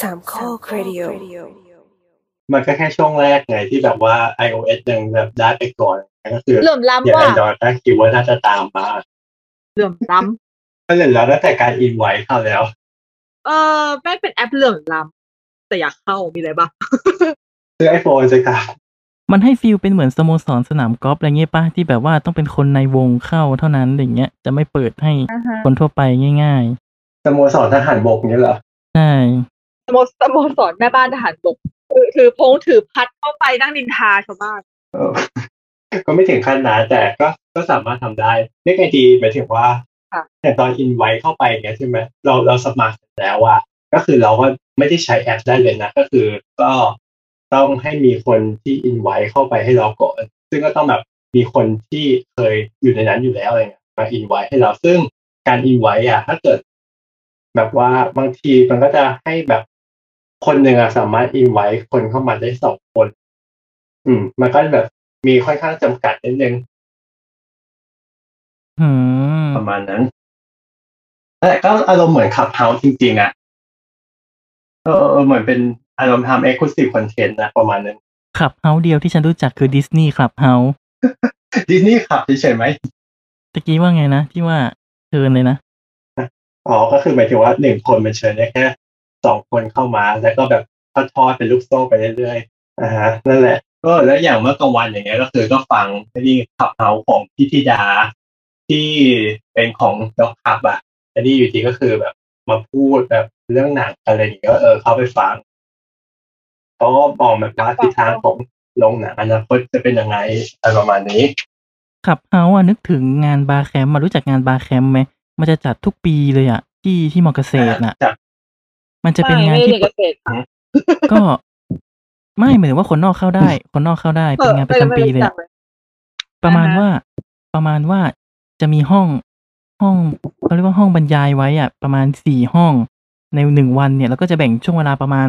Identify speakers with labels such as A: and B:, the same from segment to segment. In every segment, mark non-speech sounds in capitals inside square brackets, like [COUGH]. A: สามข้อครดิโอ
B: มันก็แค่ช่วงแรกไงที่แบบว่า iOS ยังแบบได้ไปก่อนก็คือ
C: เหลื่อม
B: เดี๋
C: ล้ำ
B: ยว
C: ว่ะ
B: Android ก็คิดว่าน่าจะตามมา
C: เหลื่อมล้
B: ก็เลยแล้วตั้งแต่การอินไว้เข้าแล้ว
C: ำเออแม่งเป็นแอปเหลื่อมล้ำแต่อยากเข้ามีอะไรบ้าง
B: ซื้อ iPhone สิครับ
D: มันให้ฟีลเป็นเหมือนสโมสรสนามกอล์ฟอะไรเงี้ยป่ะที่แบบว่าต้องเป็นคนในวงเข้าเท่านั้นอย่างเงี้ยจะไม่เปิดให้คนทั่วไปง่าย
B: สโมสรทหารบกเนี่ยเหรอ
D: ๆ ใช่
C: สโมสสโมสรแม่บ้านทหารบกถือถือพงถือพัดเข้าไปนั่งนินทาชาวบ้าน
B: เออ ก็ไม่ถึงขั้นนั้นแต่ก็ก็สามารถทำได้เรียกไงดีหมายถึงว่า
C: ะ
B: แต่ตอนอินไว้เข้าไปเนี่ยใช่ไหมเราเราสมัครเสร็จแล้วอะก็คือเราก็ไม่ได้ใช้แอปได้เลยนะ ก็คือก็ต้องให้มีคนที่อินไว้เข้าไปให้เราก่อน ซึ่งก็ต้องแบบมีคนที่เคยอยู่ในนั้นอยู่แล้วอะไรเงี้ยมาอินไว้ให้เราซึ่งการอินไว้อะถ้าเกิด แบบว่าบางทีมันก็จะให้แบบคนหนึ่งอะสามารถอินไว้คนเข้ามาได้สองคน อืม มันก็แบบมีค่อนข้างจำกัดนิดนึง
D: หืม
B: ประมาณนั้น แต่ก็อารมณ์เหมือนขับเฮาจริงๆอะเออเออเหมือนเป็นอารมณ์ทำเอ็กซ์คลูซีฟคอนเทนต์นะประมาณนั้น
D: คลับเฮาเดียวที่ฉันรู้จักคือดิสนีย์คลับเฮา
B: ดิสนีย์ขับเฉยๆไหม
D: ตะกี้ว่าไงนะ ที่ว่าเชิญเลยนะ
B: อ๋อก็คือหมายถึงว่าหนึ่งคนมันเชิญได้แค่สองคนเข้ามา แล้วก็แบบทอดๆเป็นลูกโซ่ไปเรื่อยๆอ่าฮะนั่นแหละก็แล้วอย่างเมื่อกลางวันอย่างเงี้ยก็คือก็ฟังนี่ขับเฮาของพิธิดา ที่เป็นของด็อกขับอะแต่นี่อยู่ดีก็คือแบบมาพูดแบบเรื่องหนังอะไรอย่างเงี้ยก็เออเข้าไปฟังเขาก็บอกแบบว่าทิศทางของโรงหนังอนาคตจะเป็นยังไงอะไรประมาณนี้
D: ขับเฮาอะนึกถึงงานบาร์แคมป์มารู้จักงานบาร์แคมป์ไหมมันจะจัดทุกปีเลยอะที่ที่มอเกษตรน่ะ
B: จาก
D: มันจะเป็นงาน
C: ไม่
D: ที่
C: เด็กเกษตร
D: ก็ ไม่เหมือนว่าคนนอกเข้าได้ คนนอกเข้าได้เป็นงานประจำปีเลยอะ ประมาณ
C: อ่าฮะ
D: ว่าประมาณว่าจะมีห้องห้องเขาเรียกว่าห้องบรรยายไว้อะประมาณสี่ห้องในหนึ่งวันเนี่ยแล้วก็จะแบ่งช่วงเวลาประมาณ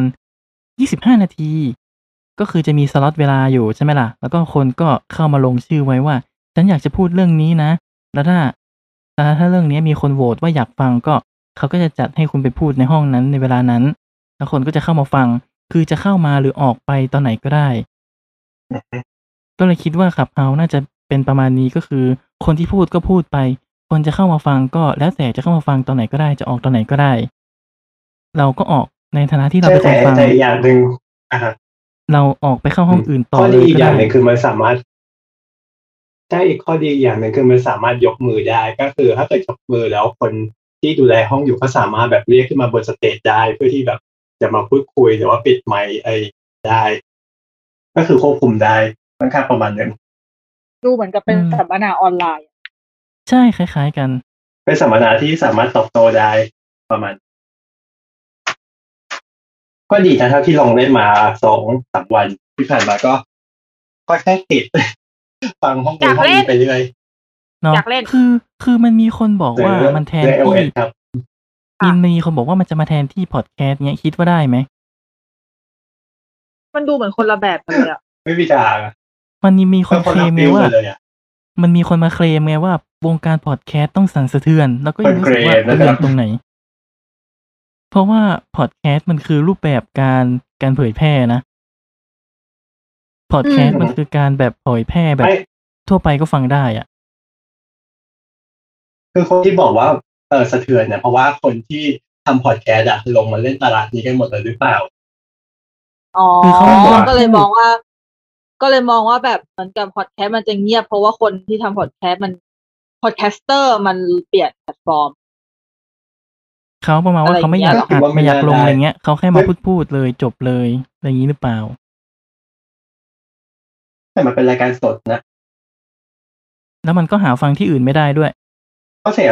D: ยี่สิบห้านาที ก็คือจะมีสล็อตเวลาอยู่ใช่ไหมล่ะ แล้วก็คนก็เข้ามาลงชื่อไว้ว่า ฉันอยากจะพูดเรื่องนี้นะ แล้วถ้าถ้าถ้าเรื่องนี้มีคนโหวตว่าอยากฟังก็เขาก็จะจัดให้คุณไปพูดในห้องนั้นในเวลานั้น แล้วคนก็จะเข้ามาฟัง คือจะเข้ามาหรือออกไปตอนไหนก็ได้ ก็เลยคิดว่าขับเฮาน่าจะเป็นประมาณนี้ก็คือ คนที่พูดก็พูดไป คนจะเข้ามาฟังก็แล้วแต่จะเข้ามาฟังตอนไหนก็ได้จะออกตอนไหนก็ได้ เราก็ออกในฐานะที่เรา
B: ใช่
D: เป็นค
B: แต่
D: นฟัง
B: แต่อีกอย่างหนึ่งอ่าฮะ
D: เราออกไปเข้าห้องอื่นต่อ
B: ข้อ
D: เล
B: ดี
D: ย
B: อีก
D: ก็
B: อย่าง
D: ได้
B: หนึ่งคือมันสามารถใช่อีกข้อดีอีกอย่างหนึ่งคือมันสามารถยกมือได้ก็คือ ถ้าเกิดยกมือแล้วคนที่ดูแลห้องอยู่ก็สามารถแบบเรียกขึ้นมาบนสเตจได้เพื่อที่แบบจะมาพูดคุยหรือว่าปิดไมค์ไอ้ได้ ก็คือควบคุมได้ค่อนข้างประมาณหนึ่ง
C: ดูเหมือนกับเป็นสัมมนาออนไลน์
D: ใช่คล้าย ๆ กัน
B: เป็นสัมมนาที่สามารถตอบโต้ได้ประมาณ ก็ดีนะเท่าที่ลองได้มาสองสามวันที่ผ่านมาก็ก็แค่ติด [LAUGHS] ฟังห้อง
C: อ
B: นี้
C: ยาก
B: ห้อง
C: เล่
B: นี้
C: น
B: ไปเรื่อย
D: เนาะ
C: อยากเล่น
D: คือคือมันมีคนบอกว่า
B: เรื่อง
D: มันแทน
B: เรื่อง
D: ที่
B: LOL ครับ
D: มีมีคนบอกว่ามันจะมาแทนที่พอดแคสต์เนี้ยคิดว่าได้ไหม
C: มันดูเหมือนคนละแบบกันเลยอะ
B: ไม่มีด่างอะ
D: มันมีคน
B: เพิ่
D: เคลม
B: บ
D: ไง
B: ฟิล
D: ว่า
B: เลยอะ
D: มันมีคนมาเคลมไงว่าวงการพอดแคสต์ต้องสั่นสะเทือน แล้วก็ยังรู้สึกว่า
B: มัน
D: เตื
B: เคลมนะ
D: อน
B: ครับ
D: ตรงไหน เพราะว่าพอดแคสต์มันคือรูปแบบการการเผยแพร่นะพอดแคสต์มันคือการแบบเผยแพร่แบบ
B: ไม่
D: ทั่วไปก็ฟังได้อ่ะ
B: คือคนที่บอกว่าเออสะเทือนเนี่ยเพราะว่าคนที่ทำพอดแคสต์อะลงมาเล่นตลาดนี้กันหมดเลยหรือเปล่า
C: อ๋อ
D: คือเขาบอกว่า
C: ก็เลยมองว่า ก็เลยมองว่าแบบเหมือนกับพอดแคสต์มันจะเงียบ เพราะว่าคนที่ทำพอดแคสต์มันพอดแคสเตอร์มันเปลี่ยนแพลตฟอร์ม
D: เขาประมาณว่า
C: อะไร
D: เขาไม่อยาก
C: อย่างเงี้
B: ยหรอ
D: อัดไม่อยากลง
B: ไม่
D: อะไร
B: ได้
D: เงี้ยเขาแค่มาพูดพูดเลยจบเลยอะไรอย่างนี้หรือเปล่า
B: แต่มันเป็นรายการสดนะ
D: แล้วมันก็หาฟังที่อื่นไม่ได้ด้วย
B: ข้อเสีย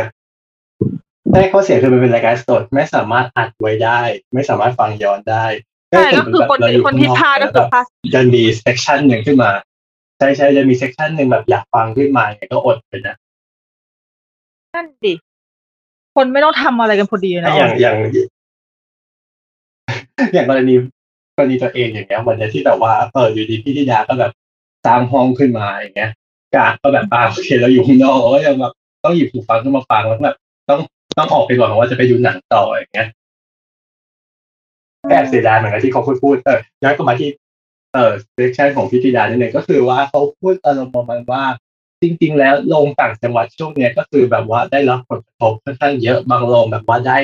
B: ใช่ข้อเสียคือมันเป็นรายการสดไม่สามารถอัดไว้ได้ ไม่สามารถฟังย้อนได้
C: ใช่ก็คือ
B: เห็
C: คน
B: แบบเราอยู่
C: คนที่
B: ข้ง
C: พาก็
B: แล้ว
C: คือ
B: แบบ
C: พา
B: จะมีเซกชันหนึ่งขึ้นมาใช่ใช่จะมีเซกชันหนึ่งแบบอยากฟังขึ้นมาเนี่ยก็อดไปนะ
C: นั่นดิคนไม่ต้องทำอะไรกันพอดีนะ
B: อ่ะอย่าง [LAUGHS] อย่าง อย่างกรณีกรณีตัวเองอย่างเงี้ย วันเนี้ยที่แบบว่าเอออยู่ดีพี่ธิดาก็แบบสร้างห้องขึ้นมาอย่างเงี้ยกะก็แบบอ่าโอเคเราอยู่ข้างนอกเราก็ยังแบบต้องหยิบหูฟังขึ้นมาฟังแล้วก็แบบต้องต้องออกไปก่อนเพราะว่าจะไปดูหนังต่ออย่างเงี้ย แอบเสียดายเหมือนกันที่เขาพูดพูดเออย้อนกลับมาที่เออเซสชันของพี่ธิดานิดนึงก็คือว่าเขาพูดอารมณ์ประมาณว่า จริง ๆ แล้วโรงต่างจังหวัดช่วงเนี้ยก็คือแบบว่าได้รับผลกระทบค่อนข้างเยอะบางโรงแบบว่าได้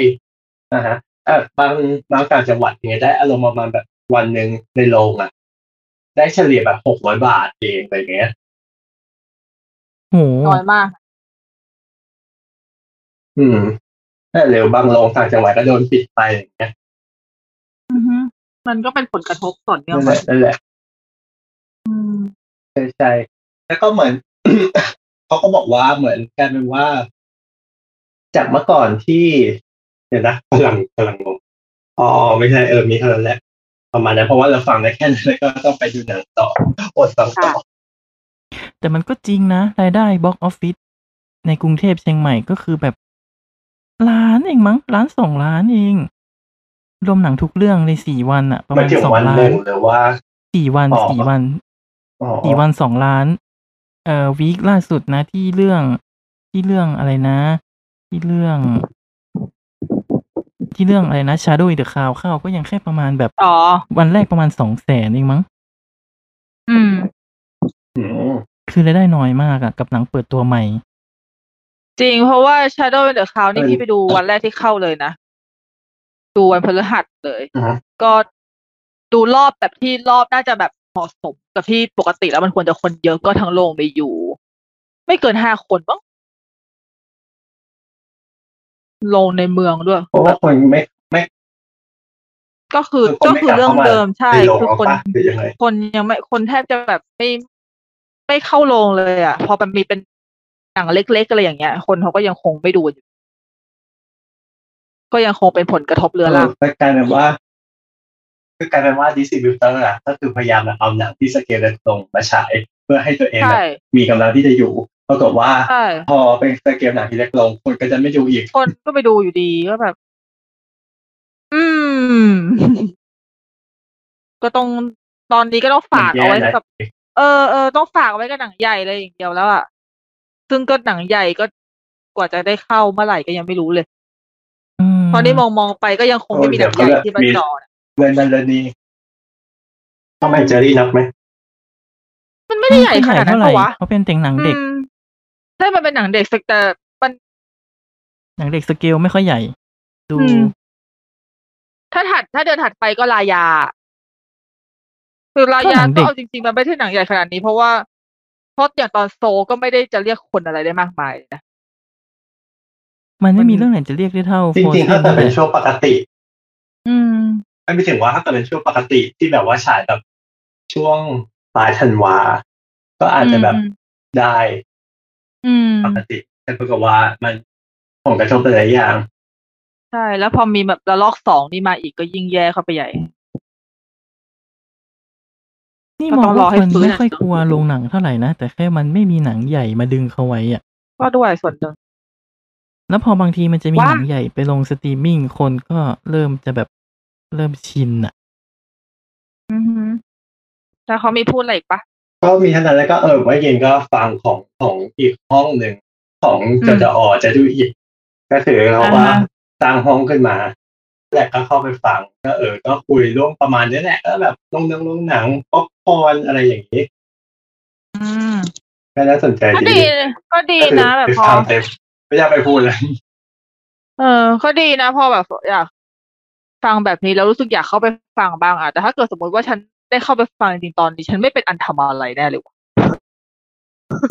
B: นะฮะเออบางบางต่างจังหวัดอย่างเงี้ยได้อารมณ์ประมาณแบบวันหนึ่งในโรงอ่ะ ได้เฉลี่ยแบบหกร้อยบาทเองอะไรเงี้ย
D: โห
E: น้อยมาก
B: อืมแต่เร็วบางโรงต่างจังหวัดก็โดนปิดไปอย่างเงี้ย
E: มันก็เป็นผลกระทบต่อเนื่อง
B: นั่น
E: ไป
B: แหละนั่นแหละ
E: อืม
B: ใช่ใช่แล้วก็เหมือน [COUGHS] เขาก็บอกว่าเหมือนกลายเป็นว่า จากเมื่อก่อนที่เดี๋ยวนะกำลังกำลังงงอ๋อไม่ใช่เออมีเท่านั้นแหละประมาณนั้นเพราะว่าเราฟังได้แค่นั้นแล้วก็ต้องไปดูหนังต่ออดฟังต่อ
D: แต่มันก็จริงนะ รายได้บ็อกออฟฟิศในกรุงเทพเชียงใหม่ก็คือแบบล้านเองมั้งล้านสองล้านเอง รวมหนังทุกเรื่องในสี่วันอะประ
B: มา
D: มาณ
B: ถึง
D: สอง
B: วัน
D: ล้า
B: ห
D: น
B: นึ่งหรือว่า
D: สี่วัน
B: อ๋อ
D: สี่วัน
B: อ๋อ
D: สี่วันสองล้าน เอ่อวีคล่าสุดนะที่เรื่องที่เรื่องอะไรนะ ที่เรื่อง ที่เรื่องอะไรนะ Shadow in the Cloud เข้าก็ยังแค่ประมาณแบบ
E: อ๋อ
D: วันแรกประมาณสองแสนเองมั้ง
E: อืม
B: อืม
D: คือรายได้น้อยมากอะกับหนังเปิดตัวใหม่
E: จริงเพราะว่า Shadow in the Cloud นี่พี่ไปดูวันแรกที่เข้าเลยนะ ดูวันพฤหัสเลย
B: อ่ะ
E: ก็ดูรอบแบบที่รอบน่าจะแบบเหมาะสมกับที่ปกติแล้วมันควรจะคนเยอะก็ทั้งโรงไปอยู่ ไม่เกินห้าคนบ้างโรงในเมืองด้วย
B: เพราะว่าคนไม่ไม่
E: ก็คือ
B: คือคน
E: ก็
B: ไม่
E: คือก
B: ลับ
E: เรื่อง
B: เข้ามา
E: เดิมใช่
B: ไปลง
E: คือ
B: เอา
E: คน
B: ปะหรือยังไง
E: คนยังไม่คนแทบจะแบบไม่ไม่เข้าโรงเลยอ่ะ พอมันมีเป็นหนังเล็กๆอะไรอย่างเงี้ย คนเขาก็ยังคงไม่ดูอยู่ก็ยังคงเป็นผลกระทบเรื
B: เอ
E: อ
B: อ
E: รัง
B: ก็กลายเป็นว่าก็กลายเป็นว่าดิสติบิวเตอร์อ่ะก็คือพยายามเอาหนังที่สเกลเล็กลงมาฉายเพื่อให้ตัวเองอ
E: ใช่
B: ะ มีกำลังที่จะอยู่ปรากฏว่า
E: ใช่
B: พอเป็นสเกลหนังที่เล็กลงคนก็จะไม่ดูอีก
E: คนก็ไปดูอยู่ดีก็แบบ อืม [LAUGHS] ก็ต้องตอนนี้ก็ต้องฝากเอาไว้กับ เออเออต้องฝากไว้กับหนังใหญ่เลยอย่างเดียวแล้วอ่ะ ซึ่งก็หนังใหญ่ก็กว่าจะได้เข้าเมื่อไหร่ก็ยังไม่รู้เลย
D: อืม
E: ตอนนี้มองมองๆไปก็ยังคงไม่มีหนังใหญ่ที่มันจอ
B: เรื่องนั้นเรื่องนี้ทำไมเจอรี่นับไหม
E: มันไม่ได้ใหญ่ขนาดนั้นปะวะ
D: เขาเป็นแต่งหนังเด็ก
E: อืมใช่ มันเป็นหนังเด็กแต่มัน
D: หนังเด็กสเกลไม่ค่อยใหญ่ ดู
E: อืม ถ้าถัดถ้าเดินถัดไปก็ลายา คือลายาก็เอาจริงๆ มันไม่ใช่หนังใหญ่ขนาดนี้ เพราะว่าเพราะอย่างตอนโซลก็ไม่ได้จะเรียกคนอะไรได้มากมายนะ
D: มันไม่มี
E: มัน
D: เรื่องไหนจะเรียกได้เท่า
B: จริง
D: Frozen
B: ๆถ้าแต่เป็น
D: เลย
B: ช่วงปกติ
E: อืม
B: ไม่ไปถึงว่าถ้าแต่เป็นช่วงปกติที่แบบว่าฉายแบบช่วงปลายธันวา ก็อาจจะแบบ
E: อืม
B: ได้
E: อืม
B: ปกติแต่ปรากฏว่ามันผลกระทบหลายๆอย่าง
E: ใช่ แล้วพอมีแบบระลอกสองนี่มาอีกก็ยิ่งแย่เข้าไปใหญ่
D: นี่
E: ก็
D: มอ
E: ต้อง งร
D: ว่า
E: อให้
D: คน
E: ฟื้น
D: ไม่ค่อย
E: อ่ะ
D: กลัวโรงหนังเท่าไหร่นะ แต่แค่มันไม่มีหนังใหญ่มาดึงเขาไว้อะ
E: ก็ด้วยส่วนหนึ่ง
D: แล้วพอบางทีมันจะมี
E: ว่า
D: หนังใหญ่ไปลงสตรีมมิ่งคนก็เริ่มจะแบบเริ่มชินอะ
E: อือหือแล้วเขามีพูดอะไรอีกปะ
B: ก็มีเท่านั้นแล้วก็เออไว้เย็นก็ฟังของของอีกห้องหนึ่งของจดอจะดูอีก ก็คือเขาว่า
E: อ่าฮะ
B: สร้างห้องขึ้นมาแหละก็เข้าไปฟังก็เออ ก็คุยร่วมประมาณนี้แหละก็แบบลงหนังลงหนังป๊อปคอร์นอะไรอย่างนี้
E: อืม
B: ก็น่าสนใจ
E: ก็
B: ดี
E: ดี ก็ดีนะแบบ
B: คือ
E: พอ
B: ทำเต็มไม่อยากไปพูดเลย
E: เออก็ดีนะพอแบบอยากฟังแบบนี้แล้วรู้สึกอยากเข้าไปฟังบ้างอ่ะแต่ถ้าเกิดสมมติว่าฉันได้เข้าไปฟังจริงๆตอนนี้ ฉันไม่เป็นอันทำอะไรแน่เลยวะ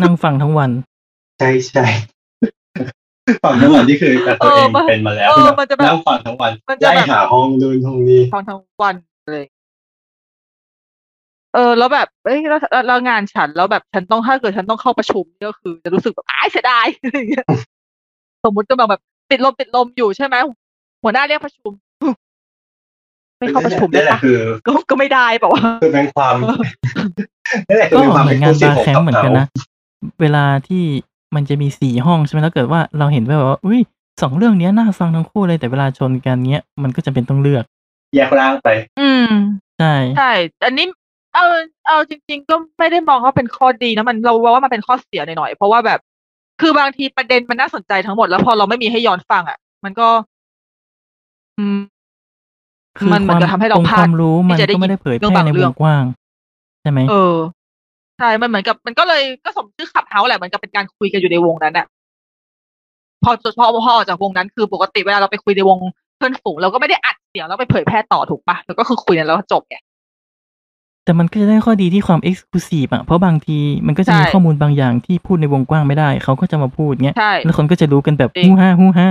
D: นั่งฟังทั้งวัน
B: ใช่ใช่ฟังทั้งวันที่คือแต่ตัวเองเป็นมาแล้ว
E: เออ มันจะแบบ
B: นั่งฟังทั้งวัน
E: มันจะ
B: ไล่
E: แบบ
B: หาห้องนู่นห้องนี้
E: ฟังทั้งวันเลย เออ แล้วแบบเอ้ยแล้วแล้วแล้วงานฉันแล้วแบบฉันต้องถ้าเกิดฉันต้องเข้าประชุมนี่ก็คือ จะรู้สึกแบบอ้ายเสียดาย [LAUGHS] อะไรอย่างเงี้ยสมมติจะแบบแบบติดลมติดลมอยู่ใช่ไหมหัวหน้าเรียกประชุม [LAUGHS] ไม่เข้าประชุม
B: นั่นแหละ
E: ปะ
B: คือ
E: ก็ก็ไม่ได้ป่าวะ
B: คือเป็นความนั่นแหละคือ
D: ก็
B: เป็นความ
D: เหมื
B: เป็ค
D: อน นงาน น
B: สิ
D: บาร์
B: ของ
D: แคมป์เหมือนกัน
B: เขา
D: นะ เวลาที่มันจะมีสี่ห้องใช่ไหมแล้วเกิดว่าเราเห็นแบบว่า อุ้ยสองเรื่องเนี้ยน่าฟังทั้งคู่เลยแต่เวลาชนกันเนี้ยมันก็จะเป็นต้องเลือก
B: แยกร่างไป
E: อืม
D: ใช่
E: ใช่ อันนี้เอาเอาจริง ๆ ก็ไม่ได้มองว่าเป็นข้อดีนะมันเราว่ามันเป็นข้อเสียหน่อยๆเพราะว่าแบบ คือบางทีประเด็นมันน่าสนใจทั้งหมดแล้วพอเราไม่มีให้ย้อนฟังอ่ะ มันก็ อืม
D: คือ
E: มันเหมือน
D: คว
E: จะทำให้เรา
D: องค์
E: พลาด
D: ความรู้มัน
E: ที่จะได้
D: ก็ไม่ได้เผย
E: ยิน
D: แพร่ใน
E: เรื่
D: ว
E: องบางเรื่อง
D: งกว้าง ใช่ไหม
E: เออใช่มันเหมือนกับมันก็เลยก็สมชื่อขับเฮาแหละเหมือนกับเป็นการคุยกันอยู่ในวงนั้นอะพอพอพอออกจากวงนั้นคือปกติเวลาเราไปคุยในวงเพื่อนฝูงเราก็ไม่ได้อัดเสียงแล้วไปเผยแพร่ต่อถูกปะแล้วก็คือคุยกันแล้วก็จบไง
D: แต่มันก็จะได้ข้อดีที่ความเอ็กซ์คลูซีฟอ่ะเพราะบางทีมันก็จะมี
E: ใช่
D: ข้อมูลบางอย่างที่พูดในวงกว้างไม่ได้ เขาก็จะมาพูดเงี้ย
E: ใช่
D: แล้วคนก็จะรู้กันแบบ
E: จริง
D: ฮู้ฮ่าฮู้ฮ่า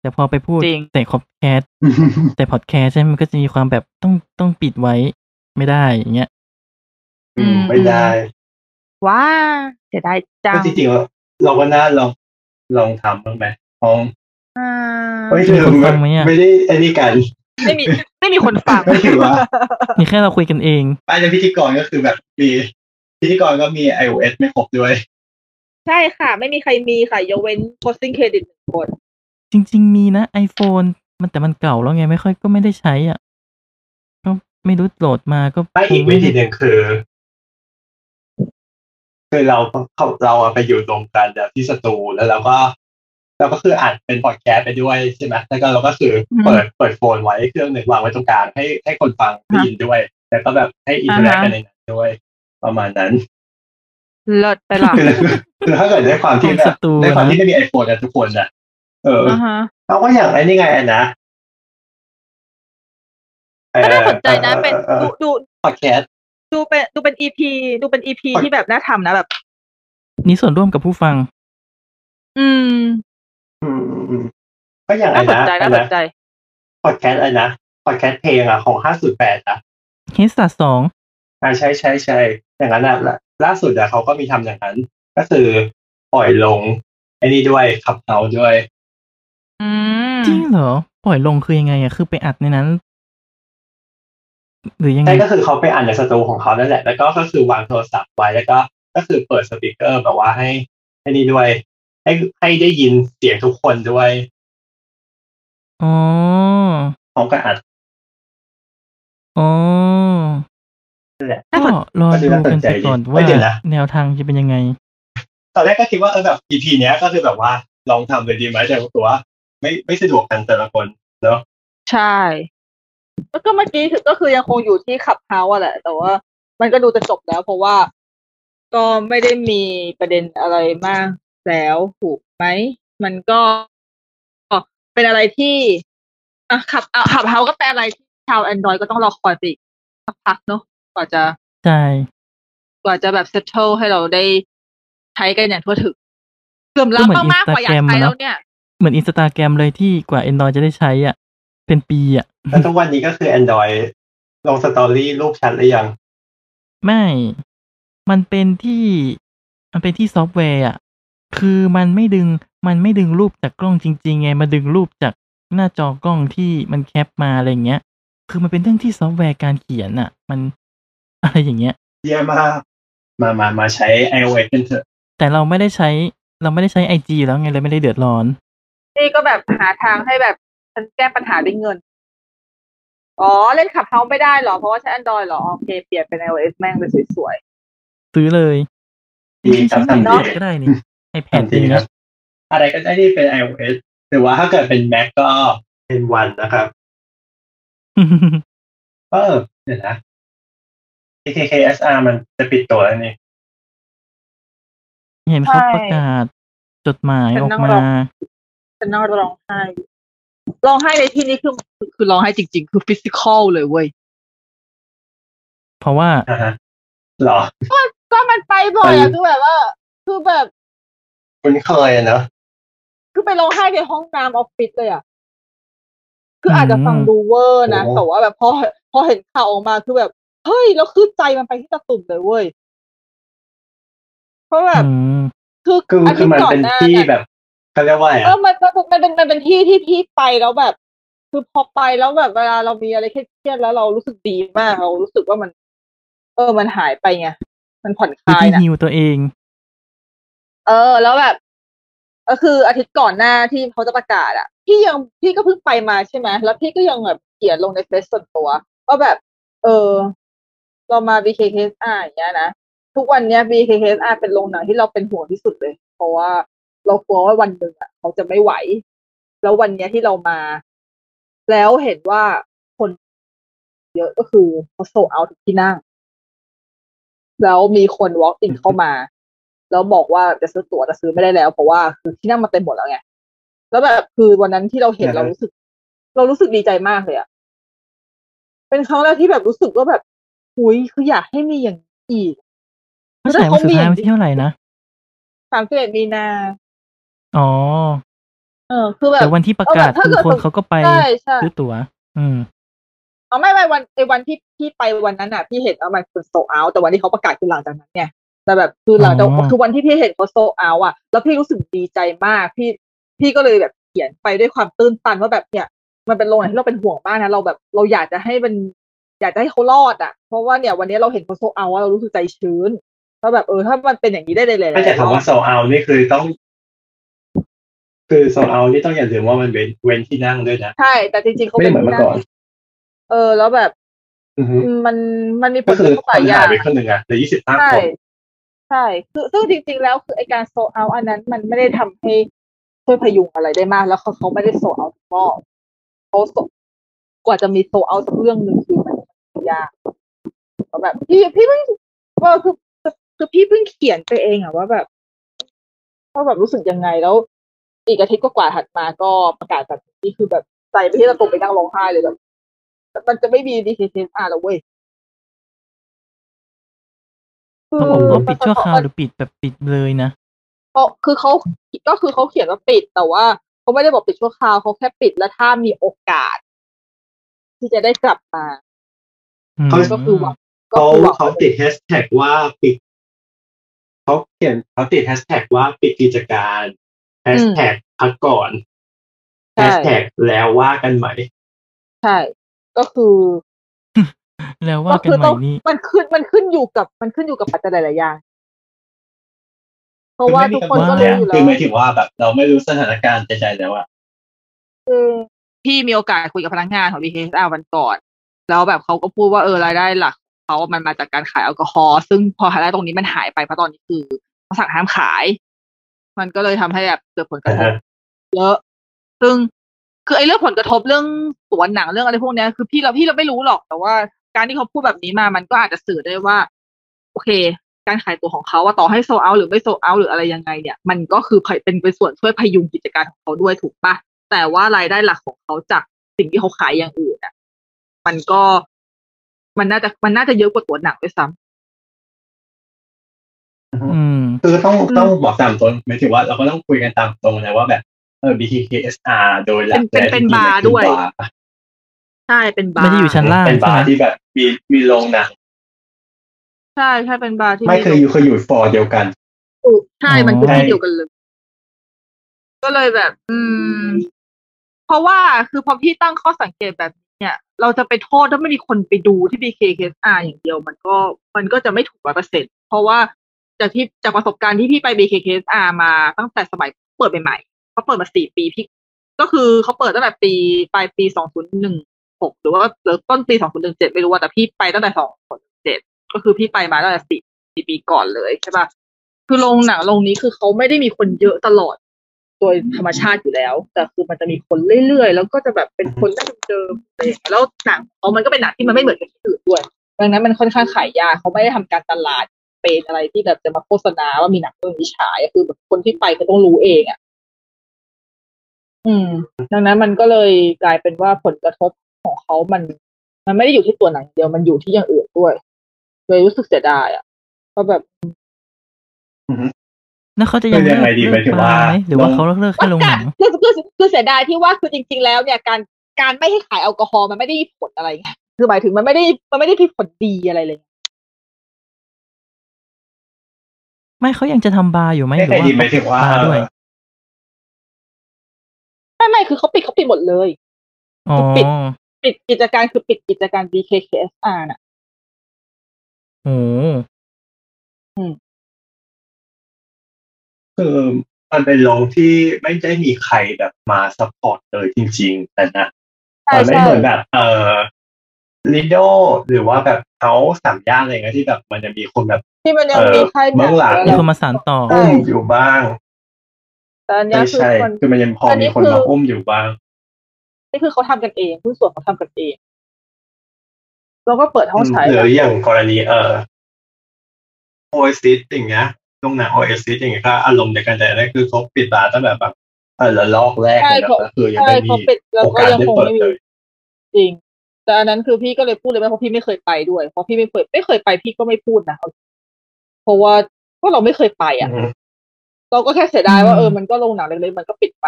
D: แต่พอไปพูด
E: จริง
D: แต่คอดแคสต์แต่พอดแคสต์ใช่ไหมมันก็จะมีความแบบต้องต้องปิดไว้ไม่ได้อย่างเงี้ย
B: อืมไม่ได้
E: ว้าเสียดายจั
B: ก็
E: ง
B: จริงๆแล้วเราก็น่าลองลองทำบ้างไหมลอง
E: อ่า
B: ไม่คือ
D: มีคนฟังไหมอะ
B: ไม่ได้อันนี้กัน
E: ไม่มีไม่มีคนฟัง
B: ไม่ถือว่า
D: นี่แค่เราคุยกันเอง
B: ป้ายจะพิธีกรก็คือแบบมีพิธีกรก็มี iOS ไม่ครบด้วย
E: ใช่ค่ะ ไม่มีใครมีค่ะยกเว้น posting credit หนึ่งคน
D: จริง ๆ มีนะ iPhone มันแต่มันเก่าแล้วไงไม่ค่อยก็ไม่ได้ใช้อ่ะก็ไม่รู้โหลดมาก็
B: ไม่อีก
D: คง
B: วิ
D: ไม่
B: ธีห
D: ได้
B: นึ่งคือคือเราเขาเราอะไปอยู่รวมกันแบบที่สตูแล้วเราก็เราก็คืออัดเป็นพอดแคสต์ไปด้วยใช่ไหมแล้วก็เราก็คือ
E: อืม
B: เปิดเปิดโฟนไว้เครื่องหนึ่งวางไว้ตรงกลางให้ให้คนฟังได้ยินด้วย แล้วก็แบบให้อินเทอร์แอค
E: อ่าฮะ
B: กันในนั้นด้วย ประมาณนั้น [LAUGHS]
E: เลิศไปละ
B: คือคือถ้าเกิดได้ความที่แบบได้ความที่ไม่มีไอโฟนกันทุกคนนะเออ
E: อ่าฮะ
B: เขาก็อย่างไอ้นี่ไงอะนะ
E: ก็น่าสนใจนะเป็นดูดู
B: พอดแคส
E: ดูเป็นดูเป็นอีพีดูเป็นอีพีที่แบบน่าทำนะแบบ
D: มีส่วนร่วมกับผู้ฟัง
E: อืม
B: อืมอืมอืมก็อย่างไร
E: น่าสน
B: นะ
E: ใจน่าสนใจ
B: พอดแคสต์อะไรนะพอดแคสต์เพลงอ่ะของห้าสุดแปดอ่ะ
D: h e a d s a t สอง
B: อ่าใช่ใช่ใช่อย่างนั้นอ่ะล่าล่าสุดอ่ะเขาก็มีทำอย่างนั้น ก็คือปล่อยลงไอ้นี่ด้วยขับเฮาด้วย
E: อืม
D: จริงเหรอ ปล่อยลงคือยังไงอ่ะคือไปอัดในนั้น หรือยังไง
B: ใช่ก็คือเขาไปอ่านในสตูของเขานั่นแหละ แล้วก็ก็คือวางโทรศัพท์ไว้แล้วก็ก็คือเปิดสปีกเกอร์แบบว่าให้ให้นี่ด้วย ให้ให้ได้ยินเสียงทุกคนด้วย
D: อ๋อ
B: พร้อมกับอัด
D: อ๋อ
E: น่า
D: ก็
E: สน
D: รอดูกันไปก่อนว่า
B: เดี๋ยวนะ
D: แนวทางจะเป็นยังไง
B: ตอนแรกก็คิดว่าเออแบบ EP เนี้ยก็คือแบบว่าลองทำเลยดีไหมแต่ปรากฏว่าไม่ไม่สะดวกกันแต่ละคนเนาะ
E: ใช่ แล้วก็เมื่อกี้คือก็คือยังคงอยู่ที่ขับเฮาอะแหละ แต่ว่ามันก็ดูจะจบแล้ว เพราะว่าก็ไม่ได้มีประเด็นอะไรมากแล้วถูกไหม มันก็เป็นอะไรที่อ่ะขับขับเฮาก็เป็นอะไรที่ชาวแอนดรอยก็ต้องรอคอยไปอีกสักพักเนาะกว่าจะ
D: ใช่
E: กว่าจะแบบเซตเทิลให้เราได้ใช้กันอย่างทั่วถึงเสื่อม
D: ก็เหมือ
E: ล้ำ
D: น
E: มากๆกว่าอยาก
D: Instagram
E: ใช้
D: อะเน
E: แล้
D: อะ
E: วเนี่ย
D: เหมือนอินสตาแกรมเลยที่กว่า Android จะได้ใช้อ่ะ เป็นปีอ่ะ
B: แล้วทุกวันนี้ก็คือ Android ลงสตอรี่รูปแชัดหรือยัง
D: ไม่ มันเป็นที่ มันเป็นที่ซอฟต์แวร์อ่ะ คือมันไม่ดึง มันไม่ดึงรูปจากกล้องจริง ๆ ไง มาดึงรูปจากหน้าจอกล้องที่มันแคปมาอะไรอย่างเงี้ย คือมันเป็นเรื่องที่ซอฟต์แวร์การเขียนอ่ะ มันอะไรอย่างเงี้ย
B: เยี่ยมมาก มามามาใช้ iOS กันเถอะ
D: แต่เราไม่ได้ใช้ เราไม่ได้ใช้ไอจีแล้วไงเลยไม่ได้เดือดร้อน
E: นี่ก็แบบหาทางให้แบบฉันแก้ปัญหาด้วยเงิน อ๋อ เล่นขับเฮาไม่ได้เหรอ เพราะว่าใช้ Android เหรอ โอเค เปลี่ยนเป็น iOS แม่งไปสวย
D: ซื้อเลย
B: ดีครับ
D: ใช้
B: ทำดี
D: ไอแพดก็ได้นี่ไอแพดจริง
B: ค
D: นะ
B: รัอะไรก็ได้ที่เป็น iOS หรือว่าถ้าเกิดเป็น Mac ก็เป็นวันนะครับ เออเดี๋ยวนะ KKKSR มันจะปิดตัวแล้วนี่
D: เห็นเขาประกาศจดหมายออกมา
E: ๆฉันน่าจะร้องไห้ร้องไห้ในที่นี้คือคือร้องไห้จริง ๆ คือฟิสิกอลเลยเว้ย
D: เพราะว่า
B: อ่าฮะเหรอ
E: ก็มันไปบ่อย
B: ไป
E: อะคือแบบว่า คือแบบ
B: คุณเคยอะเนอะ
E: คือไปร้องไห้ในห้องน้ำออฟฟิศเลยอะคือ
D: ม
E: อาจจะฟังดูเวอร์นะ แต่ว่าแบบพอพอเห็นข่าวออกมาคือแบบ เฮ้ย แล้วคือใจมันไปที่ตะตุ่มเลยเว้ย เพราะแบบ
D: อืม
E: คือ
B: คือ
E: อา
B: คื
E: ทิต
B: อ
E: ย์
B: มัน
E: ก่อน
B: เป็น
E: หน้า
B: ที่
E: เนี่ย
B: แบบเขาเรียกว่าอะไร
E: เอ
B: อะ
E: อมันมันมันเป็นมันเป็นที่ที่พี่ไปแล้วแบบ คือพอไปแล้วแบบเวลาเรามีอะไรเครียดๆแล้วเรารู้สึกดีมากเรารู้สึกว่ามัน เออมันหายไปไงมันผ่อนค
D: คือ
E: ลาย
D: ที่
E: นะ
D: ฮิวตัวเอง
E: เออ แล้วแบบก็คืออาทิตย์ก่อนหน้าที่เขาจะประกาศอ่ะพี่ยังพี่ก็เพิ่งไปมาใช่ไหมแล้วพี่ก็ยังแบบเขียนลงในเฟซส่วนตัวว่าแบบ เออ เรามา BKKSR อย่างเงี้ยนะทุกวันเนี้ย BKKSR เป็นโรงหนังที่เราเป็นห่วงที่สุดเลย เพราะว่าเรากลัวว่าวันหนึ่งอ่ะเขาจะไม่ไหว แล้ววันเนี้ยที่เรามา แล้วเห็นว่าคน เยอะก็คือเขาโซเอาทุกที่นั่ง แล้วมีคน walk in เข้ามา แล้วบอกว่าจะซื้อตั๋วแต่ซื้อไม่ได้แล้ว เพราะว่าคือที่นั่งมันเต็มหมดแล้วไงแล้วแบบคือวันนั้นที่เราเห็น
B: อ่าฮะ
E: เรารู้สึก เรารู้สึกดีใจมากเลยอะเป็นครั้งแรกที่แบบรู้สึกว่าแบบหุยคืออยากให้มีอย่างนี้อีก
D: เขาฉายวันสุดท้ายวันที่เท่าไหร่นะ
E: สามสิบเอ็ดมีนา
D: อ๋อ
E: เออ คือแบบ
D: แต่วันที่ประกา
E: เอา
D: ศ
E: แบบถ้า
D: คือ
E: เกิด
D: คนเขาก็ไป
E: ใช่ใช่
D: ซื้อตั๋ว อืม
E: เอาไม่ไม่วันไอ้วันที่พี่ไปวันนั้นน่ะพี่เห็นว่ามันคือโซเอาแต่วันที่เขาประกาศคือหลังจากนั้นไงแต่แบบคือหลังจาก
D: อ๋อ
E: คือวันที่พี่เห็นเขาโซเอาอ่ะ แล้วพี่รู้สึกดีใจมาก พี่พี่ก็เลยแบบเขียนไปด้วยความตื้นตันว่าแบบเนี่ย มันเป็นโรงหนังที่เราเป็นห่วงมากนะเราแบบเราอยากจะให้มันอยากจะให้เขารอดอ่ะ เพราะว่าเนี่ยวันนี้เราเห็นเขาโซเอาอะเรารู้สึกใจชื้นว่าแบบเออถ้ามันเป็นอย่างนี้ได้เลย
B: ถ้าจะถามว่าโซเอานี่คือต้อง คือโซเอานี่ต้องอย่าลืมว่ามันเว้นเว้นที่นั่งด้วยนะ
E: ใช่ แต่จริงๆเขา
B: ไม่ได้เห
E: เป็น
B: มือนเมื่อก่อน
E: เออ แล้วแบบ
B: อือฮึ
E: มันมันมีผ
B: ก็
E: ลก
B: คือ
E: ระทบ
B: ค
E: หลาน ยอย่า
B: หาย
E: ง
B: ไปคนหนึ่งอะแต่ยี่สิบห้า
E: ใช่
B: คน
E: ใช่คือซึ่งจริง ๆ แล้วคือไอการโซเอาอันนั้นมันไม่ได้ทำให้ช่วยพยุงอะไรได้มากแล้วเขาเขาไม่ได้โซเอาทุกรอบเขาโซกว่าจะมีโซเอาสักเรื่องหนึ่งคือมันยากแล้วแบบพี่พี่เพิ่งว่าคือคือพี่เพิ่งเขียนไปเองอะว่าแบบว่าแบบรู้สึกยังไงแล้ว อีกอาทิตย์ก็กว่าๆถัดมาก็ประกาศแบบนี้คือแบบใจไปที่ตะตุ่มไปนั่งร้องไห้เลยแบบมันจะไม่มีดีเทนอ่ะแล้วเว้ย
D: เขาบอกว่าปิดชั่วคราวหรือปิดแบบปิดเลยนะ
E: เขาคือเขาก็คือเขาเขียนว่าปิดแต่ว่าเขาไม่ได้บอกปิดชั่วคราวเขาแค่ปิดแล้วถ้ามีโอกาส ที่จะได้กลับมา
D: อืม
E: ก็คือหวังก็
B: เขา
E: คือหวัง
B: เขาติดแฮชแท็กว่าปิดเขาเขียนเขาติดแฮชแท็กว่าปิดกิจการแฮชแท็กพักก่อนแฮ
E: ใช่
B: ชแท็กแล้วว่ากันใหม่
E: ใช่ ก็คือ
D: แล้วว่ากัน
E: คื
D: ใหม่นี่
E: มันขึ้นมันขึ้นอยู่กับมันขึ้นอยู่กับปัจจัยหลายๆอย่างเพราะว่าทุกคนก็รู้อยู่แล้
B: คือ
E: ว
B: ไม่ถึงว่าแบบเราไม่รู้สถานการณ์ใดๆแล้วอะ
E: คือ
C: พี่มีโอกาสคุยกับพนักงานของ BTSR วันก่อน แล้วแบบเขาก็พูดว่าเออรายได้หลักของเขามันมาจากการขายแอลกอฮอล์ซึ่งพอรายได้ตรงนี้มันหายไปเพราะตอนนี้คือเขาสั่งห้ามขาย มันก็เลยทำให้แบบเกิดผลกระ
B: นะ
C: ทบ
B: ฮะ
C: เยอะ ซึ่งคือไอ้เรื่องผลกระทบเรื่องสวนหนังเรื่องอะไรพวกเนี้ยคือพี่เราพี่เราไม่รู้หรอก แต่ว่าการที่เขาพูดแบบนี้มามันก็อาจจะสื่อได้ว่า โอเค การขายตัวของเขาว่าต่อให้โซเอาหรือไม่โซเอาหรืออะไรยังไงเนี่ย มันก็คือเป็นเป็นส่วนช่วยพยุงกิจการของเขาด้วยถูกปะ แต่ว่ารายได้หลักของเขาจากสิ่งที่เขาขายอย่างอื่นอ่ะ มันก็มันน่าจะมันน่าจะเยอะกว่าตัวหนังด้วยซ้
D: อืม
B: คือต้องต้องบอกตามตรงหมายถึงว่าเราก็ต้องคุยกันตามตรงนะว่าแบบเออ BTKSR โดยหลักแล้วจริงๆมัคือบาร์
C: ำใช่เป็นบาร์
D: ไม่ได้อยู่ชั้นล่าง
B: เป็น
D: ใช่
B: บา
D: ไหม
B: ร์ที่แบบมีมีโรงหนัง
C: ใช่ใช่เป็นบาร์ที่
B: ไม่คืออยู่คืออยู่ฟอร์เดียวกัน
C: ใช่มันคือที่เดียวกันเลย ก็เลยแบบ อืม เพราะว่าคือพอพี่ตั้งข้อสังเกตแบบนี้เนี่ย เราจะไปโทษถ้าไม่มีคนไปดูที่ BKKSR อย่างเดียว มันก็มันก็จะไม่ถูกร้อยเปอร์เซ็นเพราะว่าจากที่จากประสบการณ์ที่พี่ไป BKKSR มาตั้งแต่สมัยเปิดใหม่ๆเขาเปิดมาสี่ปีพี่ ก็คือเขาเปิดตั้งแต่ปีปลายปีสองศูนย์หนึ่งหกหรือว่าหรือต้นปีสองศูนย์หนึ่งเจ็ดไม่รู้ว่าแต่พี่ไปตั้งแต่สองศูนย์เจ็ดก็คือพี่ไปมาตั้งแต่สี่สี่ปีก่อนเลยใช่ปะคือโรงหนังโรงนี้คือเขาไม่ได้มีคนเยอะตลอด โดยธรรมชาติอยู่แล้ว แต่คือมันจะมีคนเรื่อยๆ แล้วก็จะแบบเป็นคนหน้าเดิมๆอะไรอย่างเงี้ยแล้วหนังของเขามันก็เป็นหนังที่มันไม่เหมือนกับที่อื่นด้วย ดังนั้นมันค่อนข้างขายยากเขาไม่ได้ทำการตลาดเป็นอะไรที่แบบจะมาโฆษณาว่ามีหนังเรื่องนี้ฉายคือแบบคนที่ไปก็ต้องรู้เองอ่ะ อืม ดังนั้นมันก็เลยกลายเป็นว่าผลกระทบของเขามัน มันไม่ได้อยู่ที่ตัวหนังเดียวมันอยู่ที่อย่างอื่นด้วย เลยรู้สึกเสียดายอ่ะก็แบบ
D: แล้วเขาจะยัง
B: คือยังไงดีหมายถึงว่า
D: เลิกบร์ไหมหรือว่าเขาเลิกเลิกแค่ลงหนัง
E: [LAUGHS] คือคือคือเสียดายที่ว่าคือจริง ๆ แล้วเนี่ยการการไม่ให้ขายแอลกอฮอล์มันไม่ได้มีผลอะไรไงคือหมายถึงมันไม่ได้มันไม่ได้มีผลดีอะไรเลย
D: ไม่เขายังจะทำบาร์อยู่ไหมห
B: ไม่ใช่
D: รือว่า
B: ดีหมายถึงว่า
D: บาร์ด้วย
E: ไม่ไม่คือเขาปิดเขาปิดหมดเลย
D: อ๋อ
E: ปิด ปิดกิจการคือปิดกิจการ BKKSR น่ะ
D: โอ้โห
B: คือมันเป็นโรงที่ไม่ได้มีใครแบบมาซัพพอร์ตเลยจริง ๆ แต่นะ มันไม่เหมือนแบบเอ่อลิโดหรือว่าแบบเขาสามย่านอะไรเงี้ยที่แบบมันจะมีคนแบบ
E: ที่มันยังมีค่ายหนั
B: เบื้องหลัง
E: อะไร
D: มีคนมาสานต่อ
E: ใช่
B: อุ้มอยู่บ้าง
E: แต่อันเนี้ย
B: ไม่
E: คือ
B: ใช่
E: คน
B: คือมันยังพอมีคนมาอุ้มอยู่บ้าง
E: นี่คือเขาทำกันเองหุ้นส่วนเขาทำกันเอง เราก็เปิดห้องฉาย
B: หรืออย่างกรณีเอ่อโอเอซิสอย่างเงี้ยโรงหนังโอเอซิสอย่างเงี้ยก็อารมณ์เดียวกันแต่นั่นคือเขาปิดตาตั้งแต่แบบเออละลอกแรกเลยนะก็คือยัง
E: ใช่
B: ไม่มี
E: เขาปิดแล้ว
B: โอ
E: ก็
B: กาส
E: ยัง
B: ได้
E: คง
B: เปิด
E: ไม่มี
B: เลย
E: จริง แต่อันนั้นคือพี่ก็เลยพูดเลยว่าเพราะพี่ไม่เคยไปด้วยเพราะพี่ไม่เคยไม่เคยไปพี่ก็ไม่พูดนะเอาเพราะว่าก็เราไม่เคยไปอ่ะ
B: อืม
E: เราก็แค่เสียดายว่า
D: อืม
E: เออมันก็โรงหนังเล็กๆมันก็ปิดไป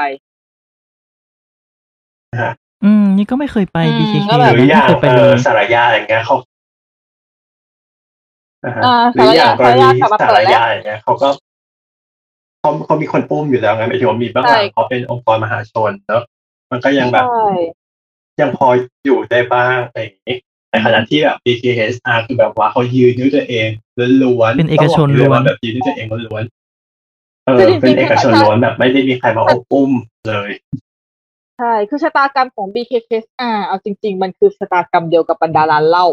D: อืม นี่ก็ไม่เคยไป
E: อืม
D: BKK
E: ก็แบ
B: หรือ
E: บ
B: อ
D: ไม่
B: ย่าง
D: เคยไป
B: เอ
D: เล
B: อย สารยาอย่างเงี้ยเขาอ่าฮะ
E: อ่า
B: หรืออย่างกร
E: สาร
B: ณี
E: ยา
B: ที่
E: สาร
B: สาร
E: ยาเปิดแล้ว
B: ยาอย่างเงี้ยเขาก็เขาเขามีคนปุ้มอยู่แล้วไงหมายถึงว่ามีบ้างหลัง
E: ใช่
B: เขาเป็นองค์กรมหาชนเนอะมันก็ยังแบบ
E: ใช่
B: ยังพออยู่ได้บ้างอะไรอย่างนี้ในขณะที่แบบ BKSR คือแบบว่าเขายืนด้วยตัวเองล้วนๆ
D: เป็นเอกชน
B: ต้องบ
D: ล้
B: ย
D: วน
B: แบบยืนด้วยตัวเองล้วนๆเออ
E: แต่จริงๆ
B: เป็นเอกชนล้วนแบบไม่ได้มีใครมาอบอุ้มเลย
E: ใช่คือชะตากรรมของ BKKSR เอาจริง ๆ มันคือชะตากรรมเดียวกับบรรดาร้านเหล้า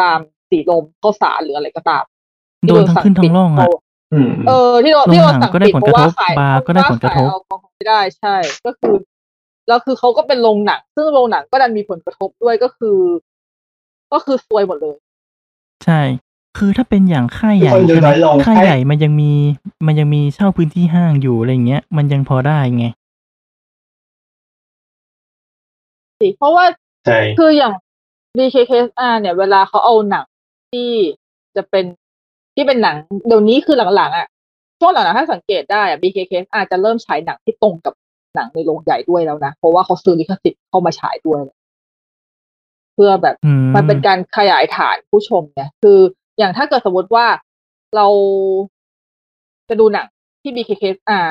E: ตามสีลมข้าวสารหรืออะไรก็ตาม
D: โดนทั้งขึ้นทั้งล่องอ่ะ
B: อืม
E: เออที่โดน
D: โรง
E: ที่โดน
D: หนัง
E: สั่ง
D: ก็ได้
E: ปิด
D: ผล
E: เพ
D: กระ
E: ราะว่า
D: ทบ
E: ขาย
D: บาร์ก็ได้ผลกระทบ
E: เพาว่าขายแอลกอฮอล์ไม่ได้ใช่ ก็คือแล้วคือเขาก็เป็นโรงหนังซึ่งโรงหนังก็ดันมีผลกระทบด้วยก็คือ ก็คือซวยหมดเลย
D: ใช่ คือถ้าเป็นอย่างค่าย
B: ทุ
D: ให
B: ก
D: ญ่
B: คนดู
D: ใช่ไหม
B: น้อยลง
D: ค่ายใหญ่มันยังมี มันยังมีเช่าพื้นที่ห้างอยู่อะไรอย่างเงี้ย มันยังพอได้ไง
E: สิเพราะว่า
B: ใช่
E: คืออย่าง BKKSR เนี่ย เวลาเขาเอาหนังที่จะเป็นที่เป็นหนังเดี๋ยวนี้คือหลังๆอ่ะช่วงหลังๆถ้าสังเกตได้อ่ะ BKKSR จะเริ่มฉายหนังที่ตรงกับหนังในโรงใหญ่ด้วยแล้วนะ เพราะว่าเขาซื้อลิขสิทธิ์เข้ามาฉายด้วย เพื่อแบบ
D: อืม
E: มันเป็นการขยายฐานผู้ชมเนี่ย คืออย่างถ้าเกิดสมมติว่าเราจะดูหนังที่ BKKR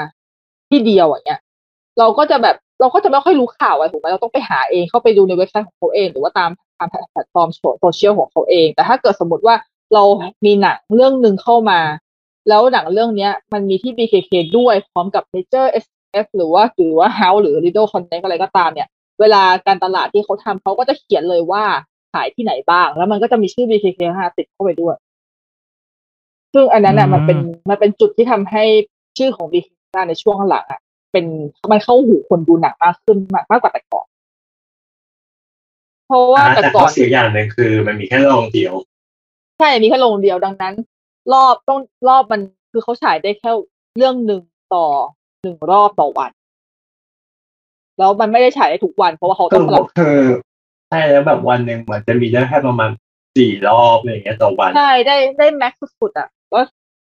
E: ที่เดียวอย่างเงี้ย เราก็จะแบบเราก็จะไม่ค่อยรู้ข่าวอะไรถูกไหมเราต้องไปหาเองเข้าไปดูในเว็บไซต์ของเขาเอง หรือว่าตามตามแพลตฟอร์มโซเชียลของเขาเอง แต่ถ้าเกิดสมมติว่าเรามีหนังเรื่องหนึ่งเข้ามา แล้วหนังเรื่องเนี้ย มันมีที่ BKK ด้วยพร้อมกับ Major SF หรือว่าหรือว่า House หรือ Riddle Connect อะไรก็ตามเนี่ย เวลาการตลาดที่เขาทำเขาก็จะเขียนเลยว่าขายที่ไหนบ้าง แล้วมันก็จะมีชื่อ BKK 5ติดเข้าไปด้วย ซึ่งอันนั้นอ่ะ
D: อืม
E: มันเป็นมันเป็นจุดที่ทำให้ชื่อของ BKK 5ในช่วงหลังอ่ะเป็นมันเข้าหูคนดูหนังมากขึ้นมากมากกว่าแต่ก่อนเพราะว่าแต่
B: แต่
E: ก่
B: ข้
E: อ
B: อน เสียอย่างหนึ่งคือมันมีแค่โรงเดียว
E: ใช่มีแค่โรงเดียวดังนั้น รอบต้องรอบมันคือเขาฉายได้แค่เรื่องหนึ่งต่อหนึ่งรอบต่อวัน แล้วมันไม่ได้ฉายได้ทุกวัน เพราะว่าเขา
B: ก็
E: ต้องสลับ
B: คือใช่แล้วแบบวันหนึ่งเหมือนจะมีได้แค่ประมาณสี่รอบอะไรอย่างเงี้ยต่อวัน
E: ใช่ได้ได้แม็กซ์สุดๆอ่ะก็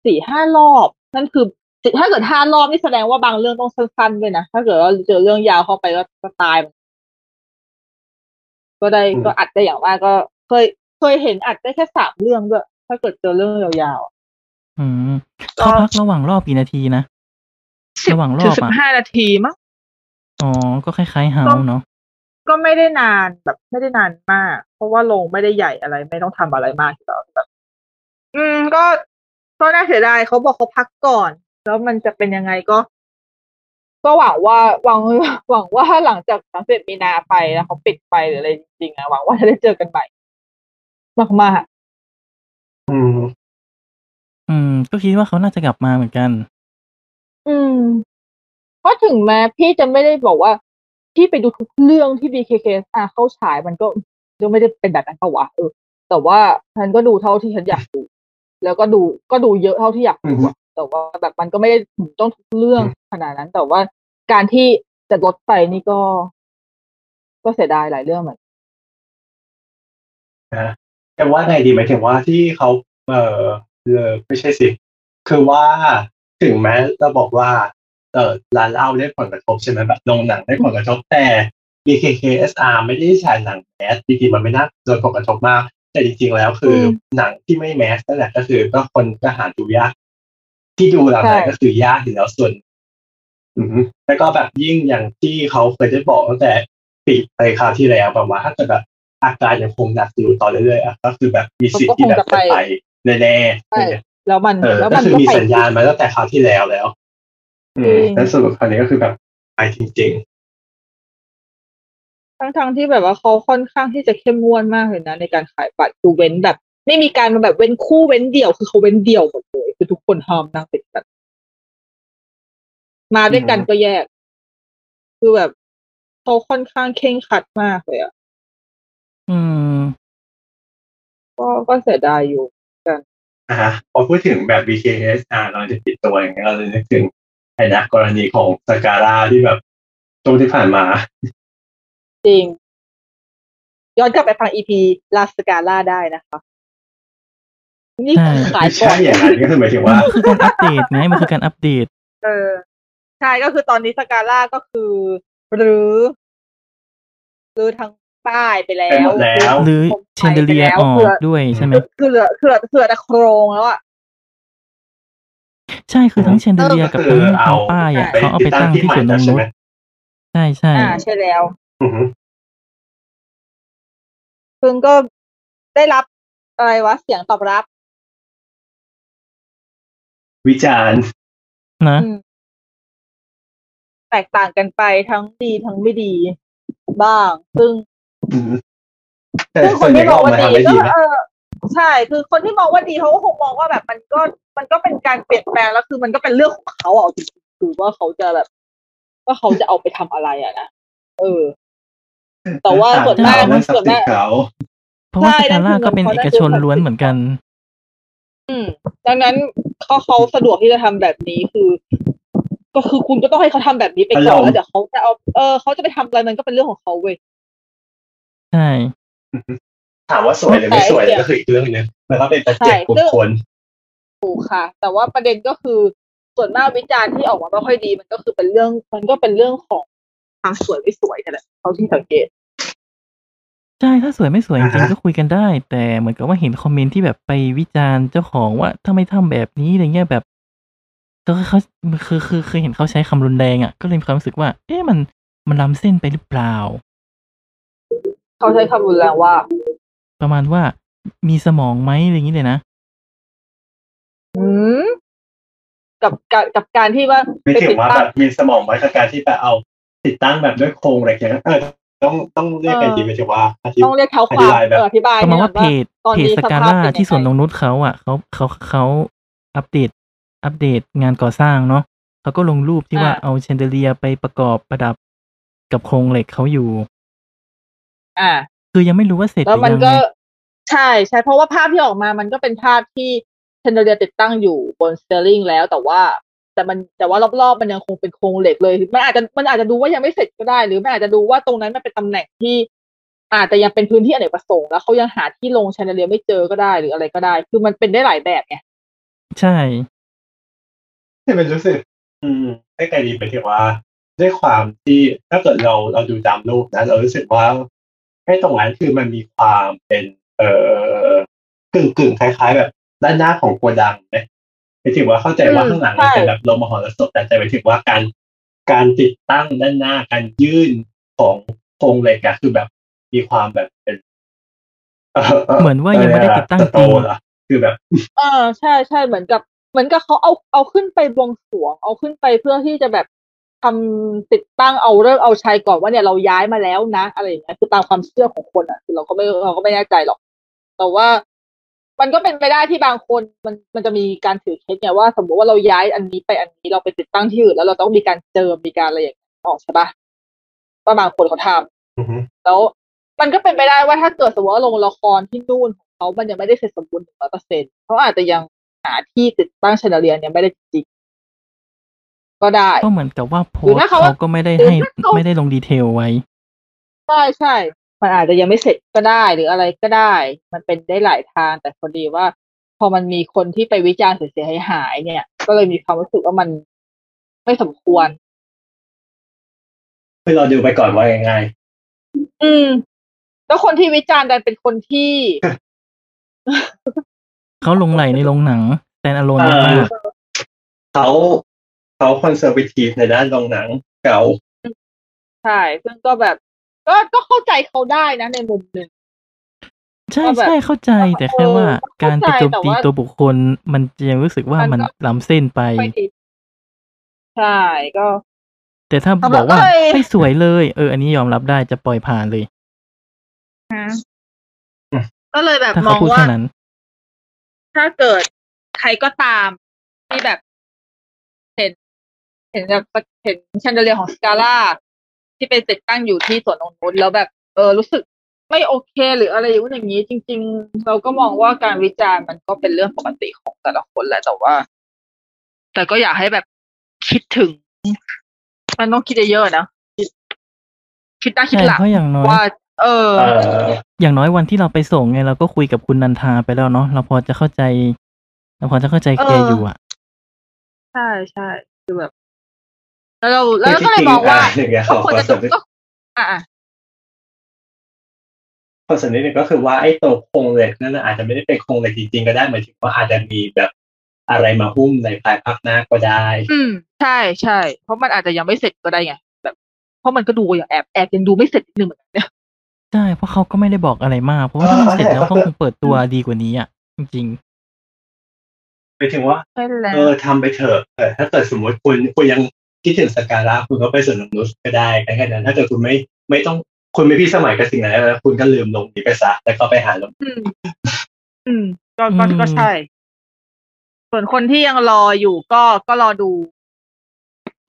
E: สี่ห้ารอบ นั่นคือถ้าเกิดห้ารอบนี่แสดงว่าบางเรื่องต้องสั้นๆด้วยนะ ถ้าเกิดว่าเจอเรื่องยาวเข้าไปก็ก็ตายเหมือนกันก็ได้
B: อืม
E: ก็อัดได้อย่างว่าก็เคยเคยเห็นอัดได้แค่สามเรื่องด้วยถ้าเกิดเจอเรื่องยาวๆ
D: อืมเขาพักระหว่างรอบกี่นาทีนะ
C: สิบ
D: ระหว่างรอบ
C: ถึงสิ
D: อะ
C: บห้านาทีมั้ง
D: อ๋อ ก็คล้ายๆเฮาเนาะ
E: ก็ไม่ได้นานแบบไม่ได้นานมาก เพราะว่าโรงไม่ได้ใหญ่อะไรไม่ต้องทำอะไรมากอยู่แล้วแบบ อืมก็ก็น่าเสียดายเขาบอกเขาพักก่อน แล้วมันจะเป็นยังไงก็ ก็หวังว่าหวังหวังว่า [LAUGHS] หลังจากสามสิบมีนาไปแล้วเขาปิดไปหรืออะไรจริงๆอะหวังว่าจะได้เจอกันใหม่มาก
B: อืม
D: อืม ก็คิดว่าเขาน่าจะกลับมาเหมือนกัน
E: ๆอืมเพราะถึงแม้พี่จะไม่ได้บอกว่าพี่ไปดูทุกเรื่องที่ BKK อ่ะเข้าฉายมันก็ก็ไม่ได้เป็นแบบนั้นเปล่าวะเออ แต่ว่าฉันก็ดูเท่าที่ฉันอยากดู แล้วก็ดูก็ดูเยอะเท่าที่อยาก
B: อื
E: ดู
B: ม
E: อะแต่ว่าแบบมันก็ไม่ได้ต้องทุกเรื่องขนาดนั้น แต่ว่าการที่จะลดไปนี่ก็ ก็เสียดายหลายเรื่องเหมือนกัน
B: แต่ว่าไงดีหมายถึงว่าที่เขาเออเลิกไม่ใช่สิ คือว่าถึงแม้จะบอกว่าเออร้านเหล้าได้ผลกระทบใช่ไหมแบบโรงหนังได้ผลกระทบแต่ BKKSR ไม่ได้ฉายหนังแมสจริงๆมันไม่น่าโดนผลกระทบมาก แต่จริงๆแล้วคืออหนังที่ไม่แมสนั่นแหละก็คือ ก็คนก็หาดูยาก ที่ดูหลังไหนก็คือยากอยู่แล้วส่วน อืมแล้วก็แบบยิ่งอย่างที่เขาเคยได้บอกตั้งแต่ปีไปคราวที่แล้วแบบว่าถ้าเกิดแบบอาการยังคงหนักอยู่ต่อเรื่อยๆอ่ะก็คือแบบมีสิทธิ์ที่แบบจะไปแน่ๆเนี่ย
E: แล้วมัน
B: เออ
E: แล้ว
B: ก็
E: มัน
B: คือ
E: ก็
B: มี
E: ไป
B: สัญญาณมาตั้งแต่คราวที่แล้วแล้ว อืม
E: จริง
B: แล้วสรุปคราวนี้ก็คือแบบไปจริง
E: ทั้งทั้งๆที่แบบว่าเขาค่อนข้างที่จะเข้มงวดมากเลยนะในการขายบัตรคือเว้นแบบ ไม่มีการมาแบบเว้นคู่เว้นเดี่ยวคือเขาเว้นเดี่ยวหมดเลยคือทุกคนห้ามนั่งติดกัน มาด้วยกัน
B: อืม
E: ก็แยก คือแบบเขาค่อนข้างเคร่งครัดมากเลยอะ
D: อืม
E: ก็ก็เสียดายอยู่
B: อ่าฮะพอพูดถึงแบบ BKS อ่าเราจะปิดตัวอย่างเงี้ยเราจะนึกถึงไอ้นะกรณีของสการ่าที่แบบช่วงที่ผ่านมา
E: จริง ย้อนกลับไปฟังอีพีลาสกาล่าได้นะคะ นี่
D: ใช่
E: ขาย
B: ไม่
E: ก่อ
B: ใช่
E: น
B: อย่างนั้นก็คือหมายถึงว่า
D: มันคือการอัปเดตไงมันคือการอัปเดต
E: เออ ใช่ก็คือตอนนี้สกาล่าก็คือ หรือหรือทางป้ายไปแล้
B: ไปห
E: ว
B: มดแล้ว
D: หรือเชนเดเลียออกด้วยใช่ไหม
E: คือเหลือคือเหลือคือเหลือแต่โครงแล้วอะ
D: ใช่คือทั้งเชนเดเลียกับทั้งทางป้ายอ่ะ
B: ไป
D: เขาเอา
B: ติ
D: ไป
B: ดตั้
D: ตั้
B: ง
D: ง
B: ที่
D: ที่
B: ใหม่
D: สวนน
B: แล้วใช่
D: งนุ
B: ไหม
D: ชใช่ใช่
E: อ่าใช่แล้ว
B: อือฮึ
E: ซึ่งก็ได้รับอะไรวะเสียงตอบรับ
B: วิจารณ์
D: นะ
E: อืมแตกต่างกันไปทั้งดีทั้งไม่ดี บ้าง ซึ่ง
B: อือฮึแต่
E: ซึ่งค
B: ส่วน นใหญ่
E: ที่ม
B: ก็
E: อง
B: ออก
E: ว่า
B: มา
E: ดี
B: ทำได้
E: ก็
B: ดีนะ
E: เออใช่ คือคนที่มองว่าดีเขาก็คงมองว่าแบบมันก็มันก็เป็นการเปลี่ยนแปลงแล้วคือมันก็เป็นเรื่องของเขาอ่ะเอาจริงๆคือว่าเขาจะแบบ ว่าเขาจะเอาไปทำอะไรอ่ะนะเออ แต่ว่าส่วนมาก
B: เรื่องท
E: ส่
B: รัพ
E: วน
B: ย์สิ
E: มาน ก
B: เขา
D: เพราะว่า
E: ใช่
D: สกาล่าก็เป็น
E: นั่นคือ
D: เอกชนล้วนเหมือนกัน
E: อืมดังนั้นเขาเขาสะดวกที่จะทำแบบนี้คือ ก็คือคุณก็ต้องให้เขาทำแบบนี้ไปก่อนแล้วเดี๋ยวเขาจะเอาเออเขาจะไปทำอะไรมันก็เป็นเรื่องของเขาเว้ย
D: ใช่
B: ถามว่าสวยหรือไม่สวยก็คืออีกเรื่องหนึงแล้วก็เป็นปัจเจกบุคคล
E: ถูกค่ะ แต่ว่าประเด็นก็คือส่วนมากวิจารณ์ที่ออกมาไม่ค่อยดีมันก็คือเป็นเรื่อง มันก็เป็นเรื่องของความสวยไม่สวยนั่นแหละเท่าที่สังเกต
D: ใช่ถ้าสวยไม่สวยจ
B: อ่า
D: ริง
B: ฮะ
D: ๆก็คุยกันได้ แต่เหมือนกับว่าเห็นคอมเมนต์ที่แบบไปวิจารณ์เจ้าของว่าทำไมทำแบบนี้อะไรเงี้ยแบบก็เขาคือคือคือเห็นเขาใช้คำรุนแรงอ่ะก็เลยมีความรู้สึกว่า เอ๊ะมันมันล้ำเส้นไปหรือเปล่า
E: เขาใช้คำรุนแรงว่า
D: ประมาณว่ามีสมองไหมอะไรอย่างนี้เลยนะ
E: หืมกับกับกับการที่ว่า
B: ไม่
E: ไป
B: ถึ
E: ติ
B: ง
E: ด
B: ว่าแบ
E: ตั้ง
B: บมีสมองไว้กับการที่แบบเอาติดตั้งแบบด้วยโครงอะไรอย่างเงี้ยเออต้องต้องเรียก
E: เออ
B: ไอทีหมายถึงว่าอธิ
E: ต้องเรียกเขาควา
B: อธิ
E: ม
B: บายแบบ
E: เอออธิบาย
D: ประมาณว่า
E: ห
D: เพ
E: น่อย
D: จ
E: ตอน
D: เพ
E: นี้
D: จสกา
E: สภาพ
D: ล่า
E: เป็นยังไง
D: ที่สวนนงนุชเขาอ่ะเขาเขาเขาอัปเดต อัปเดตงานก่อสร้างเนาะเขาก็ลงรูปที่ว่าเอาเชนเดเลียไปประกอบประดับกับโครงเหล็กเขาอยู่
E: อ่า
D: คือยังไม่รู้ว่าเสร็จห
E: แล้ว
D: รือ
E: มัน
D: ยังไง
E: ก็ใช่ใช่เพราะว่าภาพที่ออกมามันก็เป็นภาพที่เชนเดเลียติดตั้งอยู่บนสเตอร์ลิงแล้วแต่ว่า แต่มันแต่ว่ารอบๆมันยังคงเป็นโครงเหล็กเลยมันอาจจะมันอาจจะดูว่ายังไม่เสร็จก็ได้ หรือมันอาจจะดูว่าตรงนั้นมันเป็นตำแหน่งที่ อาจจะยังเป็นพื้นที่อเนกประสงค์แล้วเขายังหาที่ลงเชนเดเลียไม่เจอก็ได้หรืออะไรก็ได้ คือมันเป็นได้หลายแบบไง
D: ใช่
B: ที่เป็นรู้สึก อืมได้ไกลดีหมายถึงว่าด้วยความที่ถ้าเกิดเราเราดูตามรูปนะ เรารู้สึกว่าให้ตรงนั้นคือมันมีความเป็น เอ่อกึ่งกึ่งๆคล้าย ๆ แบบด้านหน้าของโกดังไหมหมายถึงว่าเข้าใจว่าข้างหลังมันเป็นแบบโรงมหรสพแต่แต่หมายถึงว่าการการติดตั้งด้านหน้าการยื่นของโครงเหล็กอะคือแบบมีความแบบเป็น
D: เหมือนว่ายังไม่ได้ติดตั้งจริง
B: เออเหอคือแบบ
E: เออใช่ใช่เหมือนกับ เหมือนกับเขาเอาเอาขึ้นไปบวงสรวง เอาขึ้นไปเพื่อที่จะแบบทำติดตั้งเอาเลิกเอาชัยก่อนว่าเนี่ยเราย้ายมาแล้วนะ อะไรอย่างเงี้ยคือตามความเชื่อของคนอ่ะคือเราก็ไม่เราก็ไม่แน่ใจหรอก แต่ว่ามันก็เป็นไปได้ที่บางคนมันมันจะมีการถือเคสเนี่ยว่า สมมติว่าเราย้ายอันนี้ไปอันนี้เราไปติดตั้งที่อื่นแล้วเราต้องมีการเจิมมีการอะไรอย่างเงี้ยออกใช่ปะว่าบางคนเขาทำ
B: อือฮึ
E: แล้วมันก็เป็นไปได้ว่าถ้าเกิดสมมติว่าโรงละครที่นู่นของเขามันยังไม่ได้เสร็จสมบูรณ์หนึ่งร้อยเปอร์เซ็นต์เขาอาจจะยังหาที่ติดตั้งแชนเดเลียเนี่ยไม่ได้จริงๆก็ได้
D: ก็เหมือนกับว่าโพ
E: หรือ
D: สต์
E: ถ้าเขา
D: เขาก็ไม่ได้ให้
E: หรือถ้าเขา
D: ไม่ได้ลงดีเทลไว้
E: ใช่ใช่ มันอาจจะยังไม่เสร็จก็ได้หรืออะไรก็ได้ มันเป็นได้หลายทาง แต่พอดีว่า พอมันมีคนที่ไปวิจารณ์เสียหายหายๆเนี่ย ก็เลยมีความรู้สึกว่ามันไม่สมควร
B: คือเราดูไปก่อนว่ายังไง
E: อืม แล้วคนที่วิจารณ์ดันเป็นคนที่
D: เขาลงไหลในโรงหนังแตนอโลน
B: เออ
D: มาก
B: เขาเขาคอนเซอร์วทีฟในด้านโรงหนังเก่า
E: ใช่ซึ่งก็แบบ ก็ก็เข้าใจเขาได้นะในมุมหนึ่ง
D: ๆใช่
E: ว่าแบบ
D: ใช่เข้าใจแต่แค่ว่า
E: เออ
D: การไปโจม
E: เข้าใจ
D: ตี
E: แต่ว่า
D: ตัวบุคคลมันยังรู้สึกว่า
E: มั
D: มัน
E: นก็
D: ล้ำเส้นไป
E: ไม่ดีใช่ก็
D: แต่ถ้า
E: สำห
D: บ
E: รั
D: อบ กว่า
E: เอ้ย
D: ไม่สวยเลยเอออันนี้ยอมรับได้จะปล่อยผ่านเลย
E: ก็เลยแบบ
D: ถ้าม เขา
E: อง
D: พูด
E: ว่า
D: แค่นั้น
E: ถ้าเกิดใครก็ตามที่แบบ เห็น เห็นแบบเห็นแชนเดเลียของสกาล่าที่เป็นติดตั้งอยู่ที่สวนองค์นุชแล้วแบบ เออรู้สึก ไม่โอเค หรืออะไรอย่างนู้นอย่างนี้ จริง ๆ เราก็มองว่าการวิจารณ์มันก็เป็นเรื่องปกติของแต่ละคนแหละแต่ว่า แต่ก็อยากให้แบบคิดถึง มันต้องคิดเยอะๆนะคิดคิดหน้าคิด
D: ใช่
E: หลัง
D: เพราะอย่างน้อย
E: ว่า เออ
B: เออ
D: อย่างน้อยวันที่เราไปส่งไงเราก็คุยกับคุณนันทาไปแล้วเนาะเราพอจะเข้าใจ เราพอจะเข้าใจแก
E: เอออ
D: อยู่อ่ะ
E: ใช่ใช่คือแบบ แล้วเราแล้
B: คื
E: ว
B: อ
E: เรา
B: ที่
E: ก็เล
B: จ
E: ย
B: ริง
E: มอง
B: อ่ะ
E: ว่า
B: อย่างเงี้ย
E: ก็
B: เขา
E: ควร
B: ก็
E: จะ
B: ส
E: ดู
B: มมติ
E: ก็อ่ะอ่ะ
B: ความสำคัญหนึ่งก็คือว่าไอ้ตัวโครงเหล็กนั่นนะอาจจะไม่ได้เป็นโครงเหล็กจริงๆก็ได้หมายถึงว่าอาจจะมีแบบอะไรมาหุ้มในภายภาคหน้าก็ได้
E: อืมใช่ใช่เพราะมันอาจจะยังไม่เสร็จก็ได้ไงแบบเพราะมันก็ดูอย่างแอบแอบยังดูไม่เสร็จนิดนึงเหมือนกันเนี่ย
D: ใช่เพราะเขาก็ไม่ได้บอกอะไรมาก เพราะว่าถ้ามันเสร็จแล้วเขาคงเปิดตัวดีกว่านี้อ่ะ [LAUGHS] จริง
B: หมายถึงว่า
E: ใช่แล้ว
B: เออทำไปเถอะเออถ้าเกิดสมมติคุณคุณยังคิดถึงสกการะคุณก็ไปสวนนกนุษก็ได้แค่นั้น ถ้าเกิดคุณไม่ไม่ต้องคุณไม่พี่สมัยกับสิ่งไหนแล้วคุณก็ลืมลงนี้ไปซะแล้วก็ไปหาลง
E: อืม อืมก็
D: อื
E: ก็
D: ม
E: ก็ใช่ ส่วนคนที่ยังรออยู่ก็ก็รอดู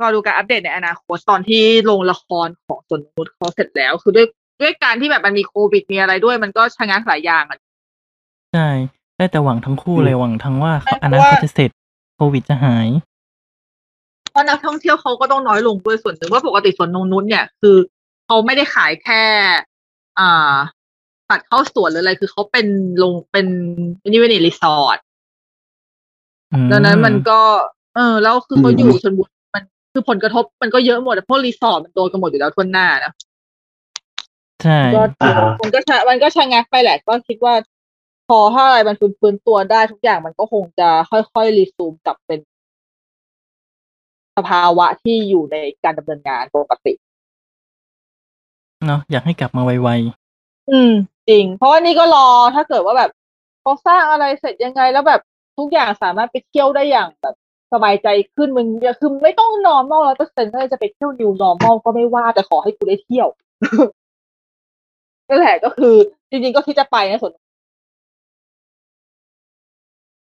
E: รอดูการอัปเดตในอนาคตตอนที่โรงละครของสวนนุชเขาเสร็จแล้ว คือด้วยด้วยการที่แบบมันมีโควิดมีอะไรด้วย มันก็ชะงักหลายอย่างอ่ะ
D: ๆ ใช่ได้แต่หวังทั้งคู่เลยหวังทั้งว่าเขา
E: แต่
D: อันนั้น
E: ว่า
D: เขาจะเสร็จโควิดจะหาย
E: เพราะนักท่องเที่ยวเขาก็ต้องน้อยลงด้วยส่วนหนึ่งว่าะปกติสวนนงนุ้นเนี่ยคือเขาไม่ได้ขายแค่ อ่าสัตว์เข้าสวนหรืออะไร คือเขาเป็นลงเป็นนิเวศรีสอร์ท
D: อืม
E: ดังนั้นมันก็ เออ แล้วคือเขาอยู่ชนบุรีมันคือผลกระทบมันก็เยอะหมดอะเพราะรีสอร์ทมันโดนกันหมดอยู่แล้วทั่วหน้านะ
D: ใช่
E: ก็มันก็ชะมันก็ชะงักไปแหละ ก็คิดว่า พอถ้าอะไรมันฟื้นตัวได้ทุกอย่างมันก็คงจะค่อยๆรีซูมกลับเป็นสภาวะที่อยู่ในการดำเนินงานปกติ
D: เนาะอยากให้กลับมาไว
E: อืม จริง เพราะว่านี่ก็รอถ้าเกิดว่าแบบเขาสร้างอะไรเสร็จยังไงแล้วแบบทุกอย่างสามารถไปเที่ยวได้อย่างแบบสบายใจขึ้นมึงอย่าคือไม่ต้อง normal ร้อยเปอร์เซ็นต์ถ้าจะไปเที่ยว new normal ก็ไม่ว่าแต่ขอให้กูได้เที่ยว [LAUGHS] นั่นแหละก็คือ จริงๆก็คิดจะไปนะส่วน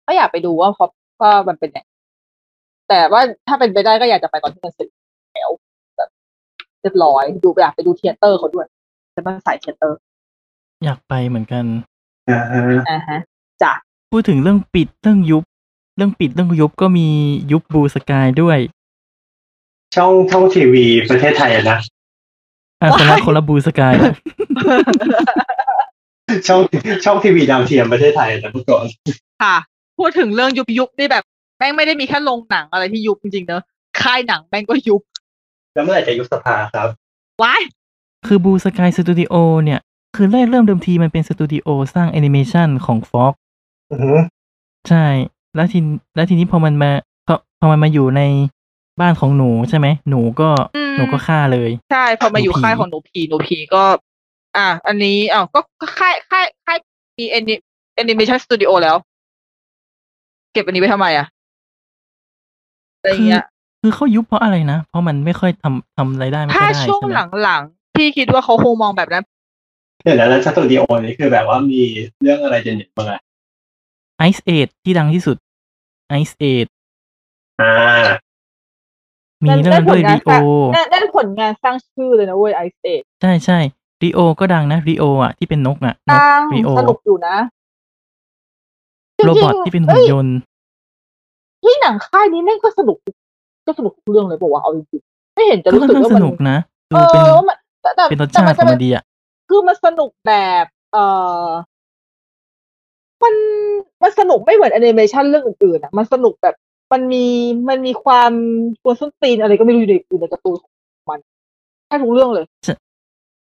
E: ก็อยากไปดูว่าพอว่ามันเป็นยังไงแต่ว่าถ้าเป็นไปได้ก็อยากจะไปตอนที่มันเสร็จแล้วแบบเรียบร้อยดูอยากไปดูเทเตอร์เขาด้วยจะมาสายเทเตอร์
D: ๆ อยากไปเหมือนกัน
B: อ่าฮะ
E: อ่าฮะจ้ะ
D: พูดถึงเรื่องปิดเรื่องยุบ เรื่องปิดเรื่องยุบก็มียุบบูสกายด้วย
B: ช่องช่องทีวีประเทศไทยอะนะ
E: [LAUGHS]
D: อ่ะคนละคนละบูสกาย
B: ช่องช่องทีวีดาวเทียมประเทศไทยอะนะเมื่อก่อน
E: ค่ะ พูดถึงเรื่องยุบยุบนี่แบบแม่งไม่ได้มีแค่โรงหนังอะไรที่ยุบจริงๆเนอะค่ายหนังแม่งก็ยุบ
B: แล้วเมื่อไหร่จะยุบสภาครับ
E: ว้าย
D: คือบูสกายสตูดิโอเนี่ย คือเริ่มเดิมทีมันเป็นสตูดิโอสร้างแอนิเมชันของ Fox
B: อือฮึ
D: ใช่ แล้วทีแล้วทีนี้พอมันมาพอพอมันมาอยู่ในบ้านของหนูใช่ไหม หนูก็หนูก็ฆ่าเลย
E: ใช่พอมาอยู่
D: หนูผี
E: ค่ายของหนูผีหนูผีก็ อ่ะอันนี้อ้าวก็ก็ค่ายค่ายค่ายมีแอนิแอนิเมชันสตูดิโอแล้ว เก็บอันนี้ไปทำไมอะอะไรอย่างเงี้ย
D: คือเขายุบเพราะอะไรนะ เพราะมันไม่ค่อยทำทำรายได้ไม่ค่
E: ถ้า
D: อยได้
E: ช่วง
D: ใช่ไหม
E: หลังๆพี่คิดว่าเขาคงมองแบบนั้น
B: เดี๋ยวนะแล้วสตูดิโอนี้คือแบบว่ามีเรื่องอะไรเด่นๆบ้างอะ
D: ไอซ์เอดที่ดังที่สุดไอซ์เอด
B: อ่า
D: มีเรื่องด้วยรีโอ
E: นั่นนั่นผลงานสร้างชื่อเลยนะเว้ยไอเซต
D: ใช่ใช่รีโอก็ดังนะรีโออ่ะที่เป็นนกอ่ะนก
E: ตั้ง
D: รีโอ
E: สนุกอยู่นะจงๆ
D: โรบอทที่เป็นหุ่
E: อ้
D: น
E: ย
D: ยนต์
E: ที่หนังค่ายนี้แม่งก็สนุก ก็สนุกทุกเรื่องเลยบอกว่าวะเอาจริงๆไม่เห็นจะ
D: ก็
E: รู้
D: ค่อน
E: สึก
D: ข้าง
E: ว่ามั
D: ส
E: น
D: นุกนะดู
E: เอ
D: เป็น
E: อว่ามันแต่แต่
D: เป็นรส
E: แต่
D: ชา
E: มั
D: ติ
E: น
D: ขอ
E: จะ
D: ง
E: เป็
D: มัน
E: น
D: ดีอ่ะ
E: คือมันสนุกแบบ เออมันมันสนุกไม่เหมือนแอนิเมชันเรื่องอื่นๆนะมันสนุกแบบ มันมีมันมีความกวนส้นตีนอะไรก็ไม่รู้อยู่ในอยู่ในการ์ตูนของมันแค่ทุกเรื่องเลย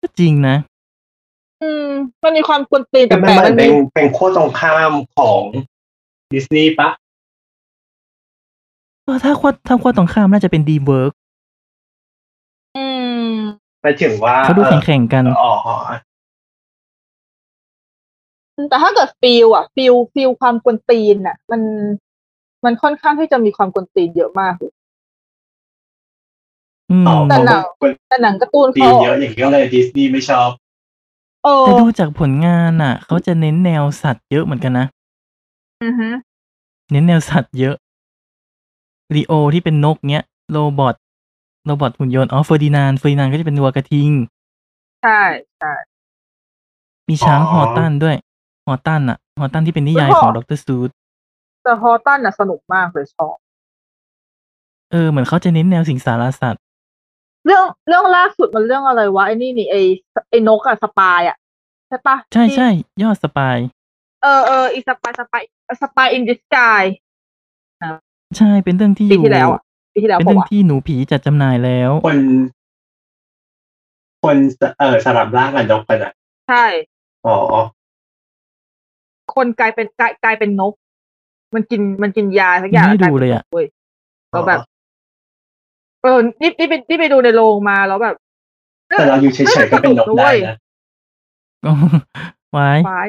D: ก็จริงนะ
E: อืม มันมีความกวนตีนแต่
B: เป็น
E: แบบ
B: มั
E: มัน น
B: เป็
E: มี
B: นเป็นขั้วตรงข้ามของดิสนีย์ปะ
D: ก็ถ้าควดถ้าควดตรงข้ามน่าจะเป็นดีเวิร์ก
E: อืม
B: หมายถึงว่า
D: เขาดูแข่งๆกัน
B: อ๋ออ๋ออ๋อ
E: แต่ถ้าเกิดฟิลอะฟิลฟิลความกวนตีนอะมันมันค่อนข้างที่จะมีความกวนตีนเยอะมากเลย
D: อืม
B: อ๋อ
E: แต่หนัง
B: คน
E: แต่หนังการ์ตูน
B: ดี
E: เขา
B: เยอะอย่างนี้ก็เลยดิสนีย์ไม่ชอบ
E: เออ
D: แต่ดูจากผลงานอ่ะ เขาจะเน้นแนวสัตว์เยอะเหมือนกันนะ
E: อือฮึ
D: เน้นแนวสัตว์เยอะรีโอที่เป็นนกเนี้ยโรบอทโรบอทหุ่นยนต์อ๋อเฟอร์ดินานเฟอร์ดินานก็จะเป็นวัวกระทิง
E: ใช่ใช่
D: มีช้าง
B: อ๋อ
D: ฮอตันด้วยฮอตันอะฮอตันที่เป็นนิยาย
E: ไม่พอ
D: ของดรซูด
E: แต่ฮอตันน่ะสนุกมากเลยชอบ
D: เออเหมือนเขาจะเน้นแนวสิงสารสัตว์
E: เรื่องเรื่องล่าสุดมันเรื่องอะไรวะไอ้นี่นี่ไอ้ไอ้นกอะสปายอะใช่ปะ
D: ใช่
E: ที่
D: ใช่ยอดสปาย
E: เออเอออีสปายสปายสปายอินดิสกาย
D: ใช่เป็นเรื่องที่อ
E: ปี
D: ยู่
E: ที่แล้วอะปีที่แล้ว
D: เป็น
E: ผม
D: เรื่อง
E: ว่า
D: ที่หนูผีจัดจำหน่ายแล้ว
B: คน คนเออสลับร่างกันนกกันอ่ะ
E: ใช่
B: อ๋อ
E: คนกลายเป็นกลายกลายเป็นนก มันกินมันกินยาสักอย่าง
D: ไม่ได้
E: แวกาป็น
D: ดูเลยอะ
E: นกว้ก็แบบ เออนี่นี่ไปนี่ไปดูในโรงมาแล้วแบบ
B: แต่เราอยู่เฉยๆก็เป็นนกได้นะ
D: ก็ไว้
E: ไม้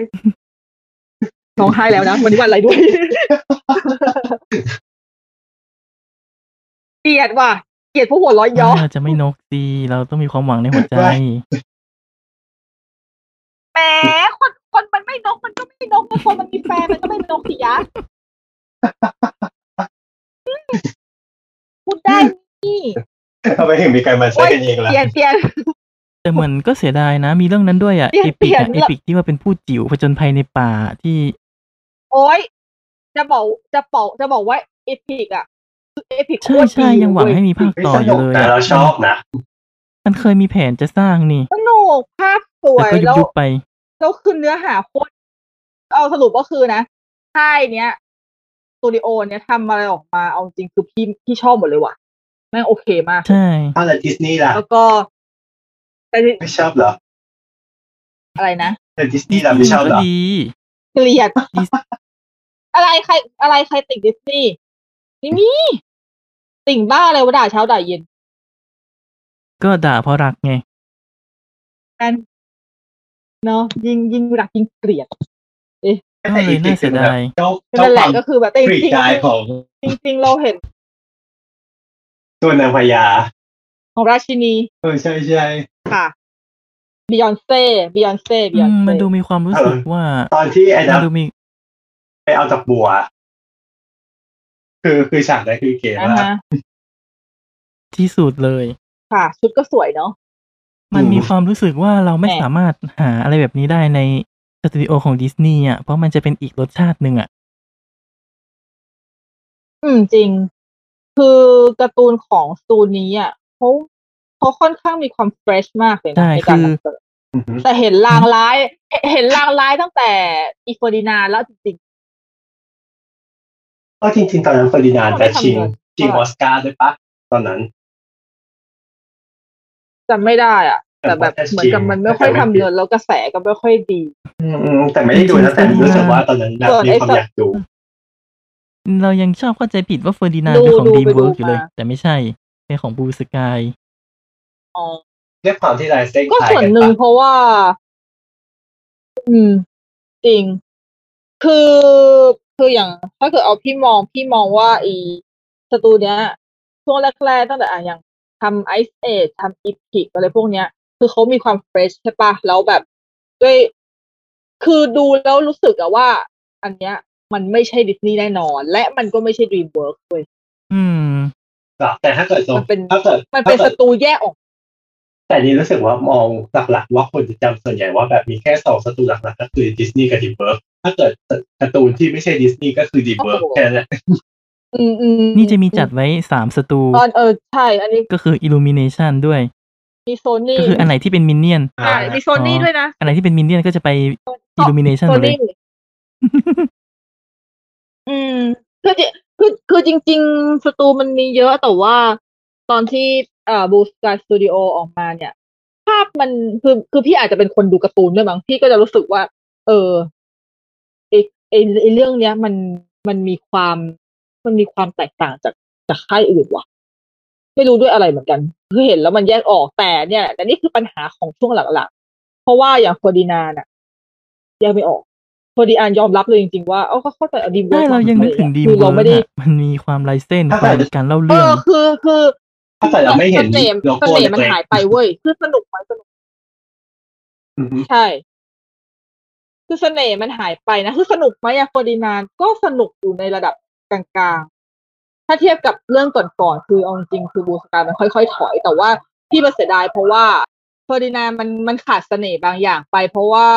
E: [LAUGHS] ร้องไห้แล้วนะวันนี้วันอะไรด้วย [LAUGHS] เกลียดว่ะ เกลียดผู้หัวเร้อยย้อ
D: เราจะไม่นกดีเราต้องมีความหวังในหัว
E: [LAUGHS]
D: ใจ
B: ไว้
E: แหมคนคนมันไม่นกมันก็ไม่นกนะคนมันมีแฟนมันก็ไม่นกสิยะพูดได้นี่
B: ทำไมถึงมีการมาใช้กันเองล่ะ
E: เปลี่ยนเปลี่ยน
D: แต่เหมือนก็เสียดายนะ มีเรื่องนั้นด้วยอ่ะ
E: เปลี่
D: เอย
E: นเปลี่น
D: ปิกอะเอยปิกที่ว่าเป็นผู้จิ๋วผจญภัยในป่าที่
E: โอ้ยจะบอกจะบอกจะบอกว่าเอพิกอะคือเอพิก
D: ใช่ใช่ยังหวังให้มีภาคต่อ
B: ส
D: อ
B: นุ
D: ยู่
B: ก
D: เลย
B: แต่
D: อะ
B: เราชอบนะ
D: มันเคยมีแผนจะสร้างนี่
E: สนุกภาพสว
D: แต่
E: ยแล้
D: ก็ยุบ
E: ว
D: ยุบไป
E: แล้วคือเนื้อหาโคตรเอาสรุปก็คือนะค่ายเนี้ยสตูดิโอเนี้ยทำอะไรออกมาเอาจริงคือพี่พี่ชอบหมดเลยว่ะแม่งโอเคมาก
D: ใช่
B: เอาแต่ดิสนีย์ล่ะ
E: แล้วก็แต่
B: ไม่ชอบเหรอ
E: อะไรนะ
B: แต่ดิสนีย์ล่ะไม่ชอบเหรอ
D: ก็ดี
E: เกลี
D: [LAUGHS]
E: ยด อะไรใครอะไรใครติ่งดิสนีย์ไม่มีติ่งบ้าอะไรวะด่าเช้าด่าเย็น
D: ก็ด่าเพราะรักไง
E: กันเนาะยิงยิงรักยิงเกลียด
D: ก็เลยน่าเสียดาย
B: เจ้าเจ้าควา
E: นั่นแหละ
B: ม
E: ก็คือแบบแต่จ
B: กรีด
E: ริง
B: กายของ
E: ๆจริงจริง ๆ เราเห็น
B: ตัวนางพญา
E: ของราชินี
B: เออใช่ใช่
E: ค่ะบิยอนเซ่บิยอนเซ่บิ
D: อื
E: ยอน
D: มมัน
E: เซ่
D: ดูมีความรู้สึก
B: เออ
D: ว่า
B: ตอนที่ไอ้
D: มั
B: ดั
D: น
B: บ
D: ดูมี
B: ไปเอาจากบัว คือคือฉากนั้นคือเก๋
E: นะ
B: มาก
E: ฮะ
D: ที่สุดเลย
E: ค่ะ ชุดก็สวยเนาะ
D: มัน
B: อืม
D: มีความรู้สึกว่าเราไม่
E: แหม่
D: สามารถหาอะไรแบบนี้ได้ในสตูดิโอของดิสนีย์อ่ะ เพราะมันจะเป็นอีกรสชาติหนึ่งอ่ะ
E: อืมจริง คือการ์ตูนของสตูนี้อ่ะเขาเขาค่อนข้างมีความเฟรชมากเลยนะ
D: ใช่
E: ในการ
D: คือ
E: นำเสนอ
B: อือหือ
E: แต่เห็นลางร้ายเห็นเห็นลางร้ายตั้งแต่อีเฟอร์ดินานด์แล้วจริง
B: ก็จริง ๆ ตอนนั้นเฟอร์ดินานด์แต่ชิงชิงออสการ์ด้วยปะตอนนั้น
E: ๆจำไม่ได้อ่ะ แต่แบบ
B: แต่ว่าจะ
E: เหมือน
B: จริง
E: กับมันไม่ค่อยทำเงินแล้วกระแสก็ไม่ค่อยดี
B: อืมอืมแต่ไม่ได้ดูนะแต่รู้สึกว่าตอนนั้นแบบมีความอยากดู
D: เรายังชอบเข้าใจผิดว่าเฟอร์ดินาน
E: ดู
D: เป็นของ
E: ดู
D: ดีม
E: ไปดู
D: เวิร์กอยู่เลย
E: มา
D: แต่ไม่ใช่เป็นของบูสกาย
E: อ๋อ
B: ด้วยความที่ลายเส้น
E: ก็
B: คล้าย
E: ส่วน
B: กั
E: หนึ่ง
B: ปะ
E: เพราะว่า อืม จริง คือคืออย่าง ถ้าเกิดเอาพี่มองพี่มองว่าอีสตูเนี้ยช่วงแรกๆตั้งแต่อ่ะอย่างทำไอซ์เอททำอีพิกอะไรพวกเนี้ย คือเขามีความเฟรชใช่ปะแล้วแบบด้วย คือดูแล้วรู้สึกอะว่า อันเนี้ย มันไม่ใช่ดิสนีย์แน่นอน และมันก็ไม่ใช่ดีมเวิร์กเว้ย
D: อืม
B: แต่ถ้าเกิดสม
E: มันเป็น
B: ถ้าเกิด
E: มันเป็น
B: ถ้า
E: ส
B: กิด
E: ตูแยกออก
B: แต่นี่รู้สึกว่ามองหลักๆ ว่าคนจะจำส่วนใหญ่ว่าแบบมีแค่สองสตูหลักๆก็คือดิสนีย์กับดีเวิร์กถ้าเกิดการ์ตูนที่ไม่ใช่ดิสนีย์ก็คือดีเวิร์ก
E: โอ้โห
B: แค่นั้นแหละ
E: อืมอืม
D: นี่จะมีจัดไว้สามสตู
E: ตอนเออใช่ อันนี้
D: ก็คือ Illumination ด้วย
E: มีโซนี่
D: ก็คืออันไหนที่เป็นมินเนี่ยน
E: ใช่มีโซนี่ด้วยนะ
D: อะไรที่เป็นมินเนี่ยนก็จะไป
E: อ๋อ
D: Illumination ห
E: โซ
D: มดเลย [LAUGHS]
E: นี่ อืมคือจริคือคือจริง ๆ สตูมันมีเยอะแต่ว่าตอนที่เอ่อบูสกายสตูดิโอออกมาเนี่ย ภาพมันคือคือพี่อาจจะเป็นคนดูการ์ตูนด้วยมั้งพี่ก็จะรู้สึกว่า เออไอไอไอเรื่องเนี้ย มันมันมีความมันมีความแตกต่างจากจากค่ายอื่นว่ะ ไม่รู้ด้วยอะไรเหมือนกันคือเห็นแล้วมันแยกออกแต่เนี่ยแต่นี่คือปัญหาของช่วงหลังๆ เพราะว่าอย่างเฟอร์ดินานด์อะแยกไม่ออกเฟอร์ดินานด์ยอมรับเลยจริงๆว่าเอ้าเขาเข้าใจอดีม
D: ใช่เรายังนึกถึงดีม
E: คือ
D: เวิ
E: เรา
D: ร์
E: ไม่ได้
D: กมันมีความลายเส้นความเป็นการเล่า
E: เอ
D: เรื่อง
E: อคือคือ
B: ถ้าเกิดเราไม่เห็น
E: สน่ห์
B: โล
E: เส
B: โก้
E: น่
B: เล็
E: ห์มัน
B: ก
E: หายไปเว้ยคือสนุกไหมสนุก
B: ๆอือหือ
E: ใช่ คือเสน่ห์มันหายไปนะคือสนุกไหมอะเฟอร์ดินานด์ก็สนุกอยู่ในระดับกลางๆ ถ้าเทียบกับเรื่องก่อนๆคือเอาจริงๆคือบูสการมันค่อยๆถอย แต่ว่าที่มันเสียดายเพราะว่าเฟอร์ดินานด์มันมันขาดเสน่ห์บางอย่างไป เพราะว่า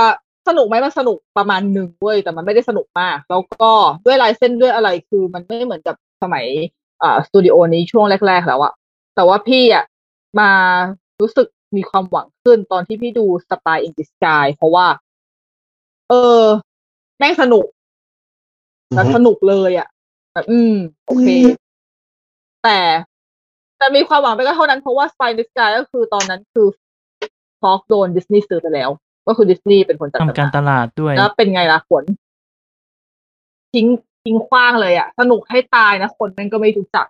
E: สนุกไหมมันสนุกประมาณหนึ่งเว้ยแต่มันไม่ได้สนุกมาก แล้วก็ด้วยลายเส้นด้วยอะไรคือมันไม่เหมือนกับสมัยอ่าสตูดิโอนี้ช่วงแรก ๆ แล้วอะแต่ว่าพี่อะมารู้สึกมีความหวังขึ้นตอนที่พี่ดูสปายอินดิสกายเพราะว่า เออ แม่งสนุกแต่สนุกเลยอะแบบอืม โอเค แต่แต่มีความหวังไปก็เท่านั้นเพราะว่าสปายดิสกายก็คือตอนนั้นคือฟอกโดนดิสนีย์ซื้อไปแล้ว ก็คือดิสนีย์เป็นคนจัด
D: ทำการตลาดด้วย
E: แล้วเป็นไงล่ะผลทิ้งทิ้งขว้างเลยอะสนุกให้ตายนะ คนนั้นก็ไม่รู้จัก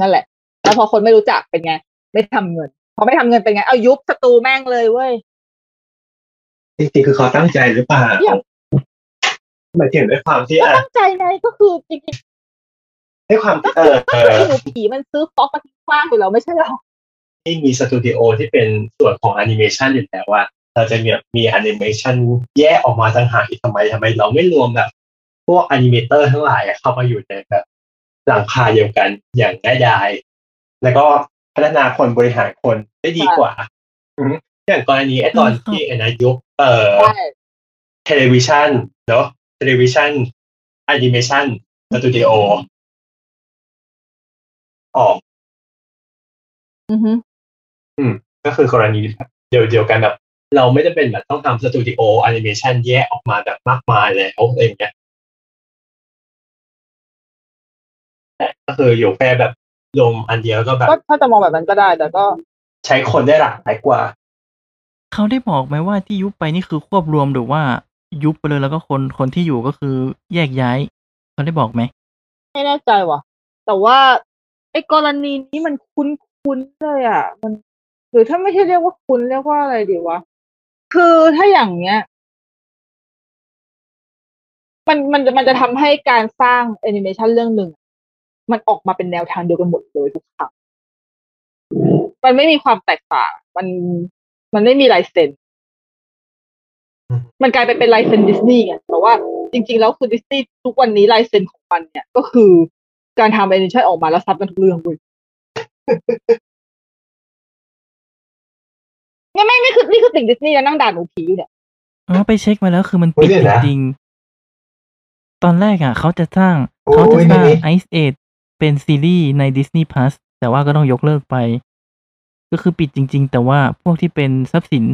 E: นั่นแหละ แล้วพอคนไม่รู้จักเป็นไง ไม่ทำเงิน พอไม่ทำเงินเป็นไง เอายุบสตูแม่งเลยเว้ย
B: จริงๆคือเขาตั้งใจหรือเปล่า
E: อย่าง
B: หมายถึงด้วยความที่
E: ก็
B: อ่ะ
E: ตั้งใจไงก็คือจริง
B: ด้วยความที่เออเอ
E: ๆก็
B: อ
E: คือผีมันซื้อฟอกมาทิ้งขว้างอยู่แล้วไม่ใช่หรอ
B: ที่มีสตูดิโอที่เป็นส่วนของแอนิเมชันอยู่แล้วว่า เราจะมีแบบมีแอนิเมชันแยกออกมาต่างหากอีกทำไมทำไมเราไม่รวมแบบพวกแอนิเมเตอร์ทั้งหลายอะเข้ามาอยู่ในแบบหลังคาเดียวกันอย่างง่ายดายแล้วก็พัฒนาคนบริหารคนได้ดีกว่าอืมอย่างกรณีไอ้ตอนที่ไอ้นายกเอ่อ
E: ใช่
B: เทเลวิชันเนาะเทเลวิชันแอนิเมชันสตูดิโอออก
E: อือฮึ
B: ก็คือกรณีเดียวเดียวกันแบบ เราไม่ได้เป็นแบบต้องทำสตูดิโอแอนิเมชันแยกออกมาแบบมากมายแล้วอะไรอย่างเงี้ยแต่ก็คืออยู่แค่แบบรวมอันเดียวก็แบบ
E: ก็ถ้าจะมองแบบนั้นก็ได้ แต่ก็
B: ใช้คนได้หลากหลายกว่า
D: เขาได้บอกไหมว่าที่ยุบไปนี่คือควบรวมหรือว่ายุบไปเลยแล้วก็คนคนที่อยู่ก็คือแยกย้าย เขาได้บอกไหม
E: ไม่แน่ใจว่ะ แต่ว่าไอ้กรณีนี้มันคุ้นๆเลยอ่ะ มัน หรือถ้าไม่ใช่เรียกว่าคุ้นเรียกว่าอะไรดีวะ คือถ้าอย่างเนี้ย มันมันมันจะทำให้การสร้างแอนิเมชันเรื่องหนึ่ง มันออกมาเป็นแนวทางเดียวกันหมดเลยทุกครั้งมันไม่มีความแตกต่าง มันมันไม่มีลายเซ็น
B: อืม
E: มันกลายไปเป็นลายเซ็นดิสนีย์ไงแต่ว่าจริง ๆ แล้วคือดิสนีย์ทุกวันนี้ลายเซ็นของมันเนี่ยก็คือการทำแอนิเมชันออกมาแล้วซับกันทุกเรื่องเลย [LAUGHS] เนี่ยไม่นี่คือนี่คือติ่งดิสนีย์นะนั่งด่าหนูผีอยู่เนี่ย
D: อ๋อไปเช็คมาแล้วคือมัน
B: โอ้ย
D: ปิด
B: เดี๋ยว
D: จ
B: นะ
D: ริงๆตอนแรกอ่ะ เขาจะสร้าง
B: โอ้ย
D: เขาจะสร้าง
B: นี่
D: Ice Age เป็นซีรีส์ใน Disney Plus แต่ว่าก็ต้องยกเลิกไป ก็คือปิดจริง ๆ แต่ว่าพวกที่เป็นทรัพย์สิน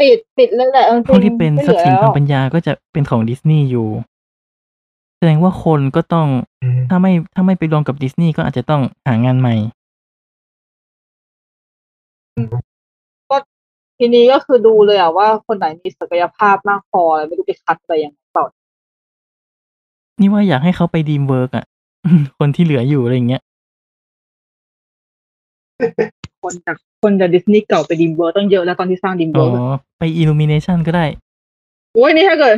E: ปิดปิดเลยแหละอาจริง
D: พวกที่เป็น
E: ไม่
D: ทรัพย์สิน
E: เหลือ
D: ทาง
E: แล้ว
D: ปัญญาก็จะเป็นของดิสนีย์อยู่ แสดงว่าคนก็ต้อง
B: อืม
D: ถ้าไม่ถ้าไม่ไปรวมกับดิสนีย์ก็อาจจะต้องหางานใหม่
E: ทีนี้ก็คือดูเลยอ่ะว่าคนไหนมีศักยภาพมากพออะไรไม่รู้ไปคัดอะไรยังไงเปล่า
D: นี่ว่าอยากให้เขาไปดีมเวิร์กอ่ะ [LAUGHS] คนที่เหลืออยู่อะไรอย่างเงี้ย
E: คนจากคนจากดิสนีย์เก่าไปดิมเวิร์ตั้งเยอะแล้วตอนที่สร้างดิม
D: อ๋
E: เวิ
D: อ
E: ร์
D: ไปอิลูมิเนชันก็ได้
E: โอ้ยนี่ถ้าเกิด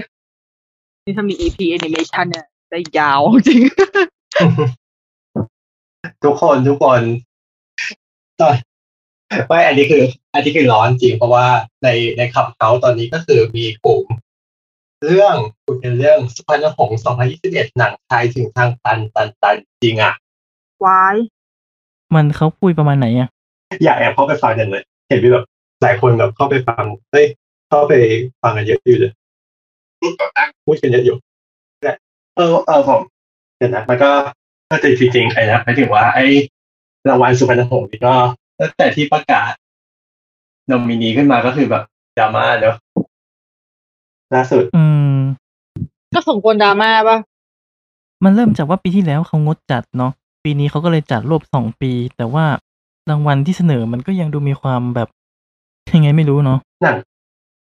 E: นี่ถ้ามี EP animation เนี่ย ได้ยาวจริง
B: ทุกคนทุกคนตอนไม่อันนี้คือ อันนี้คือร้อนจริง เพราะว่าในในขับเขาตอนนี้ก็คือมีกลุ่ม เรื่องคุณเป็นเรื่องสุพรรณหงส์2021 หนังไทยถึงทางตันตันตันจริงอ่ะ
E: [LAUGHS] วาย
D: มันเขาพูดประมาณไหนอ่ะ
B: อยากแอบเข้าไปฟังกันเลย เห็นมีแบบหลายคนแบบเข้าไปฟังเฮ้ยเข้าไปฟังกันเยอะอยู่เลยพูดกันเยอะอยู่แต่เออเออผมเดี๋ยวนะมันก็ก็จริงจริงๆไอ้นะหมายถึงว่าไอ้รางวัลสุพรรณหงส์นี่ก็ตั้งแต่ที่ประกาศนอมินีขึ้นมาก็คือแบบดราม่าเนอะล่าสุด
D: อืม
E: ก็สมควรดราม่าป่ะ
D: มันเริ่มจากว่าปีที่แล้วเขางดจัดเนาะปีนี้เขาก็เลยจัดรวบสองปี แต่ว่ารางวัลที่เสนอมันก็ยังดูมีความแบบยังไงไม่รู้เนาะ
B: หนัง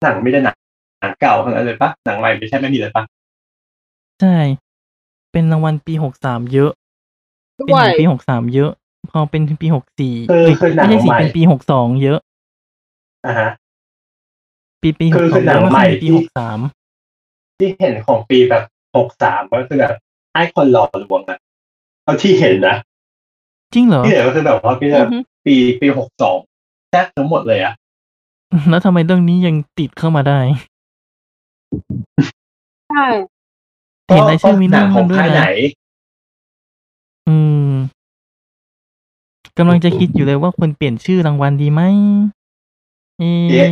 B: หนังไม่ได้หนังหนังเก่าทั้งนั้นเลยปะหนังใหม่ไม่ใช่ไม่มีเลยปะ
D: ใช่ เป็นรางวัลปีหกสามเยอะ เป็น
E: ด้ว
D: ห
E: ย
D: นังปีหกสามเยอะ พอเป็นปีหกสี่
B: คือคือหนั
D: ไม่
B: ง
D: ใช่สี่
B: ใหม่
D: เป็นปีหกสองเยอะ
B: อ่าฮะ
D: ปีปี
B: คือ
D: 62
B: คือหนังใหม่
D: แล้วก็ปีหกสาม
B: ที่เห็นของปีแบบหกสามก็คือแบบไอ้คนหล่อลวงอะเอาที่เห็นนะ
D: จริงเหรอ
B: ที่เห็นก็คือแบบว่าปีแบบปีปีหกสองแทบทั้งหมดเลยอะ
D: แล้วทำไมเรื่องนี้ยังติดเข้ามาได้
E: ใช่
D: เห็นรายชื่อมี
B: หนั
D: เรื่อง
B: งของ
D: ด้ว
B: ค่าย ยไหน
D: นะอืมกำลังจะคิดอยู่เลยว่าควรเปลี่ยนชื่อรางวัลดีไหม เอ๊
B: เอ๊ะ
D: ะ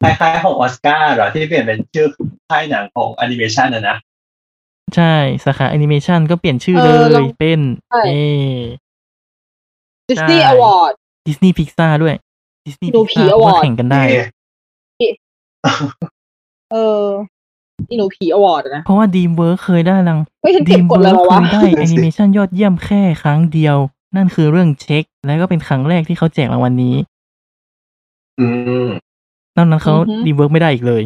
B: คล้ายๆของออสการ์เหรอที่เปลี่ยนเป็นชื่อค่ายหนังของแอนิเมชันนะนะ
D: ใช่สาขาแอนิเมชันก็เปลี่ยนชื่อ
E: เอ
D: เล
E: อลอย ง
D: เป็น
E: ใช่
D: เอ
E: ดิสนีย์
D: ใช่
E: อวอร์ด
D: ดิสนีย์พิกซาด้วยดิสนีย์
E: ดู
D: พิก
E: ผี
D: ซา
E: Award
D: แข่งกันได้
B: เอ๊ะ
E: เออที่หนูผีอวอร์ดนะ
D: เพราะว่าดีมเวิร์เคยได้ราง
E: เฮ้ยฉัน
D: ดี
E: เก็บ
D: ม
E: กด
D: เวิ
E: อะไร
D: ร์
E: มาวะ
D: ได้แอนิเมชันยอดเยี่ยมแค่ครั้งเดียว นั่นคือเรื่องเช็ค และก็เป็นครั้งแรกที่เขาแจกรางวัลนี้
B: อืม
D: นอกนั้นเขา
E: อือหือ
D: ดีมเวิร์ไม่ได้อีกเลย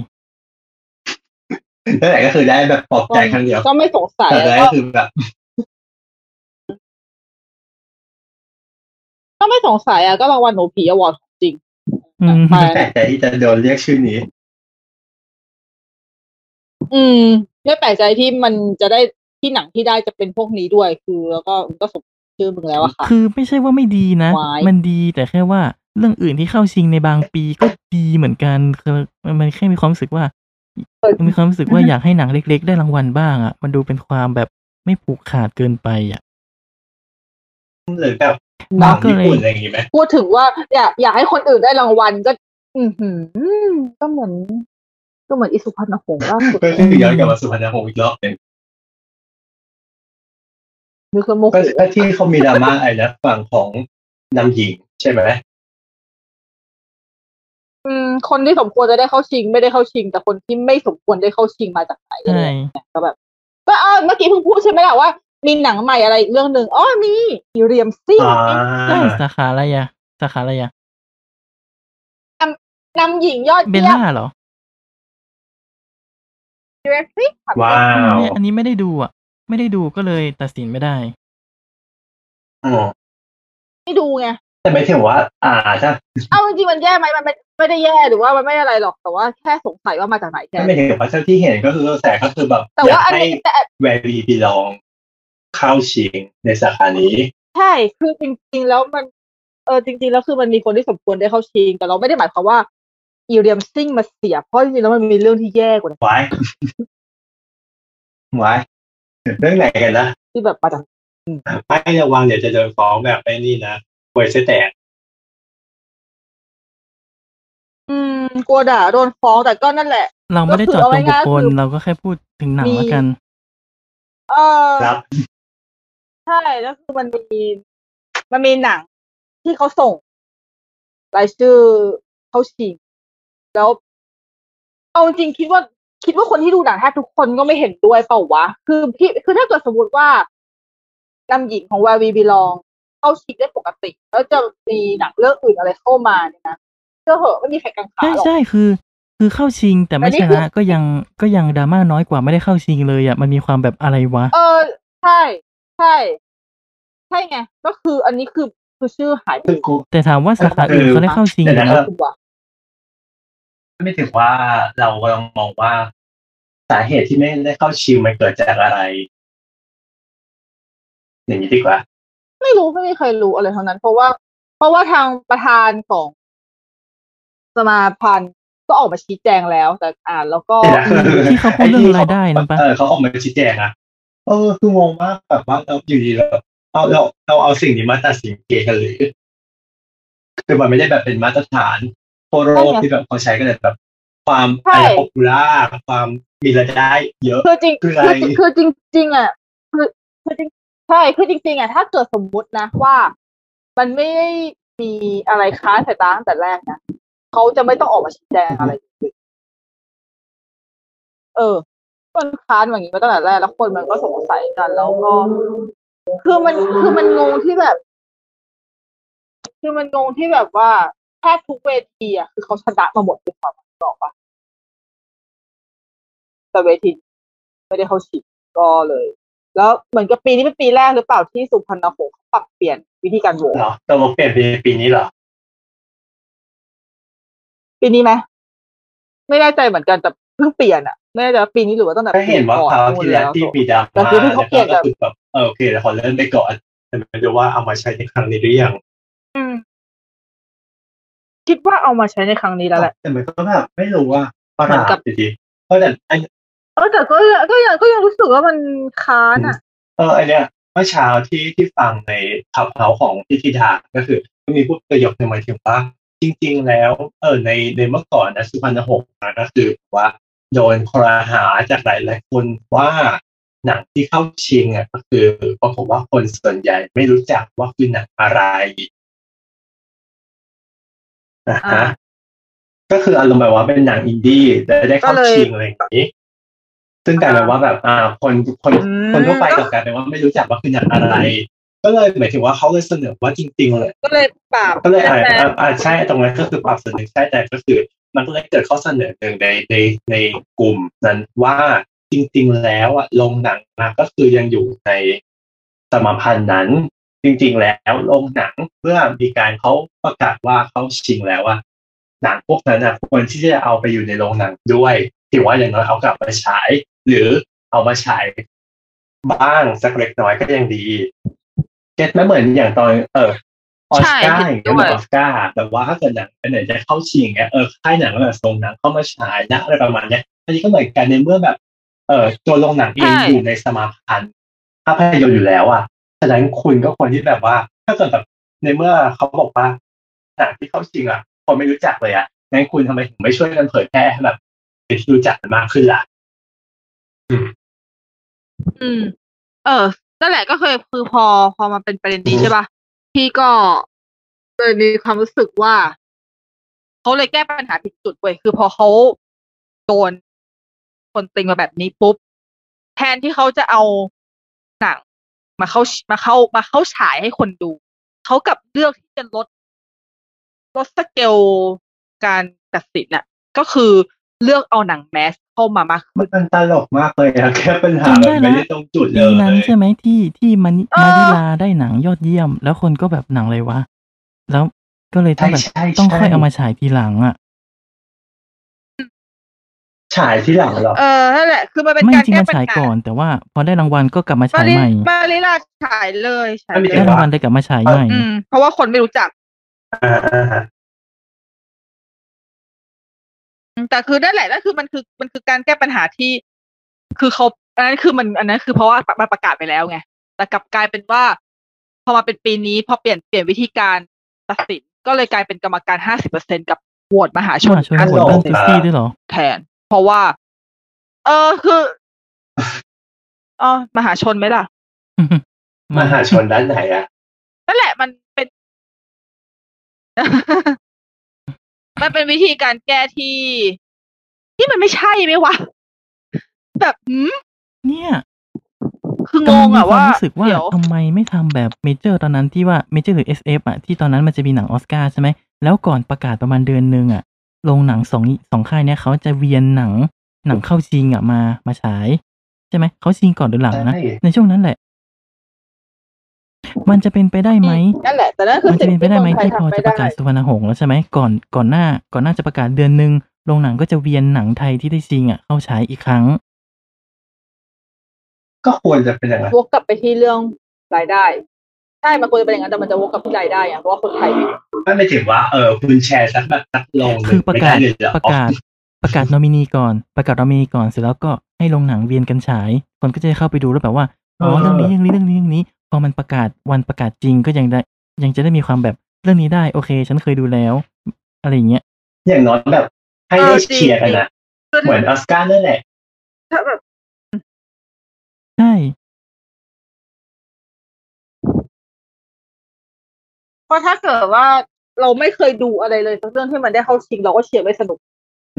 B: นั่นแหละก็คือได้แบบปลอบใจครั้งเดียว
E: ก็ไม่สงสัย
B: แต่
E: แล้ว
B: ได้
E: ก็
B: คือแบบ
E: ก็ไม่สงสัยอ่ะก็รางวัลหนูผีอวอร์ดจริง
D: อืม
E: ไป
B: แปลกใจที่จะโดนเรียกชื่อนี้
E: อืมไม่แปลกใจที่มันจะได้ที่หนังที่ได้จะเป็นพวกนี้ด้วย คือแล้วก็มันก็สมชื่อมึงแล้วอะค่ะ
D: คือไม่ใช่ว่าไม่ดีนะ
E: ว้าย
D: มันดีแต่แค่ว่าเรื่องอื่นที่เข้าชิงในบางปีก็ดีเหมือนกันคือมันมันแค่มีความรู้สึกว่า
E: เออ
D: มีความรู้สึกว่าอยากให้หนังเล็ก ๆ ได้รางวัลบ้างอ่ะ มันดูเป็นความแบบไม่ผูกขาดเกินไปอ่ะ
B: หรือแบบ
E: เน
B: ต่า
E: อะ
B: งญี่ปุ่นอะไรอย่างงี้ไหม
E: พูดถึงว่าอยากอยากให้คนอื่นได้รางวัลก็ อือหือ ก็เหมือน ก็เหมือนอิสุพันหงส์ล่าสุด
B: ก็คือย้อนกลับมาสุพรรณหงษ์อีกรอบหนึ่ง
E: นึกแล้วโมโห
B: ก็ก็ที่เขามีดราม่าไอ้นะฝั่งของนำหญิงใช่ไหม
E: อืมคนที่สมควรจะได้เข้าชิง ไม่ได้เข้าชิง แต่คนที่ไม่สมควรได้เข้าชิงมาจากไหนอะไร
D: ใช่
E: อย่างเงี้ยก็แบบก็เออเมื่อกี้เพิ่งพูดใช่ไหมล่ะว่า มีหนังใหม่อะไรอีกเรื่องหนึ่งอ๋อมีมีเรียมซิ่ง
B: อ่า
D: ใช่สาขาอะไรอ่ะสาขาอะไรอ่ะ
E: นำหญิงยอด
D: เบล
E: เยี่ยม
D: ล่าเหรอ
E: เรียมซิ่งค่ะ
B: ว้าว
D: อันนี้ไม่ได้ดูอ่ะ ไม่ได้ดูก็เลยตัดสินไม่ได้
B: อ๋อ
E: ไม่ดูไง
B: แต่ไม่ถึงว่า อ่าถ้า
E: เอาจริงๆมันแย่ไหมมันไม่ไม่ได้แย่หรือว่ามันไม่อะไรหรอกแต่ว่าแค่สงสัยว่ามาจากไหนแค่
B: ถ้า
E: นั้
B: ไม่
E: น
B: ถึงว่าเท่าที่เห็นก็คือแต่ก็คือแบบ
E: แต่
B: อยา
E: ว่าก อัน
B: ให้
E: นี้แต่
B: แวรีบีลองเข้าชิงในสาขานี้
E: ใช่คือจริง ๆ แล้วมันเออจริง ๆ แล้วคือมันมีคนที่สมควรได้เข้าชิง แต่เราไม่ได้หมายความว่าอีเรียมซิ่งมาเสียเพราะจริงๆแล้วมันมีเรื่องที่แย่กว่านั้น
B: ไว้ [LAUGHS] ไว้เรื่องไหนกันนะ
E: ที่แบบมาจาก
B: ให้ระวังเดี๋ยวจะโดนฟ้องแบบไอ้นี่นะป่วยเสยแตก
E: อืมกลัวด่าโดนฟ้องแต่ก็นั่นแหละ
D: เราไม่ได้เจอดตรงบุคคล
E: ก็คือเอาง่ายๆคือ
D: เราก็แค่พูดถึงหนัง
E: มี
D: แล้วกัน
E: เออ
B: ครับ
E: ใช่แล้วคือมันมีมันมีหนังที่เขาส่งรายชื่อเข้าชิง แล้ว เอาจริงๆคิดว่า คิดว่าคนที่ดูหนังแทบทุกคนก็ไม่เห็นด้วยเปล่าวะ คือพี่คือถ้าเกิดสมมติว่านำหญิงของ Where We Belong เข้าชิงได้ปกติ แล้วจะมีหนังเรื่องอื่นอะไรเข้ามาเนี่ยนะเชื่อเหอะไม่มีใครกังขา
D: ใช่
E: หรอก
D: ใช่คือ คือเข้าชิงแต่ไม่
E: แต่นี่
D: ช
E: คื
D: นะ
E: อ
D: ก็ยังก็ยังดราม่าน้อยกว่าไม่ได้เข้าชิงเลยอ่ะมันมีความแบบอะไรวะ
E: เออใช่ ใช่ ใช่ไง ก็คืออันนี้คือคือชื่อหายไป
B: คือกู
D: แต่ถามว่าสาขาอื่น
B: คือ
D: เขาได้เข้าชิง
B: เดี๋ยว
D: นะ
B: นะ
E: ตัว
B: ไม่ถึงว่าเรากำลังมองว่าสาเหตุที่ไม่ได้เข้าชิงมันเกิดจากอะไร อย่างนี้ดีกว่า
E: ไม่รู้ไม่มีใครรู้อะไรทั้งนั้น เพราะว่า เพราะว่าทางประธานของสมาพันธ์ก็ออกมาชี้แจงแล้ว แต่อ่านแล้วก็
B: เดี๋ยวนะ
D: ที่เขาพูดเรื่องรายได้นะปะ
B: เออเขาออกมาชี้แจงอะเออคืองงมากแบบว่าเราอยู่ดีเราเอาเราเราเอาสิ่งนี้มาตัดสินเกย์กันหรือคือมันไม่ได้แบบเป็นมาตรฐานโคโร
E: ใช่ไง
B: ที่แบบเขาใช้กันเลยแบบ ความ
E: ใช่
B: อะไรป๊อปปูล่าความมีรายได้เยอะ
E: คือจริง
B: คือ
E: คือ
B: อะไร
E: จริงคือจริงจริงๆอ่ะคือคือจริงใช่คือจริงๆอ่ะถ้าเกิดสมมุตินะว่า มันไม่ได้มีอะไรค้านสายตาตั้งแต่แรกนะเขาจะไม่ต้องออกมาชี้แจงอะไรเลยเออ มันค้านอย่างนี้มาตั้งแต่แรกแล้วคนมันก็สงสัยกันแล้วก็ คือมันคือมันงงที่แบบ คือมันงงที่แบบว่าแทบทุกเวทีอ่ะคือเขาชนะมาหมดด้วยความบอกว่าแต่เวที ไม่ได้เข้าชิงก็เลย แล้วเหมือนกับปีนี้เป็นปีแรกหรือเปล่าที่สุพรรณหงส์เขาปรับเปลี่ยนวิธีการโหวต
B: เหรอตกลงเปลี่ยนปีปีนี้เหรอ
E: ปีนี้ไหมไม่แน่ใจเหมือนกันแต่เพิ่งเปลี่ยนอะไม่แน่ใจว่าปีนี้หรือว่าตั้งแต่
B: ก็เห็นว่าคราวที่แล้วที่ปีดราม่า
E: แต่คือที่เขาเปลี่ยน
B: ก็
E: แบบ
B: คือแบบเออโอเคเดี๋ยวขอเริ่มไปก่อนแต่ไม่รู้ว่าเอามาใช้ในครั้งนี้หรือยัง
E: อืมคิดว่าเอามาใช้ในครั้งนี้แล้วแหละ
B: แต่มันก็แบบไม่รู้ว่าประห
E: เหมือ
B: ลาน ด
E: กับ
B: จริงๆเพราะแต่อัน
E: เออแต่ก็ก็ยังก็ยังรู้สึกว่ามันค้านอะ
B: เอออันเนี้ยเมื่อเช้าที่ที่ฟังในขับเฮาของพิธิดาก็คือ มีพูดประโยคหนึ่งหมายถึงว่า จริงๆแล้ว เออในในเมื่อก่อนนะสุพรรณหงส์นะก็คือแบบว่าโดนครหาจากหลายๆคนว่าหนังที่เข้าชิงอ่ะก็คือปรากฏว่าคนส่วนใหญ่ไม่รู้จักว่าคือหนังอะไรนะฮะ
C: อ่า
B: ก็คืออารมณ์แบบว่าเป็นหนังอินดี้และได้เข้าชิงอะไรอย่างนี้ ซึ่งกลายเป็นว่าแบบอ่าคนคน
C: อืม
B: คนทั่วไปกลับกลายเป็นว่าไม่รู้จักว่าคือหนังอะไร ก็เลยหมายถึงว่าเขาเลยเสนอว่าจริงๆเลย
E: ก็เลยปราบ
B: ก็เลยอ่า
E: แบทแมน
B: อ่าอ่าใช่ตรงนั้นก็คือปรับส่วนหนึ่งใช่แต่ก็คือ มันก็เลยเกิดข้อเสนอหนึ่งในในในกลุ่มนั้นว่าจริง ๆ แล้วอ่ะโรงหนังนะก็คือยังอยู่ในสมพันธ์นั้น จริง ๆ แล้วโรงหนังเพื่อมีการเขาประกาศว่าเขาชิงแล้วว่าหนังพวกนั้นนะควรที่จะเอาไปอยู่ในโรงหนังด้วยถือว่าอย่างน้อยเอากลับมาฉาย หรือเอามาฉายบ้างสักเล็กน้อยก็ยังดีเก็ตไหม่เหมือนอย่างตอนเออออสการ์
C: ใช่
B: อย่าง
C: เห็
B: เงี้ย
C: นด้
B: เหมื
C: วย
B: อนออสการ์แบบว่าถ้าเกิดหนังอันไหนจะเข้าชิงอย่างเงี้ยเออค่ายหนังแบบส่งหนังเข้ามาฉายนะอะไรประมาณเนี้ยอันนี้ก็เหมือนกันในเมื่อแบบ เออตัวโรงหนังเอง
C: ใช่
B: อยู่ในสมาพันธ์ภาพยนตร์อยู่แล้วอ่ะ ฉะนั้นคุณก็ควรที่แบบว่า ถ้าเกิดแบบในเมื่อเขาบอกว่าหนังที่เข้าชิงอ่ะ คนไม่รู้จักเลยอ่ะงั้นคุณทำไมถึงไม่ช่วยกันเผยแพร่ให้แบบเป็นที่รู้จักกันมากขึ้นล่ะ
C: อืม เออ นั่นแหละก็เคยคือพอพอมาเป็นประเด็นนี้ใช่ปะพี่ก็เลยมีความรู้สึกว่า เขาเลยแก้ปัญหาผิดจุดเว้ยคือพอเขาโดนคนติงมาแบบนี้ปุ๊บ แทนที่เขาจะเอาหนังมาเข้ามาเข้ามาเข้าฉายให้คนดู เขากลับเลือกที่จะลดลดสเกลการตัดสินน่ะ ก็คือเลือกเอาหนังแมสเข้ามามากขึ้น
B: มันตลกมากเลยอะแค่ปัญหาแบบไม่ได้ตรงจุดเล
D: ปี
B: ย
D: นั้นใช่ไหมที่ที่มัน
C: เออ
D: มาริลาได้หนังยอดเยี่ยม แล้วคนก็แบบหนังเลยวะ แล้วก็เลยต้อ
B: ใช่
D: งแบบ
B: ใช่
D: ต้อง
B: ใช่
D: ค่อยเอามาฉายทีหลังอ่ะ
B: ฉายที่หลังเหรอ
C: เออนั่นแหละ คือมันเป็น
D: ไม่
C: การ
D: จริง
C: แก้
D: มา
C: ปัญ
D: ฉาย
C: หา
D: ก่อน แต่ว่าพอได้รางวัลก็กลับมา
C: มา
D: ฉาย
C: ริ
D: ใหม่
C: มาริลาฉายเลยฉายเล
D: ได้
C: ย
D: รางวัลเลยกลับมาฉายใหม่
C: อืม เพราะว่าคนไม่รู้จัก
B: อ่าอ่าอ่า
C: แต่คือนั่นแหละนั่นคือมันคือมันคือการแก้ปัญหาที่ คือเขาอันนั้นคือมันอันนั้นคือเพราะว่ามันประกาศไปแล้วไงแต่กลับกลายเป็นว่า พอมาเป็นปีนี้พอเปลี่ยนเปลี่ยนวิธีการตัดสินก็เลยกลายเป็นกรรมการห้าสิบเปอร์เซ็นกับโหวตมหาชน
D: มาชวน
C: ห้า
D: โห
C: สิ
D: ว
C: บ
D: ต
C: เปอร์
D: เรื่อง
C: เซ็น
D: ซิสตี้ด้วยเหรอ
C: แทน เพราะว่า เออคืออ๋อมหาชนไหมล่ะ
B: มหาชนด้านไหนอ่ะ
C: นั่นแหละมันเป็น
E: [LAUGHS]
C: มันเป็นวิธีการแก้ที่ ที่มันไม่ใช่ไหมวะ แบบหืม
D: เนี่ย
C: คือง
D: กำลั
C: ง
D: มี
C: อะ
D: ควา
C: ว่าม
D: รู้สึกว่า
C: เดี๋ยว
D: ทำไมไม่ทำแบบเมเจอร์ตอนนั้นที่ว่าเมเจอร์หรือ SF อ่ะที่ตอนนั้นมันจะมีหนังออสการ์ใช่ไหม แล้วก่อนประกาศประมาณเดือนนึงอ่ะโรงหนังสองสองค่ายเนี่ยเขาจะเวียนหนังหนังเข้าชิงอ่ะมามาฉาย ใช่ไหม เขาชิงก่อนหรือหลังนะ
B: ใช่
D: ในช่วงนั้นแหละ มันจะเป็นไปได้ไหม
E: นั่นแหละ แต่นั่นคือ
D: มันจะ
E: สิ่ง
D: เป็นไป
E: ที่
D: ได้
E: เมื
D: ไหม
E: องไทย
D: ที่พอ
E: ทำไม่
D: จะป
E: ได้
D: ระกาศสุวรรณหงส์แล้วใช่ไหมก่อนก่อนหน้า ก่อนหน้าจะประกาศเดือนหนึ่งโรงหนังก็จะเวียนหนังไทยที่ได้ชิงอ่ะเข้าฉายอีกครั้ง
B: ก็ควรจะเป็นอย่างนั้น
E: วกกลับไปที่เรื่องรายได้ ใช่มันควรจะเป็นอย่างนั้นแต่มันจะวกกลับที่รายได้อะเพราะว่าคนไทย
B: ไม่หมายถึงว่าเออคุณแชร์สักแบบสักลงหนึ่ง
D: คือประกาศ
B: ไม่ได้เลยเหอ
D: ประกาศประกาศนอมินีก่อน ประกาศนอมินีก่อนเสร็จแล้วก็ให้ลงหนังเวียนกันฉาย คนก็จะเข้าไปดูแล้วแบบว่าอ๋อเรื่องนี้เรื่องนี้เรื่องนี้เรื่องนี้พอมันประกาศวันประกาศจริงก็ยังได้ ยังจะได้มีความแบบเรื่องนี้ได้โอเค ฉันเคยดูแล้ว อะไรอย่างเงี้ย
B: อย่างน้อยแบบ ให้ได้เชียร์กันนะ
C: คือ
B: เหมือนออสการ์นั่นแหละ
C: ถ้าแบบ
D: ใช่
E: เพราะถ้าเกิดว่าเราไม่เคยดูอะไรเลยสักเรื่องที่มันได้เข้าชิงเราก็เชียร์ไม่สนุก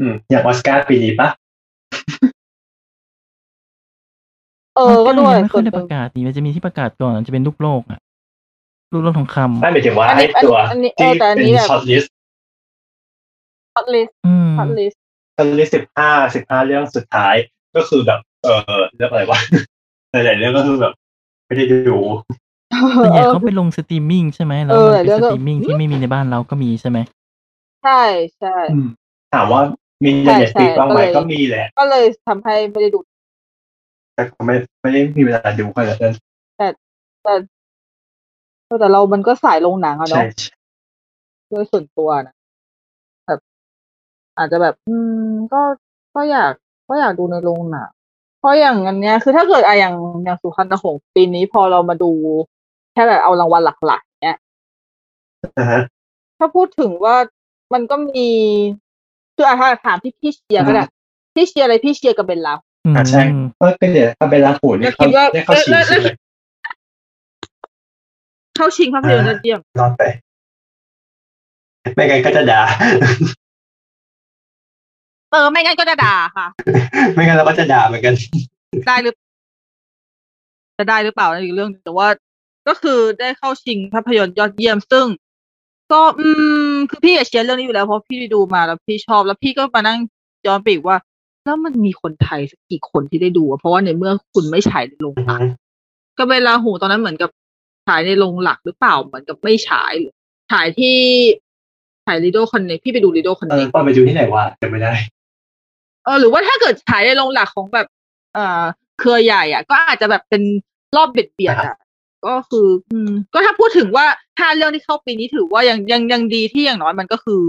B: อืมอย่างออสการ์ปีนี้ปะ
E: เออ ก็ด้วย
D: มันไม่
E: ส่
D: ค่
E: ว
D: อ
E: ย น
D: ได้
E: ห
D: ป
E: นึ่ง
D: ระกาศนี่มันจะมีที่ประกาศก่อนจะเป็นลูกโลกอ่ะลูกโลกทองคำ
B: ไม่หมายถึงว่า
E: อัน
B: ไอ้
E: นี้อัน
B: ตัวที่
E: นี้อันนี้เออแต่อัน
B: เป็น
E: นี้แบบ
B: ช็อตลิสต์
E: คัดลิส
D: อืม
E: คัดลิส
B: ช็อตลิสต์สิบห้าสิบห้าเรื่องสุดท้ายก็คือแบบ เออเรื่องอะไรวะ [LAUGHS] หลายๆเรื่องก็คือแบบ ไม่ได้ดู
D: ส่วนให
E: เออ
D: ญ่เขาไปลงสตรีมมิ่งใช่ไหมแล้ว
E: เออ
D: มัน
E: แล้
D: เป็
E: ว
D: นส
E: ก็
D: ตรีมมิ่งที่ไม่มีในบ้านเราก็มีใช่ไหม
E: ใช่ใช่
B: ถามว่ามีในเน็ตฟลิกบ้างไหมก็มีแหละ
E: ก็เลยทำให้ไม่ได้ดู
B: แต่ก็ไม่ไม่ได้มีเวลาดูขนาดนั้น
E: เออแต่เรามันก็สายลงหนังอะ
B: ใช่
E: เนาะโดยส่วนตัวนะแบบ อาจจะแบบ อืม ก็ก็อยากก็อยากดูในโรงหนังเพราะอย่างอันเนี้ย คือถ้าเกิดอะอย่างอย่างสุพรรณหงส์ปีนี้พอเรามาดู แค่แบบเอารางวัลหลักๆเนี้ย
B: นะฮะ
E: ถ้าพูดถึงว่า
F: มันก็มีคืออาถาถามพี่พี่เชียร์ก็ได้พี่เชียร์อะไรพี่เชียร์กับเบลลา
D: อืม
B: อ่ะใช่ก็เป็นเนี่ยถ้าเป็นลาหูนี่เขา
F: แล้วคิดว่า
B: ได้เข้าชิง
F: แล้วแล้ว
B: ใช่ไห
F: เข้าชิงภาพยนตร์
B: ม
F: ยอดเยี่ยม
B: รอดไป ไม่งั้นก็จะด่า
E: เออไม่งั้นก็จะด่าค่ะ
B: ไม่งั้นเราก็จะด่าเหมือนกัน
E: ได้หรือจะได้หรือเปล่านั่นอีกเรื่องหนึ่งแต่ว่าก็คือได้เข้าชิงภาพยนตร์ยอดเยี่ยมซึ่ง ก็อืม คือพี่อยากเชียร์เรื่องนี้อยู่แล้วเพราะพี่ดูมาแล้วพี่ชอบแล้วพี่ก็มานั่งย้อนไปอีกว่า แล้วมันมีคนไทยสักกี่คนที่ได้ดูอะเพราะว่าในเมื่อคุณไม่ฉายในโรงหนังก็เวลาหูตอนนั้นเหมือนกับฉายในโรงหลักหรือเปล่าเหมือนกับไม่ฉายหรือฉายที่ฉายลีโดคอนเนพี่ไปดูลีโดคอน
B: เอ
E: เน
B: อตอนไปดูที่ไหนวะจำไม่ได้
E: เออหรือว่าถ้าเกิดขายในโรงหลักของแบบ เอ่อเครือใหญ่อ่ะ ก็อาจจะแบบเป็นรอบเบียดเบียดๆอ่ะ ก็คือ อืม ก็ถ้าพูดถึงว่าถ้าเรื่องที่เข้าปีนี้ถือว่ายังยังยังดีที่อย่างน้อยมันก็คือ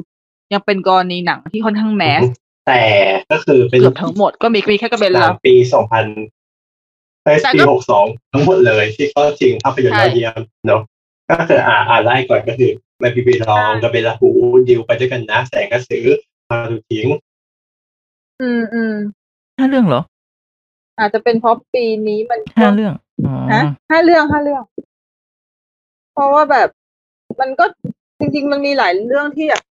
E: ยังเป็นกรณีหนังที่ค่อนข้างแมส
B: แต่ก็คือเป็น
E: เกือบทั้งหมดก็มีมีแค่กระเบน
B: หลั
E: เรา
B: งปีสองพันเอ้ย
E: แต่ก็
B: ปีหกสองทั้งหมดเลย ที่เข้าชิงภาพยนตร์
E: ใช่
B: ยอดเยี่ยมเนาะก็คืออ่าอ่านไล่ก่อนก็คือแมปปี้บีลอง
E: ใช่
B: กับเบลลาหูดิวไปด้วยกันนะ แสงกระสือมาดูทิ้ง
F: อืมอืม
D: ห้าเรื่องเหรอ
F: อาจจะเป็นเพราะปีนี้มัน
D: ห้าเรื่องอ๋อ
F: ฮะห้าเรื่องห้าเรื่อง เพราะว่าแบบมันก็จริง ๆ มันมีหลายเรื่องที่แบบ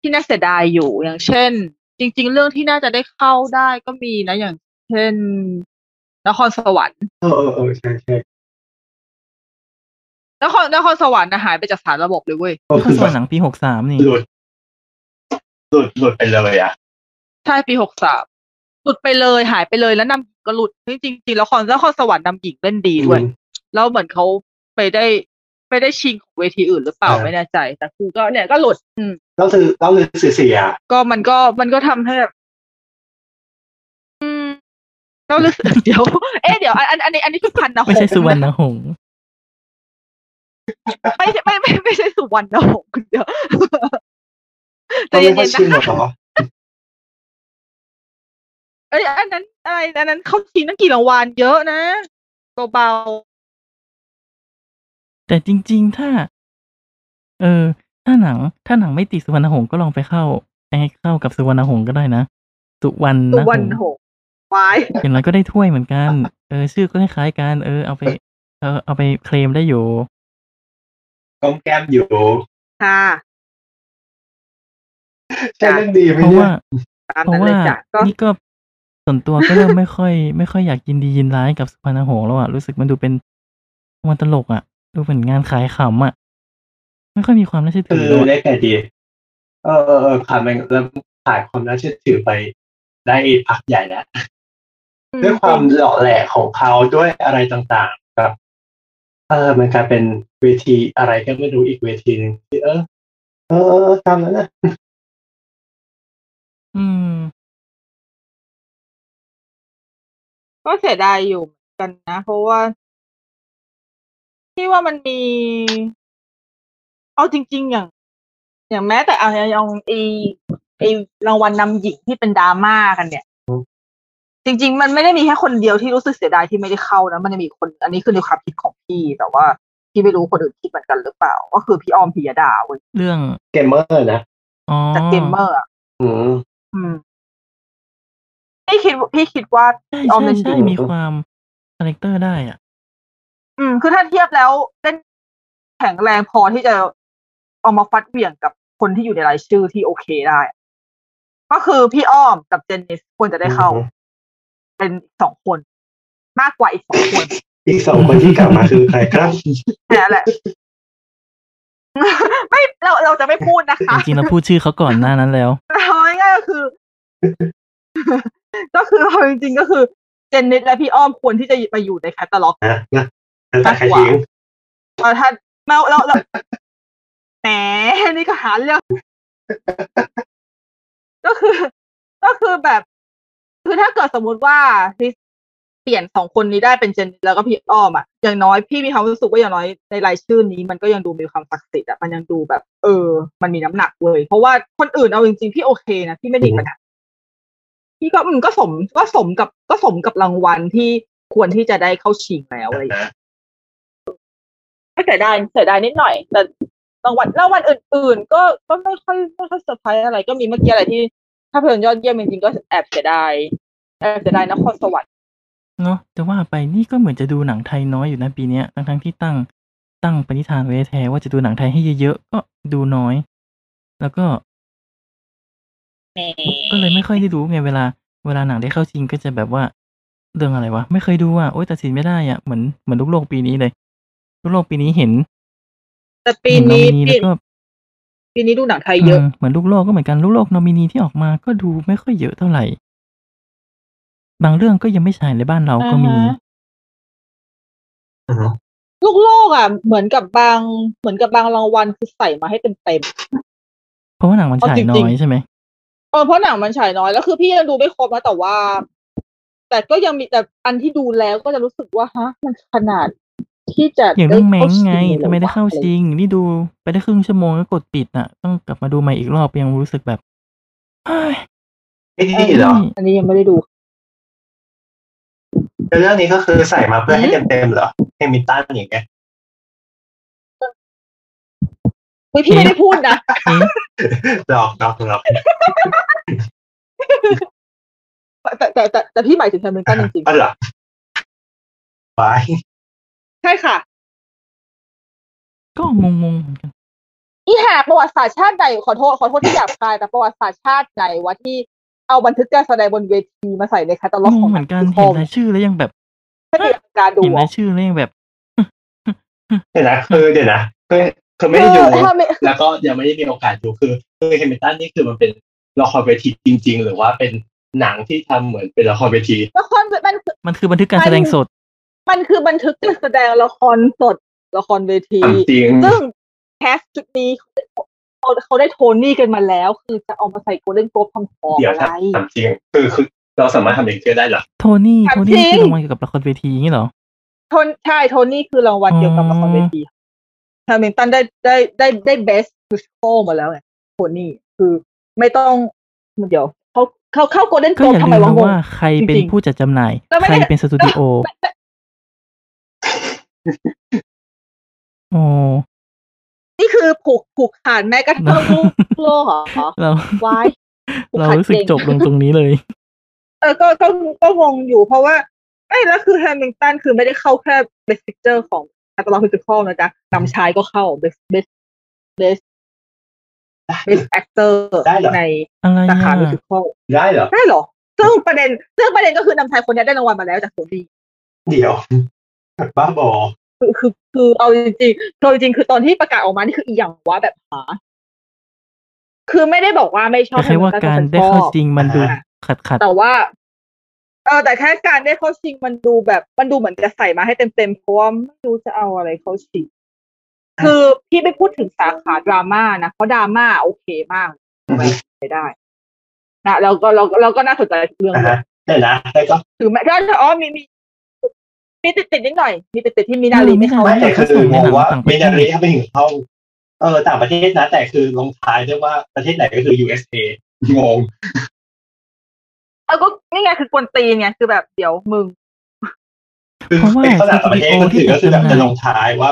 E: ที่น่าเสียดายอยู่อย่างเช่น จริง ๆ เรื่องที่น่าจะได้เข้าได้ก็มีนะอย่าง เช่น นครสวรรค์
B: เออเออเออใช่ใช่
E: นครนครสวรรค์นะหายไปจากสารระบบเลยเว้ย
B: ก็คื
D: ข้า
B: อ
D: ส
B: แบ
D: ว
B: บ
D: รรค์หนังปีหกสามนี่
B: หลุดหลุดหลุดไปเลยอ่ะ
E: ใช่ปีหกสามหลุดไปเลยหายไปเลยแล้วนำหญิงก็หลุดจริงจริงๆแล้วคอนแล้วคอนสวรรค์นำหญิงเล่นดีด้วย แล้วเหมือนเขาไปได้ไปได้ชิงของเวทีอื่นหรือเปล่า
B: อ่า
E: ไม่แน่ใจ แต่คือก็เนี่ยก็หลุด อืม
B: แล้วคือแล้วคือเสียเสีย
E: ก็มันก็มันก็ทำให้แบบอืมเรารู้สึก เดี๋ยว [LAUGHS] เอ๊ะเดี๋ยวอันอันอันนี้อันนี้คือพันนะ
D: ไม่ใช่สุวรรณหงษ์
E: ไม่ใช่ไม่ไม่ไม่ใช่สุวรรณนะผมคุณเดียว
D: [LAUGHS]
E: ใจ
B: ก็
E: เย็
B: ไม่ค่อย
E: นๆ
B: ชินหรอ
E: นะ
B: กเหรอ
E: เอ้ยอันนั้นอะไรอันนั้นเขาชิงตั้งกี่รางวัลเยอะนะเบาๆ
D: แต่จริง ๆ ถ้า เออ ถ้าหนัง ถ้าหนังไม่ติดสุวรรณหงษ์ก็ลองไปเข้าไปให้เข้ากับสุวรรณหงษ์ก็ได้นะสุวรรณ
E: สุ
D: นะ
E: วรรณหงส์วาย
D: อย่างไรก็ได้ถ้วยเหมือนกัน เออ ชื่อก็คล้ายๆกันเออเอาไป เออเอาไปเคลมได้อยู่
B: ก้มแก้มอยู่
E: ค่ะ
B: ใช่เรื่องดีไหม
D: เพราะ
B: เนี่
D: ว่า
B: ย
E: ตาม
D: เพ
E: นั้น
D: ราะ
E: เล
D: ว่าย
E: จ้ะก็
D: นี่ก็ส่วนตัวก็เริ่มไม่ค่อย [LAUGHS] ไม่ค่อยอยากยินดียินร้ายกับสุพรรณหงษ์แล้วอ่ะรู้สึกมันดูเป็นมันตลกอ่ะ ดูเป็นงานขายขำอ่ะ ไม่ค่อยมีความน่าเชื่อ
B: คื
D: ถือ
B: อ
D: แล้วอะ
B: ได้แต่ดี เออเออเออขาดมันแล้วขาดความน่าเชื่อถือไปได้พักใหญ่แล้วด้วยความหล่อแหลกของเขาด้วยอะไรต่างๆครับ เออมันกลายเป็นเวทีอะไรก็ไม่รู้อีกเวทีหนึ่งที่เออเออเออเออทำแล้วนะ
D: อืม
F: ก็เสียดายอยู่เหมือนกันนะ เพราะว่าที่ว่ามันมี
E: เอาจริง ๆ อย่าง อย่างแม้แต่เอาเอาไอไอรางวัลนำหญิงที่เป็นดราม่ากันเนี่ย จริง ๆ มันไม่ได้มีแค่คนเดียวที่รู้สึกเสียดายที่ไม่ได้เข้านะมันยังมีอีกคน อันนี้คือในความคิดของพี่แต่ว่าพี่ไม่รู้คนอื่นคิดเหมือนกันหรือเปล่า ก็คือพี่ออมพิยดาเว้ย
D: เรื่อง
B: เกมเมอร์นะ
D: อ๋อ
E: จากเกมเมอร์อะ
B: อืม
E: อืมพี่คิดพี่คิดว่า
D: ใช่
E: ออม
D: ใช่
E: เล่นดี
D: ใช่มีความคาแรคเตอร์ได้อ่ะ
E: อืม คือถ้าเทียบแล้วเล่นแข็งแรงพอที่จะเอามาฟัดเหวี่ยงกับคนที่อยู่ในรายชื่อที่โอเคได้ ก็คือพี่อ้อมกับเจนนิสควรจะได้เข้า
B: อือฮึ
E: เป็นสองคน มากกว่าอีกสองคน
B: อีกสองคนที่กลับมาคือใครครับ
E: แค่นั้นแหละ [LAUGHS] ไม่เราเราจะไม่พูดนะคะ
D: จริงๆเราพูดชื่อเขาก่อนหน้านั้นแล้ว
E: เอาง่ายๆก็คือ [LAUGHS] ก็คือเอาจริงๆก็คือ เจนนิสและพี่อ้อมควรที่จะมาอยู่ในแคตตาล็อก
B: นะนะแล้วแต่ใครทิ้ง
E: เออถ้าเราเราเราแหมนี่ก็หาเรื่อง [LAUGHS] ก็คือ ก็คือแบบ คือถ้าเกิดสมมุติว่าพี่เปลี่ยนสองคนนี้ได้เป็นเจนแล้วก็พี่อ้อมอ่ะอย่างน้อยพี่มีความรู้สึกว่าอย่างน้อยในรายชื่อนี้มันก็ยังดูมีความศักดิ์สิทธิ์อ่ะมันยังดูแบบ เออ มันมีน้ำหนักเว้ยเพราะว่าคนอื่นเอาจริงๆพี่โอเคนะพี่ไม่ไดีปัญหาพี่ก็อืมก็สมก็สมกับก็สมกับรางวัลที่ควรที่จะได้เข้าชิงแล้วอะไรอย่างเงี้ย
B: นะ
F: ก็เสียดายเสียดายนิดหน่อย แต่
E: รางวัลรางวัลอื่น ๆ ก็ก็ไม่ค่อยไม่ค่อยเซอร์ไพรส์อะไรก็มีเมื่อกี้อะไรที่ภาพยนตร์ยอดเยี่ยมจริงๆก็แอบเสียดายแอบเสียดายนครสวรรค์
D: เนาะจะว่าไปนี่ก็เหมือนจะดูหนังไทยน้อยอยู่นะปีเนี้ยทั้งทั้งๆที่ตั้งตั้งปณิธานไว้แท้ว่าจะดูหนังไทยให้เยอะๆก็ดูน้อย แล้วก็
E: แหม
D: ก็เลยไม่ค่อยได้ดูไงเวลา เวลาหนังได้เข้าจริงก็จะแบบว่า เรื่องอะไรวะไม่เคยดูอ่ะโอ๊ยตัดสินไม่ได้อ่ะเหมือนเหมือนลูกโลกปีนี้เลยลูกโลกปีนี้เห็น
E: แต่ปี
D: เห็นนอ
E: นี้
D: มิ
E: ปี
D: นีแล้วก็
E: ปีนี้ดูหนังไทยเยอะ
D: มเหมือนลูกโลกก็เหมือนกันลูกโลกนอมินีที่ออกมาก็ดูไม่ค่อยเยอะเท่าไหร่ บางเรื่องก็ยังไม่ฉายในบ้านเราก็มี
B: อื
E: อ่าฮะ
B: อฮึ
E: ลูกโลกอ่ะเหมือนกับบางเหมือนกับบางรางวัลคือใส่มาให้เต็ม
D: เพราะว่าหนังมัน
E: เอ
D: ฉายน้
E: าจริ
D: อย
E: งๆ
D: ใช่ไหม
E: ๆเออเพราะหนังมันฉายน้อยแล้วคือพี่ยังดูไม่ครบนะแต่ว่า แต่ก็ยังมีแต่อันที่ดูแล้วก็จะรู้สึกว่าฮะมันขนาดที่จะ
D: อย่างเรื่องแมงไง
E: ด้เข้าชิ
D: ทำไมได้เข้า
E: หรือ
D: จ
E: วะ
D: ริง นี่ดูไปได้ครึ่งชั่วโมงก็กดปิดน่ะ ต้องกลับมาดูใหม่อีกรอบยังรู้สึกแบบเฮ้ย
B: ไม่ดีเหรอ
E: อันนี้ยังไม่ได้ดู
B: แล้วเรื่องนี้ก็คือใส่มาเพื่อให้เต็มๆเหรอให้มิตันอย่างเงี้ย [LAUGHS]
E: เฮ้ยพี่ไม่ได้พูดนะ
D: เอ๊ะ
B: หลอกหลอกหลอก
E: แต่แต่แต่แต่พี่หมายถึงแฮมิลตันจริง
B: ก็เหรอไป
E: ๆ ใช่ค่ะ
D: ก็งงๆเหมือนกัน
E: อีหาประวัติศาสตร์ชาติใดขอโทษขอโทษที่หยาบคายแต่ประวัติศาสตร์ชาติไหนวะที่เอาบันทึกการแสดงบนเวทีมาใส่ในแคตตาล็อก
D: ง
E: ของ ง
D: เหมือนกัน
E: ข
D: เห็
E: อน ง
D: รายชื่อแล้วยังแบบ
E: ไม่ได้การดู
D: เห็นรา
E: อะ
D: ยชื่อแล้วยังแบบ
B: เดี๋ยวนะคือเดี๋ยวนะคือคือไม่ได้ดู
E: เออถ้าไม่
B: แล้วก็ยังไม่ได้มีโอกาสดูคือคือแฮมิลตันนี่คือมันเป็นละครเวทีจริง ๆ หรือว่าเป็นหนังที่ทำเหมือนเป็นละครเวที
E: ละครมันคือ
D: มันคือบันทึกการแสดงสด
E: มันคือบันทึกการแสดงละครสดละครเวที
B: จริง
E: ซึ่งแคสชุดนี้เขาเขาได้โทนี่กันมาแล้ว คือจะเอามาใส่โกลเด้นโกลบทำทอง
B: เดี๋ยว
E: อะไร
B: ถ้าทำจริงคือคือเราสามารถทำอย่างนี้ได้เหรอ
D: โทนี่
E: ถาม
D: โท
E: จ
D: นี่
E: ริ
D: ที่
E: ง
D: รางวัลเกี่ยวกับละครเวทีอย่างงี้เหรอ
E: โทนใช่โทนี่คือรางวัลเกี่ยวกับละครเวทีแฮมิลตันได้ได้ได้ได้เบสมิวสิคอลมาแล้วไงโทนี่คือไม่ต้องเดี๋ยวเขาเขาเข้าโกลเด้น
D: ก็
E: โกล
D: อย่า
E: ทำ
D: ลื
E: ไมวะ
D: มนะ
E: งง
D: ว่าใครเป็น
E: จริงๆ
D: ผู้จัดจำหน่าย
E: เราไม่
D: ใคร
E: ได้
D: เป็นสตู
E: [LAUGHS]
D: ดิโอ โอ้
E: นี่คือผูกผูกขาดแม้กระทั่งลูกโลกเหรอ
D: เรา
E: Why?
D: เรารู้สึกจบลงตรงนี้เลย
E: เออก็ก็ก็งงอยู่เพราะว่าไอ้ยแล้วคือแฮมิลตันคือไม่ได้เข้าแค่เบสพิกเจอร์ของอัตลอฟิสิคอลนะจ๊ะนำชายก็เข้าเบสเบสเบสเบสแอคเตอร์ใน
D: อะไร
E: สาขา
D: อ่ะ
E: มิวสิคอล
B: ได้เหรอ
E: ได้เหรอ ซึ่งประเด็น ซึ่งประเด็นก็คือนำชายคนเนี้ยได้รางวัลมาแล้วจากโซนี่
B: เดี๋ยวบ้าบอ
E: คือคือคือเอาจริงๆคือจริงๆ คือตอนที่ประกาศออกมานี่คืออีหยังวะแบบหา คือไม่ได้บอกว่าไม่ชอ
D: แต่
E: บ
D: ใครว่าการได้เข้าจริงมันดูขัดขัด
E: แต่ว่า เออแต่แค่การได้เข้าชิงมันดูแบบ มันดูเหมือนจะใส่มาให้เต็มๆ เพราะว่าไม่รู้จะเอาอะไรเข้าชิง คือพี่ไม่พูดถึงสาขาดราม่านะ เพราะดราม่าโอเคมากไปได้ นะเราก็เราก็เราก็น่าสนใจเรื่อง
B: นะ
E: เลย
B: ฮะได้นะได้ก็
E: ถือแม้ก็อ๋อมีมีมีติดติดๆนิดหน่อย มีติดติดๆที่มินาลีไม่เข้า
B: ไม่แต่คืองงว่า
D: ต่างป
B: เม
D: ระเท
B: นา
D: ศ
B: รีถ้าไปถึงเข้าเออต่างประเทศนะ แต่คือลงท้ายด้วยว่าประเทศไหนก็คือ USA งง
E: เออก็นี่ไงคือกวนตีนไงคือแบบเดี๋ยวมึง
B: คือเป็นขนาดประเทศก็คือก็คือแบบจะลงท้ายว่า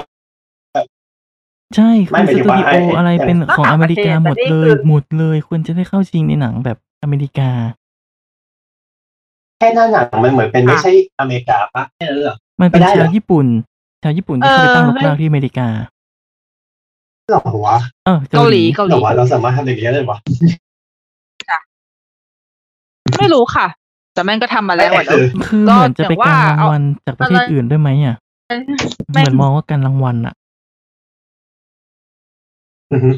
D: ใช่
B: ไม่
D: คือ
B: หมาย
D: ส
B: ถึง
D: ตู
B: ว่าไอ้
D: ดิโออะไรเป็นของอเมริกาหมดเลย
E: แต่นี่คือ
D: หมดเลยควรจะได้เข้าจริงในหนังแบบอเมริกา
B: แค่หน้าหนังมันเหมือนเป็นไม่ใช่อเมริกาปะแค่นั้นเหรอ
D: มันเป็น
B: ไม่ได้เหรอ
D: ชาวญี่ปุ่น ชาวญี่ปุ่นที่เขาไปตั้งรกรากที่อเมริกา
B: หรอวะ
D: เออ
E: เกาหลีเกาห
B: หร
E: ลี
B: อวะเราสามารถทำอย่างนี้ได้เลยวะ
E: ไม่รู้ค่ะ แต่แม่งก็ทำมาแล้ว
B: แต่
E: อะ
B: คือ
D: คือเหมือนจะไปการรางวัลจากประเทศ
E: อะไร
D: อื่นด้วยไหมอ่ะเห
E: แม่ง
D: มือนมองว่าการรางวัลอ่ะ
B: อือ [LAUGHS] ฮึ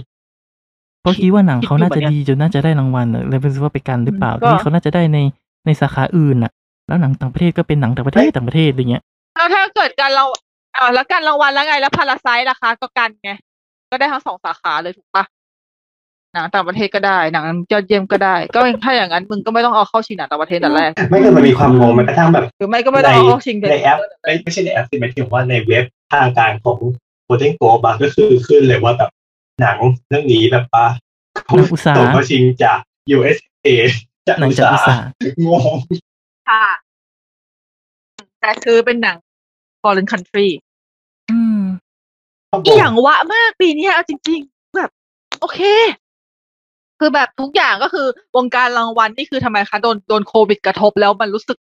D: ก็คิดว่าหนังเขาน่าจะดีจนน่าจะได้รางวัลเลยเลยเป็นว่าไปกันหรือเปล่า
E: ก็
D: ที่เขาน่าจะได้ในในสาขาอื่นน่ะ แล้วหนังต่างประเทศก็เป็นหนังต่างประเทศต่างประเทศอะไรเงี้ย
E: แล้วถ้าเกิดการเราอ่าแล้วการรางวัลแล้วไงแล้วพาราไซต์ราคาก็กันไงก็ได้ทั้งสองสาขาเลยถูกปะหนังต่างประเทศก็ได้หนังยอดเยี่ยมก็ได้ ก็ถ้าอย่างนั้นมึงก็ไม่ต้องเอาเข้าชิงหนังต่างประเทศแต่แรก
B: ไม่คือมันมีความงงแม้กระทั่งแบบ
E: หรือไม่ก็ไม่ต้องเอาเข้าชิง
B: ในแอปไม่ไม่ใช่ในแอปสิหมายถึงว่าในเว็บทางการของโ o เทนโกบะก็คือขึ้นเลยว่าแบบหนังเรื่องนี้แบบว่าเขา
D: หนังอุตสา
B: ส่ง
D: หะ
B: มาชิงจาก USA จาก
D: หนัง
B: อุต
D: จาก
B: สา
D: อุต
B: หะ
D: สาหะ
B: งง
E: ค่ะแต่คือเป็นหนัง foreign country
D: อืม
B: ครับผ
C: อี
B: ม
C: หยังวะมากปีเนี้ยเอาจริง ๆ แบบ โอเค คือแบบทุกอย่างก็คือวงการรางวัลนี่คือทำไมคะโดนโดนโควิดกระทบแล้วมันรู้สึก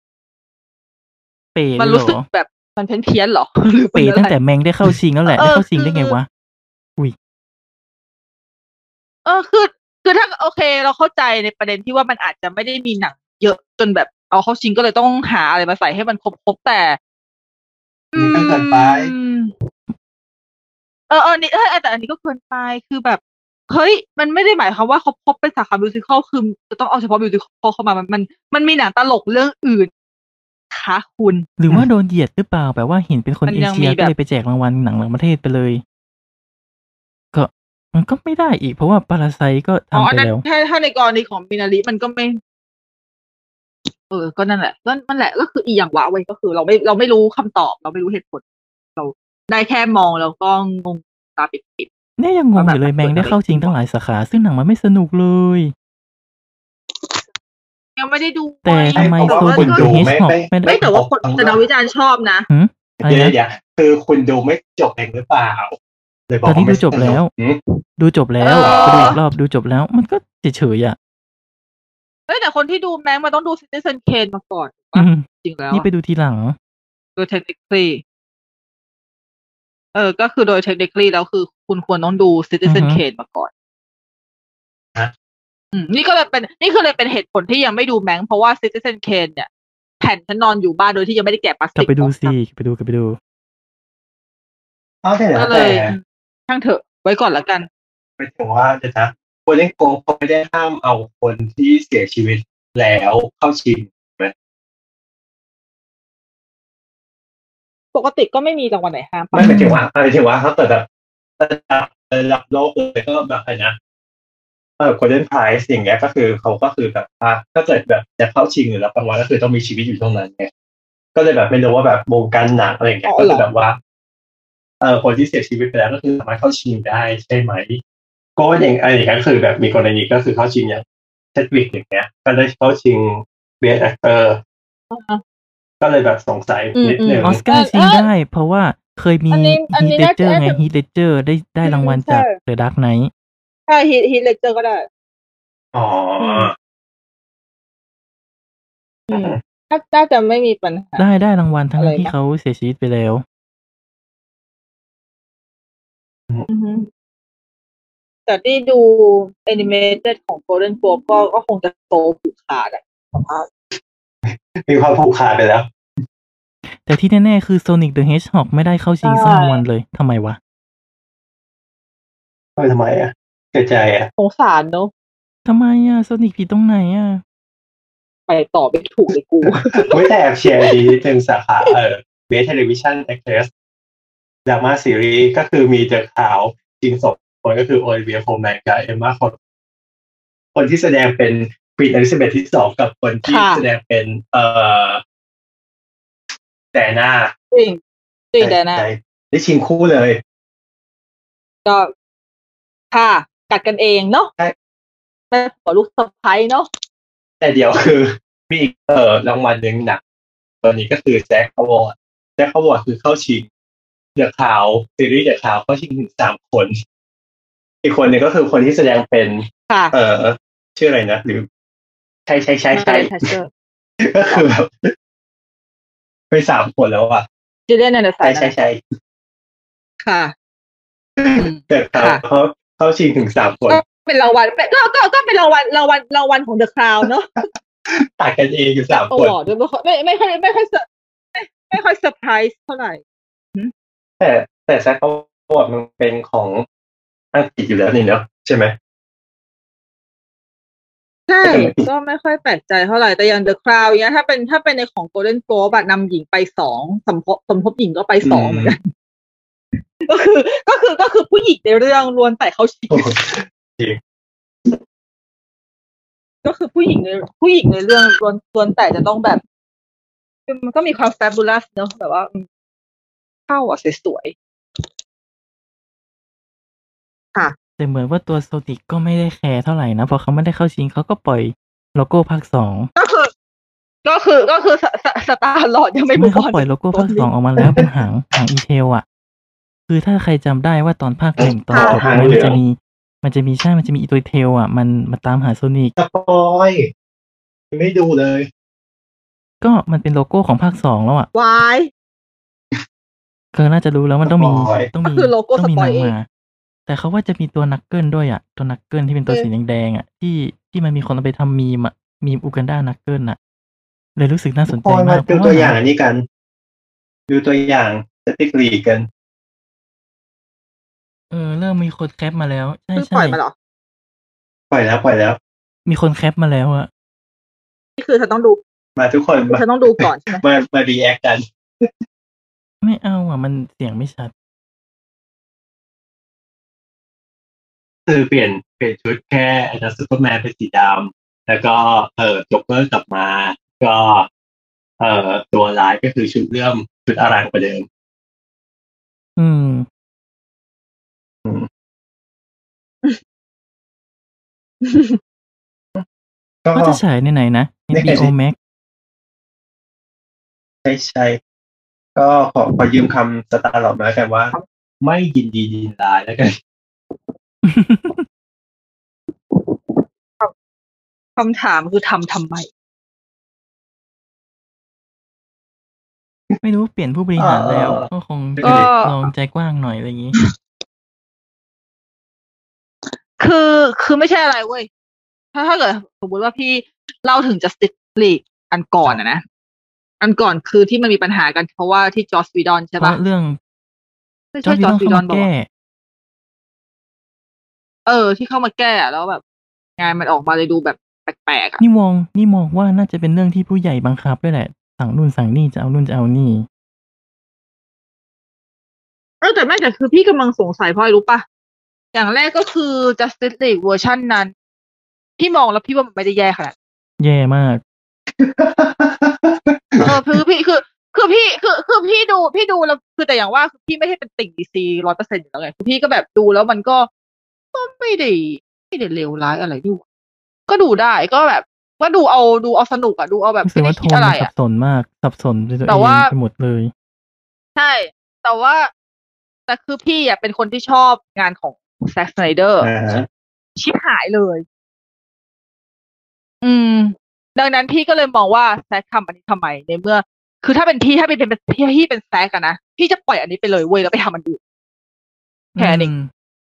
D: เป๋
C: มั
D: เล
C: น
D: ย
C: รู้สึ
D: เห
C: ก
D: รอ
C: แบบมันเพี้ยนเพี้ยนๆหรอหรือ
D: เป๋
C: เป็นอะไร
D: ตั้งแต่แมงได้เข้าชิงแล้วแหละ
C: เอ
D: ได้
C: อ
D: เข้าชิงได้
C: คือ
D: ไงวะ
C: เออคือ คือถ้าโอเค เราเข้าใจในประเด็นที่ว่ามันอาจจะไม่ได้มีหนัง เยอะจนแบบเอาเข้าชิงก็เลยต้องหาอะไรมาใส่ให้มันครบครบแต่
B: นี่ก็เกินไป
C: อืมเออเออนี่เออแต่อันนี้ก็เกินไปคือแบบ เฮ้ย มันไม่ได้หมายความว่าเขาพบเป็นสาขาบิวสิคอลคือจะต้องเอาเฉพาะบิวสิคอลเข้ามามันมัน มันมีหนังตลกเรื่องอื่นคะคุณ
D: หรือว่าโดนเหยียดหรือเปล่าแบบว่าเห็นเป็นคน
C: มัน
D: เอ
C: ยัง
D: เชีย
C: มีแบ
D: ก็
C: บ
D: เลยไปแจกรางวัลหนังหลังประเทศไปเลย ก็มันก็ไม่ได้อีกเพราะว่าปาราไซก็
C: อ๋อ
D: ทำ
C: อัน
D: ไป
C: นั้น
D: แล้ว
C: ถ้าถ้าในกรณีของมินาริมันก็ไม่ เออ ก็นั่นแหละก็นั่นแหละ ก็คืออีอย่างวะเว้ยก็คือ เราไม่เราไม่รู้คำตอบ เราไม่รู้เหตุผล เราได้แค่มองแล้วก็งงตาปิดๆ
D: เนี่ยยังงงอยู่เลยแมงได้เข้าชิงตั้งหลายสาขา ซึ่งหนังมันไม่สนุกเลย
C: ยังไม่ได้ดู
D: แต่ทำไม
B: เพ
D: โซ
B: ราะว่า
D: บิ
B: คน ดู
D: เฮส
B: ไม่
D: ฮอก
B: ไม่
D: ไม่ได้
C: ไม่แต่ว่าคนแต่นักวิจารณ์ชอบนะ
D: หืมอะไร
B: เดี๋ยว
D: นะ
B: เดี๋ยวคือคุณดูไม่จบเองหรือเปล่าเลยบอก
D: ตอนนี้
B: ว่าไม่
D: ดูจบแล้ว
B: สนุกหืม
D: ดูจบแล้ว
C: เออ
D: ไปดูอีกรอบดูจบแล้ว มันก็เฉยๆอ่ะ
C: เฮ้ยแต่คนที่ดูแม้มันต้องดูซิ i เซนเคนมาก่อน
D: อืม
C: จริงแล้ว
D: นี่ไปดูทีหลัง
C: โดยเทคนิคลีเออ ก็คือโดยเทคนิคลีแล้วคือคุณควรต้องดูซิ i เซน
D: อือฮึ
C: เคนมาก่อน
B: ฮะ
C: อืมนี่ก็เลยเป็น นี่คือเลยเป็นเหตุผลที่ยังไม่ดูแมงเพราะว่าซิ i เซนเคนเนี่ย แผ่นฉันนอนอยู่บ้านโดยที่ยังไม่ได้แกะพลาส
D: กลับ
C: ติก
D: ไปดู
C: ออ
D: สิกลับไปดูกลับไปดู
B: เอาแต่
C: ก็
B: นะ
C: เล
B: แต่
C: ยช่างเถอะไว้ก่อนละกัน
B: ไปถึงว่าเดี๋ยวนะคนเล่นโกงเขาไม่ได้ห้ามเอาคนที่เสียชีวิตแล้วเข้าชิง
C: ปกติก็ไม่มีรางวัลไหนห้ามปะ
B: ไม่หมายถึงว่าหมายถึงว่าเขาเกิดแบบระดับระดับโลกเลยก็แบบอะไรนะเออคนเล่นไพรส์อย่างเงี้ยก็คือเขาก็คือแบบอ่ะถ้าเกิดแบบจะเข้าชิงหรือรับรางวัลก็คือต้องมีชีวิตอยู่ตรงนั้นไงก็เลยแบบไม่รู้ว่าแบบวงการหนังอะไรอย่างเงี้ยก็คือแบบว่า เออคนที่เสียชีวิตไปแล้วก็คือสามารถเข้าชิงได้ใช่ไหม ก็อย่างอะไรอย่างเงี้ยก็คือแบบมีกรณีก็คือเข้าชิงอย่างเชดวิกอย่างเงี้ย ก็ได้เข้าชิงเบสแอคเตอร์ก็เลยแบบสงสัยนิดนึง
D: ออสการ์ชิงได้ เพราะว่าเคยมี
E: อันนี้อัน
D: ฮี
E: นี้
D: เล
E: น่า
D: เจอ
E: จะ
D: ร์ไง
E: น่าจะ
D: ฮีเลเจอร์ได้ได้รางวัล
E: ใช่
D: จากเดอะดักไนท์
E: ใช่ฮิตฮิตเลเจอร์ก็ได้
B: อ๋ออ
E: อืม น่าน่าจะไม่มีปัญหา
D: ได้ได้รางวัลทั้ง
E: อะไรนะ
D: ที่เขาเสียชีวิตไปแล้ว
E: อือฮึแต่ที่ดูแอนิเมเต็ดของ Golden Globe ก็ก็คงจะโตผูกขาดอะสภาพ
B: มีความผูกขาดไปแล้ว
D: แต่ที่แน่ ๆ คือ Sonic the Hedgehog ไม่ได้เข้าชิงสักรางวัลเลยทำไมวะ
B: เออทำไมอ่ะเสียใจอ่ะ
E: สงสารเนอะ
D: ทำไมอ่ะ Sonic ผิดตรงไหนอ่ะ
E: ไปต่อไม่ถูกเลยกู
B: ไม่แต่แอบเชียร์ดีนิดนึงสาขาเออเบสเทเลวิชันแอคเทสดราม่าซีรีส์ก็คือมีเจอข่าวจริงสองคนก็คือโอลิเวียโฟแมนกับเอมมาคนคนที่แสดงเป็นควีนอลิซาเบธที่สองกับคนที่
E: ค่ะ
B: แสดงเป็น เอ่อแต่หน้า
E: จริงจริงแต่นะ
B: ได้ชิงคู่เลย
E: ก็ค่ะ กัดกันเองเนาะ
B: ใช่
E: แม่ขอลูกสะพ้ายเนาะ
B: แต่เดี๋ยวคือ [LAUGHS] มีอีกเออรางวัลหนึ่งหนักตอนนี้ก็คือแจ็คอวอร์ดแจ็คอวอร์ดคือเข้าชิงเดือดขาวซีรีส์เดือดขาวเข้าชิงถึงสามคน อีกคนหนึ่งก็คือคนที่แสดงเป็น
E: ค่ะ
B: เออชื่ออะไรนะหรือใช่ใช่ใช่ใช่
E: มาเลยทัชเชอร์
B: ก็คือแบบ [LAUGHS] ไปสามคนแล้วอ่ะ
E: จูเลียนแอนเดอร์สั
B: ใช่
E: น
B: ใช่ใช่
E: ค่ะ
B: เดือดขาว
E: ค่ะ
B: เขาเข้าชิงถึงสามคน
E: ก็เป็นรางวัลเป็นก็ก็ก็เป็นรางวัลรางวัลรางวัลของเดอะคลาวเนาะ
B: ตัดกันเองอยู่สาม
E: ต
B: คน
E: ลอดด้วยไม่ค่อยไม่ไม่ค่อยไม่ค่อยเซอร์ไม่ไม่ค่อยเซอร์ไพรส์เท่าไหร่
B: แต่แต่แซคเขาบอกมันเป็นของอังกฤษอยู่แล้วนี่เนาะใช่ไหม
E: ใช่
B: แต่มัน
E: ก็ไม่ค่อยแปลกใจเท่าไหร่แต่อย่างเดอะคลาวเนี้ยถ้าเป็นถ้าเป็นในของโกลเด้นโกลบนำหญิงไปสองสมทบสมทบหญิงก็ไปสองเหมือนกันก็คือ ก็คือก็คือผู้หญิงในเรื่องล้วนแต่เขาชิง ก็คือผู้หญิงในผู้หญิงในเรื่องล้วนล้วนแต่จะต้องแบบคือมันก็มีความแฟบูลัสเนอะแบบว่าอืมเข้าอ่ะสวย
D: แต่เหมือนว่าตัว Sonic ก็ไม่ได้แคร์เท่าไหร่นะ เพราะเขาไม่ได้เข้าชิงเขาก็ปล่อยโลโก้ภาคส
E: [LAUGHS]
D: อง
E: ๆ ก็คือ ก็คือก็คือสสสตาร์หลอดยังไม่
D: ไม่
E: บุก
D: เขา
E: อน
D: ปล่อยโลโก้ภาคสองออกมาแล้วเป็นหางหางอีเทลอ่ะ คือถ้าใครจำได้ว่าตอนภาคหนึ่งตอน
B: อ่า
D: จบ
B: ภาค
D: มัน
B: เหลื
D: จะ
B: อง
D: มี มันจะมีใช่ มันจะมีอีตัวเทลอ่ะ มันมาตามหาโซนิก
B: สปอยไม่ดูเลย
D: ก็มันเป็นโลโก้ของภาคสองแล้วอ่ะ
E: วาย
D: เธอน่าจะรู้แล้วมันต้องมีต้องมี
E: ก็ [LAUGHS] คือโลโก้
D: ต้อง
E: สปอน
D: มีาง
E: ยเอง
D: มา แต่เขาว่าจะมีตัวนักเกิลด้วยอ่ะ ตัวนักเกิลที่เป็นตัวสีแดงๆอ่ะที่ที่มันมีคนเอาไปทำมีมอ่ะมีมอูกันดานักเกิลอ่ะ เลยรู้สึกน่าสน
B: พ
D: ใจ
B: อ
D: มาม
B: ยาก ดูตัวอย่างอันนี้กัน ดูตัวอย่างสติ๊กลีกัน
D: เออเริ่มมีคนแคปมาแล้ว ใช่
E: เพิ่งป
D: ใช่
E: ล่อยมาเหรอ
B: ปล่อยแล้วปล่อยแล้ว
D: มีคนแคปมาแล้วอะ
E: นี่คือเธอต้องดู
B: มาทุกคนมา
E: เธอต้องดูก่อนใช่ไหม
B: มามาดีแอคกัน
D: ไม่เอาอ่ะ มันเสียงไม่ชัด
B: คือเปลี่ยนเปลี่ยนชุดแค่อาจจะซูเปอร์แมนเป็นสีดำแล้วก็เออจ็อกเกอร์กลับมา ก็ เออตัวร้ายก็คือชุดเริ่มชุดอารางกว่าเดิม
D: อืม
B: ก็
D: ก็จะฉายในไหนนะ
B: ใน
D: ใน
B: ไหน
D: BO
B: สิ
D: Max
B: ใช่ใช่ก็ขอขอยืมคำสตาร์หลอดมาแล้วกันว่า ไม่ยินดียินร้ายแล้วกัน
E: คำถามคือทำทำไม
D: ไม่รู้เปลี่ยนผู้บริหารแล้ว
B: เออ
D: ก็คง
E: ก็
D: ลองใจกว้างหน่อยอะไรอย่างนี้
E: คือคือไม่ใช่อะไรเว้ย ถ้าถ้าเกิดสมมติว่าพี่เล่าถึง justice league อันก่อนอะนะ อันก่อนคือที่มันมีปัญหากันเพราะว่าที่จอร์จวีดอนใช่
D: เพ
E: ปะ
D: ราะเรื่อง
E: ไม่
D: จอ
E: ใช่
D: ร์จ
E: จอร์จวี
D: วิ
E: ด
D: ด
E: อ
D: อน น
E: บ
D: เข้า
E: อก
D: มาแก้
E: ว่าเออ ที่เข้ามาแก้อะแล้วแบบ งานมันออกมาเลยดูแบบแปลกๆอะ
D: นี่มองนี่มองว่าน่าจะเป็นเรื่องที่ผู้ใหญ่บังคับด้วยแหละ สั่งนู่นสั่งนี่จะเอานู่นจะเอานี่
E: เออแต่แม่แต่คือพี่กำลังสงสัยเพราะอะไรรู้ปะอย่างแรกก็คือ justice league เวอร์ชันนั้นพี่มองแล้วพี่ว่ามันไม่ได้แย่ขนาดนั้น
D: [LAUGHS] แย่มาก
E: เออคือพี่คือคือพี่คือคือพี่ดูพี่ดูแล้วคือแต่อย่างว่าคือพี่ไม่ใช่เป็นติ่งดีซีร้อยเปอร์เซ็นต์อยู่แล้วไงคือพี่ก็แบบดูแล้วมันก็ก็ไม่ได้ไม่ได้เลวร้ายอะไรด้วยก็ดูได้ก็แบบก็ดูเอาดูเอาสนุกอะดูเอาแบบ
D: รู้สึ
E: ไม่
D: ก
E: ได้
D: ว่าโท
E: คิด
D: น
E: อะไร
D: มันสั
E: อะ
D: บสนมาก สับสนไปตัวเอ
E: แต่ว่า
D: งไปหมดเลย
E: ใช่ แต่ว่าแต่คือพี่อะเป็นคนที่ชอบงานของแซ็กสไนเดอร์
B: อ่าฮะ
E: ชิบหายเลย อืม ดังนั้นพี่ก็เลยมองว่าแซกทำอันนี้ทำไมในเมื่อ คือถ้าเป็นพี่ถ้าเป็นเป็นพี่พี่เป็นแซกอะนะ พี่จะปล่อยอันนี้ไปเลยเว้ยแล้วไปทำมันอื่น แค่นั้นเอง
D: อืม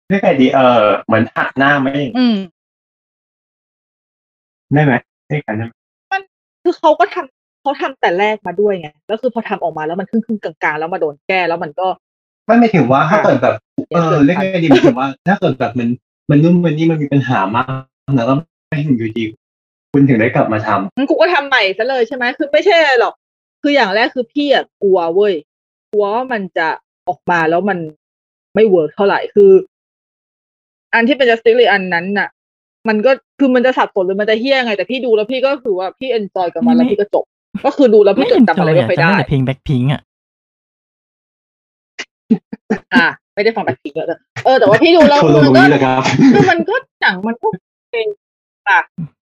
B: ไม่ไงดีเออเหมือนหักหน้าไหม
E: อืม
B: ได้ไหมได้กันได้ไหม
E: คือเขาก็ทำเขาทำแต่แรกมาด้วยไง แล้วคือพอทำออกมาแล้วมันครึ่งครึ่งๆกลางๆ แล้วมาโดนแก้แล้วมันก็
B: ไม่ไม่ถึงว่าถ้าเกิดแบบ
E: เนี่
B: เอย อ
E: กิด
B: เรียกไงดีหมายถึงว่า ถ้าเกิดแบบมันมันนุ่มมันนี่มันมีปัญหามากนะแล้วไม่ถึงอยู่ดีคุณถึงได้กลับมาทำ
E: งั้นกูก็ทำใหม่ซะเลยใช่ไหมคือไม่ใช่อะไรหรอก คืออย่างแรกคือพี่อะกลัวเว้ย กลัวว่ามันจะออกมาแล้วมันไม่เวิร์กเท่าไหร่คือ อันที่เป็นจัสติ e เลยอันนั้นน่ะ มันก็คือมันจะสับสนหรือมันจะเฮี้ยไงแต่พี่ดูแล้วพี่ก็คือว่าพี่เอนจอยกับมันแล้วพี่ก็จบ ก็คือดูแล้ว
D: ไม่
E: พี่จ
D: เอ็
E: ด
D: น
E: จำ
D: จ
E: อะ
D: อ
E: ไร
D: ย
E: ไม่
D: อ่ะ
E: ไป
D: จำ
E: ได้
D: ได้แต่เพลงแบ็คพิงอ่ะ
E: อ่ะไม่ได้ฟังแบบพิงเยอะเลยเออแต่ว่าพี่ดูแล้ว
B: คน
E: คือ
B: ละลุย
E: มันก็
B: เลยครับ
E: คือมันก็หนังมันก็เป็น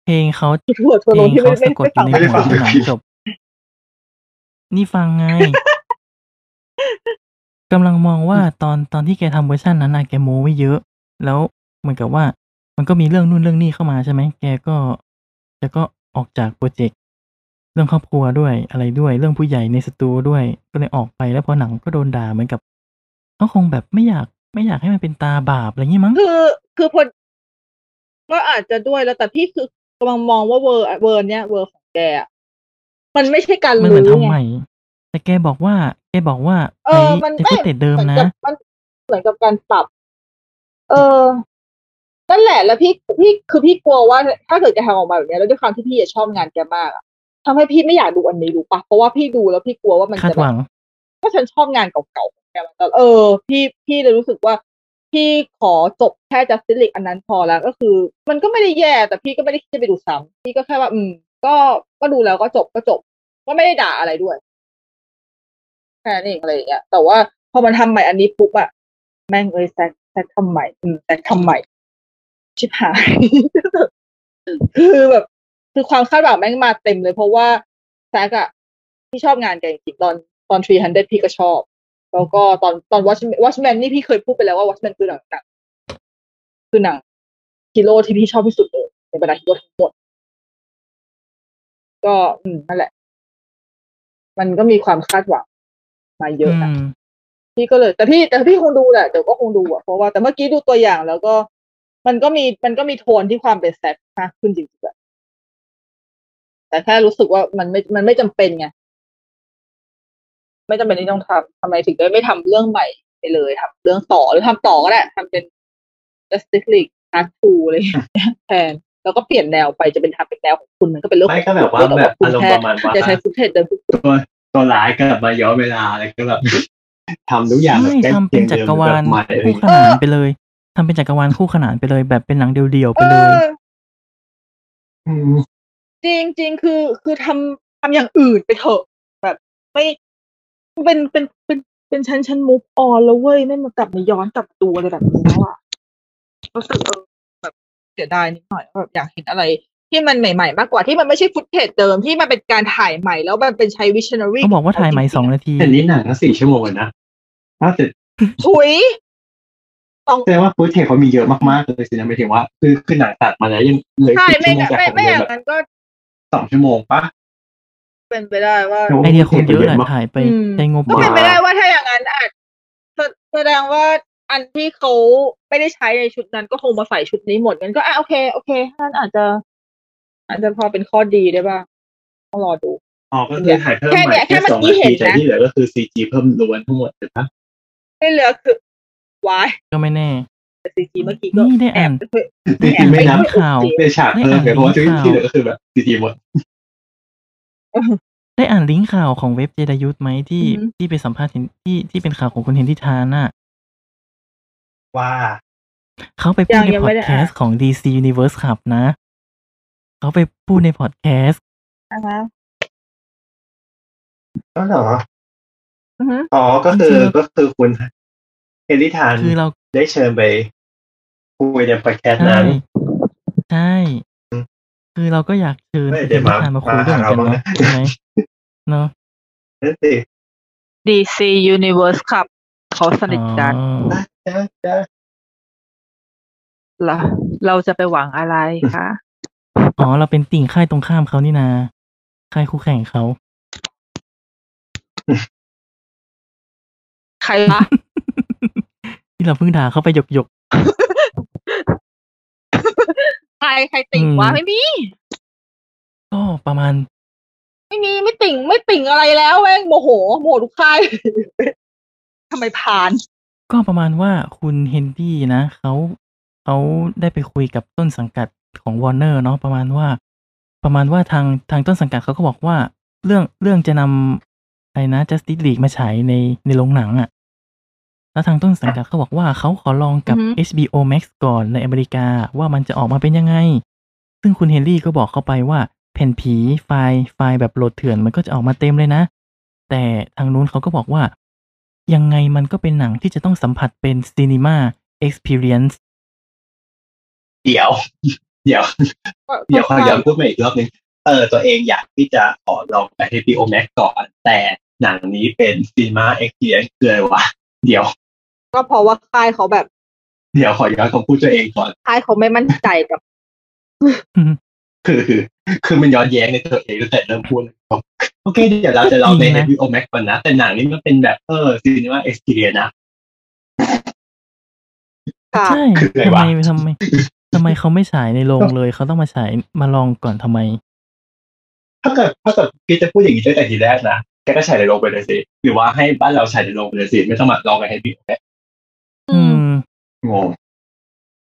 D: เพลงเขา
E: ทั่วทั่ว
D: เพ
E: โล
D: ล
E: ก
D: ง
E: ที่
D: เขา
E: ไม่
D: สะ
E: ไม่
D: กด
E: ไม่ฟัง
D: อยู่ใน
B: ไม่ได้
D: หั
B: ฟัง
D: วจนหนังจบ นี่ฟัง
E: [LAUGHS]
D: ไง กำลังมองว่าตอนตอนที่แกทำเวอร์ชันนั้นนะแกโมไว้เยอะ แล้วเหมือนกับว่า มันก็มีเรื่องนู่นเรื่องนี่เข้ามาใช่ไหมแกก็แกก็ออกจากโปรเจกต์เรื่องครอบครัวด้วยอะไรด้วย เรื่องผู้ใหญ่ในสตูด้วย ก็เลยออกไปแล้วพอหนังก็โดนด่าเหมือนกับเขาคงแบบไม่อยากไม่อยากให้มันเป็นตาบาปอะไรอย่างงี้มั้ง
E: คือคือพอก็อาจจะด้วยแล้วแต่พี่คือกำลังมองว่าเวอร์เวอร์เนี้ยเวอร์ของแกอะมันไม่ใช่การ
D: มันเหมือน
E: รู้
D: ทำ
E: ไง
D: ใหม่ แต่แกบอกว่า แกบอกว่า
E: เอ
D: ใช้
E: อมัน
D: ใช้
E: ไม่
D: สเตตเดิม
E: หอ
D: นะ
E: กับมันเหมือนกับการปรับ เออ นั่นแหละ แล้วพี่พี่คือพี่กลัวว่า ถ้าเกิดแกทำออกมาแบบเนี้ยแล้วด้วยความที่พี่อะชอบงานแกมากอะทำให้พี่ไม่อยากดูอันนี้รู้ปะเพราะว่าพี่ดูแล้วพี่กลัวว่ามัน
D: คาด
E: จะ
D: ห
E: แบ
D: วั
E: บ
D: ง
E: ก็ฉันชอบงานเก่าๆของแกมาตลอดเออ พี่พี่เลยรู้สึกว่า พี่ขอจบแค่จัสติลิกอันนั้นพอแล้วก็คือ มันก็ไม่ได้แย่ แต่พี่ก็ไม่ได้คิดจะไปดูซ้ำพี่ก็แค่ว่า อืม ก็ก็ดูแล้วก็จบก็จบ ก็ไม่ได้ด่าอะไรด้วย แค่นั้นเองอะไรอย่างเงี้ยแต่ว่าพอมันทำใหม่อันนี้ปุ๊บอะแม่งเอ้ยแซกแซกทำใหม่อืมแซกทำใหม่ ชิบหาย [LAUGHS] คือแบบ คือความคาดหวังแม่งมาเต็มเลย เพราะว่าแซกอะพี่ชอบงานแกจริงๆตอนตอนทรีฮันเดพี่ก็ชอบ แล้วก็ตอนตอน Watchmen Watchmen นี่พี่เคยพูดไปแล้วว่า Watchmen คือหนังหนังคือหนังฮีโร่ที่พี่ชอบที่สุดเลยในบรรดาฮีโร่ทั้งหมด ก็อืมนั่นแหละ มันก็มีความคาดหวังมาเยอะนะ
D: ม
E: พี่ก็เลย แต่พี่แต่พี่คงดูแหละเดี๋ยวก็คงดูอ่ะเพราะว่าแต่เมื่อกี้ดูตัวอย่างแล้วก็ มันก็มีมันก็มีโทนที่ความเป็นแซฟมากขึ้นจริงๆอะแต่แค่รู้สึกว่ามันไม่มันไม่จำเป็นไงไม่จำเป็นที่ต้องทำทำไมถึงได้ไม่ทำเรื่องใหม่ไปเลยทำเรื่องต่อหรือทำต่อก็ได้ทำเป็น Justice League Part 2อะไรอย่างเงี้ย [LAUGHS] แทนแล้วก็เปลี่ยนแนวไปจะเป็นทำเป็นแนวของคุณมันก็เป็นเรื่องข
B: ไม่
E: อง
B: ก็แบบว่า
E: คุณ
B: แบบ
E: คุณ
B: อารมณ์
E: ค่
B: ประมาณว่า
E: จะใช้ฟุตเทจเดิม
B: ตัวตัวร้ายกลับมาย้อนเวลาอะไรก็แบบ ทำทุกอย่างแบบ
D: ใช่
B: ใล้
D: ทำเป็นจักรวาล
B: เคียงเดิมแบบใหม่อะไร
D: คู่
B: เงี้ย
D: ขนานไปเลยทำเป็นจักรวาลคู่ขนานไปเลย แบบเป็นหนังเดียวๆไปเลย
B: อืม
E: จริงจริงๆคือคือทำทำอย่างอื่นไปเถอะ แบบไม่เป็นเป็นเป็นเป็นชั้นชั้นมูฟออนแล้วเว้ยไม่มากลับมาย้อนกลับตัวอะไรแบบนี้แล้วอ่ะรู้สึกเออแบบเสียดายนิดหน่อยแบบอยากเห็นอะไร ที่มันใหม่ ๆ มากกว่าที่มันไม่ใช่ฟุตเทจเดิมที่มันเป็นการถ่ายใหม่แล้วมันเป็นใช้วิชน n รี
D: ต้องบอกว่าถ่ายใหม่สองนาที
B: แต่นี้หนังก็สี่ชั่วโมงอะนะน่าจะ
E: ถุย
B: แสดงว่าฟูเทคเขามีเยอะมากๆเลยสินะหมายถึงว่า คือคือหนังตัดมาแล้วยังเหลย
E: ใช่
B: สิบ
E: ไม่
B: ชั่วโมง
E: งั้น
B: จากของ
E: ไม่ไม่
B: เดิม
E: อย่าง
B: แบบ
E: นั้นก็
B: สองชั่วโมงปะ
E: เป็นไปได้ว่า
D: ไอเดียคงเยอะ
B: แห
D: แหละถ่ายไป
E: อืม
D: ใช้งบ
E: ก็
D: เย
E: เป็น
D: อะ
E: ไปได้ว่าถ้าอย่างนั้นอาจแสแสดงว่าอันที่เขาไม่ได้ใช้ในชุดนั้นก็คงมาใส่ชุดนี้หมดกันก็อ่ะโอเคโอเคนั่นอาจจะ อาจจะพอเป็นข้อดีได้บ้างต้องรอดู
B: อ๋อก็คือถ่ายเพิ่มใหม่แค่
E: แค่เนี่ยแค่
B: สอง
E: เมื่อกี้
B: นาที
E: เห็นนะ
B: แต่ที่เหลือก็คือซีจีเพิ่มล้วนทั้งหมดถูกปะ
E: ไม่เหลือคือวาย
D: ก็ไม่แน่
E: ซีจีเมื่อกี้ก็
D: นี่ได้อ่าน
E: แบป
B: ซีจีไม่นับ
E: ปอุด
D: ข่าว
E: จริง
B: ในฉากเพิ่มเลยเพราะว่าที่เหลือก็คือแบบซีจีหมด
D: ได้อ่านลิงก์ข่าวของเว็บเจดายุทธไหมที่
E: อือหือ
D: ที่ไปสัมภาษณ์เห็นที่ที่เป็นข่าวของคุณเห็นที่ทาน่ะ
B: ว่า
D: เขาไปพูดใน
E: ยัง
D: พ
E: ไม่
D: อด
E: ได้
D: แค
E: อ่าน
D: สต์ของ DC Universe Club นะ เขาไปพูดในพอดแคสต์
E: อ่ะฮะ
B: ก็เหรอ
E: อือฮึ
B: อ๋อ ก็คือก็คือคุณเฮลิทาน
D: คือเรา
B: ได้เชิญไปคุยในพอดแคสต์
D: ใช่
B: นั้น
D: ใช่ คือเราก็อยากเชิญ
B: ไม่
D: คุณ
B: เดี๋ย
D: เห็น
B: วมา
D: ที่ทานมาคุยด้วยเหมือนกัน
B: มาหาเราบ้าง
D: เนาะ
B: นะ
D: ใช่ไหมเนาะ
B: นั่นสิ
C: ดีซียูนิเวอร์สคับเขาสนิทกัน
D: อ๋อ
B: จ้าจ้า
C: ล่ะเราจะไปหวังอะไรคะ
D: อ๋อ เราเป็นติ่งค่ายตรงข้ามเขานี่นา ค่ายคู่แข่งเขา [LAUGHS]
C: ใครวะ
D: ที่เราเพิ่งด่าเขาไปหยกหยก
E: ใครใครติ่ง
D: อืม
E: วะไม่มี
D: ๆก็ประมาณ
E: ไม่มีไม่ติ่งไม่ติ่งอะไรแล้วแม่งโมโหโมโหทุกค่าย [LAUGHS] ทำไมผ่าน
D: ก็ประมาณว่าคุณเฮนดี้นะเขาเขาได้ไปคุยกับต้นสังกัดของวอร์เนอร์เนาะประมาณว่า ประมาณว่าทางทางต้นสังกัดเขาก็บอกว่า เรื่องเรื่องจะนำอะไรนะ Justice League มาฉายในในโรงหนังอะ่ะ แล้วทางต้นสังกัดเขาบอกว่าเขาขอลองกับ
E: อือหือ
D: HBO Max ก่อนในอเมริกาว่ามันจะออกมาเป็นยังไง ซึ่งคุณเฮนรี่ก็บอกเข้าไปว่าแผ่นผีไฟล์ไฟล์แบบโหลดเถื่อนมันก็จะออกมาเต็มเลยนะ แต่ทางนู้นเขาก็บอกว่า ยังไงมันก็เป็นหนังที่จะต้องสัมผัสเป็นซีนีมาเอ็กซ์เพรียน
B: เดี๋ยว เดี๋ยว เดี๋ยวขอย้ำพูดมาอีกรอบนึง เออ ตัวเองอยากที่จะขอลองไป HBO Max ก่อน แต่หนังนี้เป็นซีมาเอ็กซ์เพียคืออะไรวะ เดี๋ยว
E: ก็เพราะว่าค่ายเขาแบบ
B: เดี๋ยวขอย้อนคำพูดตัวเองก่อน
E: ค่ายเขาไม่มั่นใจกับ
B: คือคือ คือมันย้อนแย้งในตัวเองตั้งแต่เริ่มพูดเลยบอกโอเค เดี๋ยวเราจะลองใน
D: จริงนะ
B: HBO Max ก่อนนะ แต่หนังนี้มันเป็นแบบเออซีมาเอ็กซ์เพียนะ
E: ค่ะ
D: ใช่
B: คืออะไร
D: ทำไม
B: วะ
D: ทำไมทำไมเขาไม่ฉายในโรงเลยเขาต้องมาฉายมาลองก่อนทำไม
B: ถ้าเกิดถ้าเกิดพี่จะพูดอย่างนี้ตั้งแต่ทีแรกนะแกก็ฉายในโรงไปเลยสิหรือว่าให้บ้านเราฉายในโรงไปเลยสิไม่ต้องมาลองกันให้พี่
D: อืม
B: งง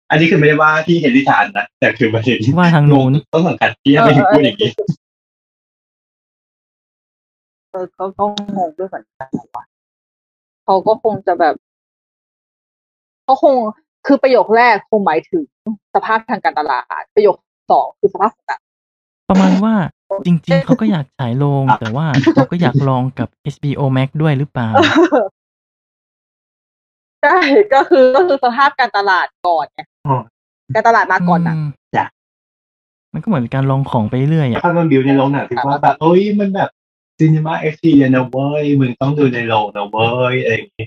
B: อันนี้คือไม่ได้ว่าที่เฮลิทานนะแต่คือประเด็น
D: ว่าทางนู้น
B: ต้องสังกัดที่ทำไมถึงพูดอย่างนี้
E: เออเขาก็งงด้วยเหมือนกันว่าเขาก็คงจะแบบเขาคงคือประโยคแรกคงหมายถึงสภาพทางการตลาด ประโยคสองคือสภาพของหนัง
D: ประมาณว่าจริง ๆ เขาก็อยากฉายโรง แต่ว่าเขาก็อยากลองกับ HBO Max ด้วยหรือเปล่า
E: [LAUGHS] ใช่ก็คือก็คือสภาพการตลาดก่อนไงการตลาดมาก่อนหนัง
D: อืมมันก็เหมือนการลองของไปเรื่อยอะ
B: ถ้ามันบิวในโรงหนังที่ว่าแบบเอ้ยมันแบบ ซีนีมาเอ็กซ์ทีนะเว้ยมึงต้องดูในโรงนะเว้ยอะไรอย่างงี้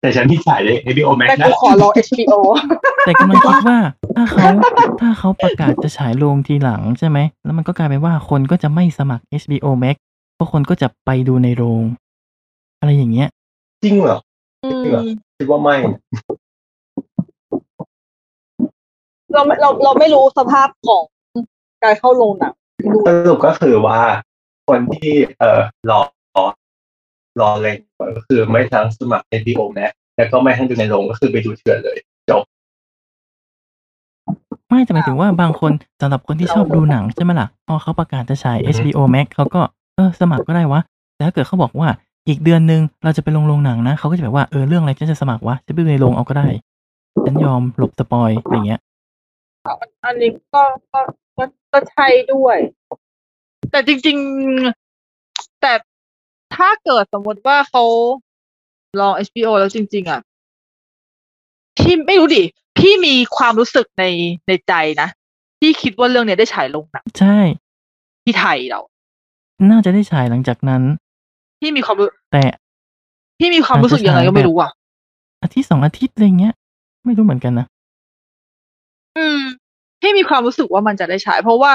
B: แต่ฉันที่ถ่ายใน HBO Max
G: แต่
B: นะ
G: กูขอรอ HBO
D: แต่กำลังคิดว่าถ้าเขาถ้าเขาประกาศจะฉายโรงทีหลังใช่ไหม แล้วมันก็กลายเป็นว่าคนก็จะไม่สมัคร HBO Max เพราะคนก็จะไปดูในโรง อะไรอย่างเงี้ย
B: จริงเหรอ
G: อื
B: จริงเหรอ
G: ม
B: คิดว่าไม่นะ
G: เราไม่เราเราไม่รู้สภาพของการเข้าลงหนัง
B: สรุปก็คือว่าคนที่เอ่อรอรอเลยก็คือไม่ทั้งสมัคร HBO Max แล้วก็ไม่ทั้งดูในโรงก็คือไปดูเถื่อนเลย
D: ไม่แต่หมายถึงว่าบางคนสำหรับคนที่ชอบดูหนังใช่ไหมล่ะ พอเขาประกาศจะฉาย HBO Max เขาก็เออสมัครก็ได้วะ แต่ถ้าเกิดเขาบอกว่าอีกเดือนนึงเราจะไปลงโรงหนังนะ เขาก็จะแบบว่าเออเรื่องอะไรฉันจะสมัครวะฉันไปดูในโรงเอาก็ได้ ฉันยอมหลบสปอยอะไรเงี้ย
G: อันนี้ก็ก็ก็ก็ใช่ด้วย
E: แต่จริง ๆ แต่ถ้าเกิดสมมติว่าเขาลอง HBO แล้วจริง ๆ อ่ะ พี่ไม่รู้ดิ พี่มีความรู้สึกในในใจนะ ที่คิดว่าเรื่องเนี้ยได้ฉายลงหนัง
D: ใช่
E: ที่ไทยเรา
D: น่าจะได้ฉายหลังจากนั้น
E: พี่มีความรู้
D: แต่
E: พี่มีความรู้สึกยังไงก็ไม่รู้อ่ะ
D: อาทิตย์สองอาทิตย์อะไรเงี้ย ไม่รู้เหมือนกันนะ
E: อืมพี่มีความรู้สึกว่ามันจะได้ฉาย เพราะว่า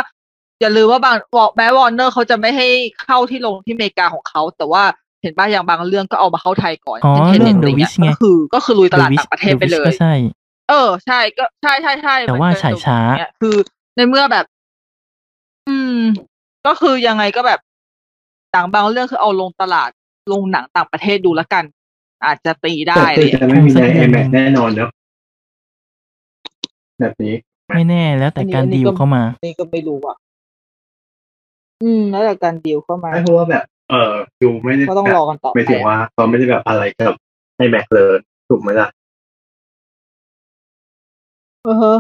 E: อย่าลืมว่าบางวอแม้วอร์เนอร์เขาจะไม่ให้เข้าที่ลงที่อเมริกาของเขา แต่ว่าเห็นบ้างอย่างบางเรื่องก็เอามาเข้าไทยก่อน
D: อ๋อ
E: ช่น
D: เรื่อง
E: เทนเน็ต
D: The
E: ย่างเงี้ย
D: Witch ไง
E: ก็คือก็คือลุยตลาด
D: The Wiz-
E: ต่างประเทศไปเล
D: The Wiz
E: ย
D: ก็ใช่
E: เออใช่ก็ใช่ใช่ใช่
D: แต่ว่า
E: มันเกิน
D: ฉายช้า
E: อย่งเงี้ยคือ ในเมื่อแบบ อืม ก็คือยังไงก็แบบต่างบางเรื่องคือเอาลงตลาดลงหนังต่างประเทศดูแล้วกัน อาจจะตีได้
B: แต่
E: อะไรอย่าง
B: จะ
E: เลย
B: ไม่มีใน iMac แน่นอนเนอะแบบนี้
D: ไม่แน่แล้วแต่
G: อันนี้
D: การ
G: อันนี้
D: ดีล
G: ก็
D: เข้ามา
G: นี่ก็ไม่รู้อ่ะ อืม แล้วแต่การดีลเข้ามา
B: ไม่เพราะว่าแบบ เออดูไม่ได้
G: ก็ต้อง
B: แบบ
G: รอกันต่อไป
B: ไม่ถึงว่าเขาไม่ได้แบบอะไรกับไอแม็กเลยถูกไหมล่ะ
G: เออฮะ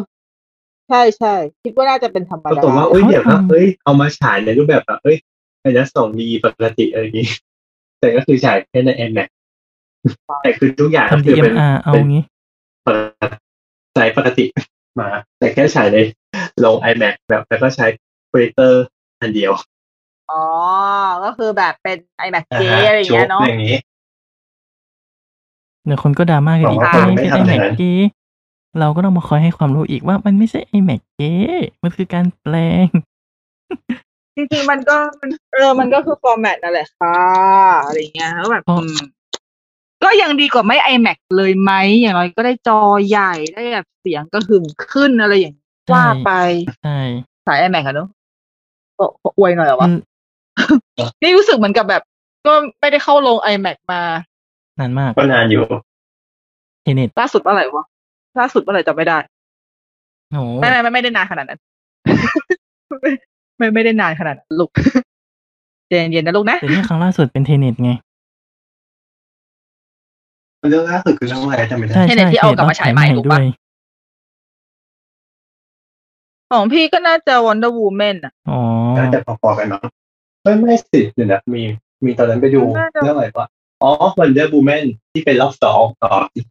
G: ใช่ใช่คิดว่าน่าจะเป็นธรรม
B: ปรา
G: ดาก
B: ฏว่าเอ้ย
D: เขา
B: เดี๋ยวนะ
D: ทำ
B: เอ้ยเอามาฉายในรูปแบบแบบเอ้ยไอ้นะสองดีปกติอะไรอย่างงี้ แต่ก็คือฉายแค่ในไอแม็กแต่คือทุกอย่างก็
D: ทำ
B: คือเป็น
D: DMR เอางี้
B: ปกติฉายปกติ [LAUGHS] มา แต่แค่ฉายในลง iMac แบบแล้วก็ใช้โปรเจคเตอร์อันเดียว
G: อ๋อ ก็คือแบบเป็นไอแม็ก
B: นะ
G: เจ
B: ฮะ
G: อะไรอย่างเงี้ยเนาะ
B: ชุบอย่างงี้
D: เดี๋ยวคนก็ดราม่ากันอีก
B: บอก
D: ว่า
B: ว่า
D: ไม่
B: ไม่
D: ใช่
B: ทำ
D: ไอ
B: อ
D: แม็
B: ย่าก งนั้น
D: เกเราก็ต้องมาคอยให้ความรู้อีกว่ามันไม่ใช่ไอแม็กเกมันคือการแปลง
G: จริงๆมันก็มันเออมันก็คือฟอร์แมตนั่นแหละค่ะอะไรอย่างเงี้ยแล้วแบบ
D: เพราะ
G: อืม
E: ก็ยังดีกว่าไม่ iMac เลยไหมอย่างน้อยก็ได้จอใหญ่ได้แบบเสียงก็หึ่มขึ้นอะไรอย่างเงี้ยว่าไป
D: ใช่
E: สาย iMac อะเนอะก็ก็อวยหน่อยเหรอวะ
D: มัน
E: นี่รู้สึกเหมือนกับแบบ ก็ไม่ได้เข้าลง iMac มาน
D: านมาก
B: ก็นานอยู่
D: เทเน็ต
E: ล่าสุดเมื่อไหร่วะล่าสุดเมื่อไหร่จำไม่ได้
D: โอ้
E: ไม่ไม่ไม่ไม่ได้นานขนาดนั้น [LAUGHS] ไม่ไม่ได้นานขนาดนั้นลูก [LAUGHS] ใจเย็นๆนะลูกนะ
D: แต่เนี่ยครั้งล่าสุดเป็นเทเน็ตไง
B: เรื่องล่าสุดคือเรื่องอะไรจำไม่ได้
D: ใช่ใช่ด้วย
E: ของพี่ก็น่าจะ Wonder Woman อ่ะ
D: อ๋อ
B: น่าจะพอๆกันมั้งไม่ไม่สิเดี๋ยวนะมีมีตอนนั้นไปดู
E: น่าจะ
B: เรื่องอะไรวะอ๋อ Wonder Woman ที่เป็นรอบสองต่อ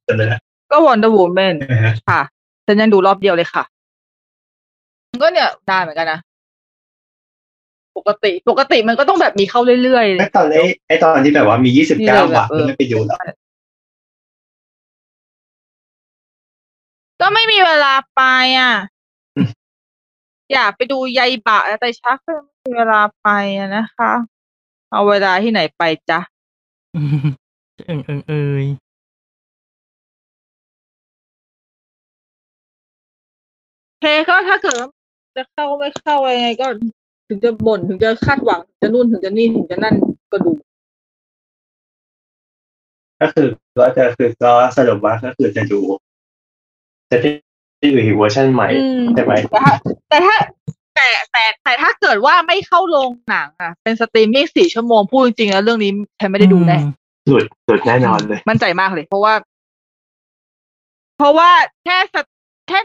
B: จำได้แล้ว
E: ก็ Wonder Woman
B: นะฮะ
E: ค่ะฉันยังดูรอบเดียวเลยค่ะ ก็เนี่ยนานเหมือนกันนะ ปกติปกติมันก็ต้องแบบมีเข้าเรื่อยๆ
D: [LAUGHS]
B: ไอตอนนี้ไอตอนที่แบบว่ามียี่สิบ
E: นี่
B: เก้า
E: เลยแบ
B: วั
E: บ
B: น
E: เออ
B: ไม่ไปดูแล้ว
E: ก็ไม่มีเวลาไป
D: [LAUGHS]
E: อ่ะ อยากไปดูยายบะแต่ชักก็ไม่มีเวลาไปอะนะคะ เอาเวลาที่ไหนไปจ๊ะ
D: เอิงเอิงเอย
E: โอเคก็ถ้าเกิดว่าจะเข้าไม่เข้าอะไรไงก็ ถึงจะบ่นถึงจะคาดหวังถึงจะนู่นถึงจะนี่ถึงจะนั่นก็ดู
B: ก็คือก็จะคือก็สรุปว่าก็คือจะดู จะได้ดูอีกเวอร์ชันใหม่
E: อืม
B: ใช่ไหม
E: แต่ถ้าแต่ถ้าแต่แต่แต่ถ้าเกิดว่าไม่เข้าโรงหนังอ่ะ เป็นสตรีมมิ่งสี่ชั่วโมงพูดจริงๆแล้วเรื่องนี้ฉันไม่ได้ดูแน่
B: หลุดหลุดแน่นอนเลย
E: มั่นใจมากเลย เพราะว่า เพราะว่าแค่สตแค่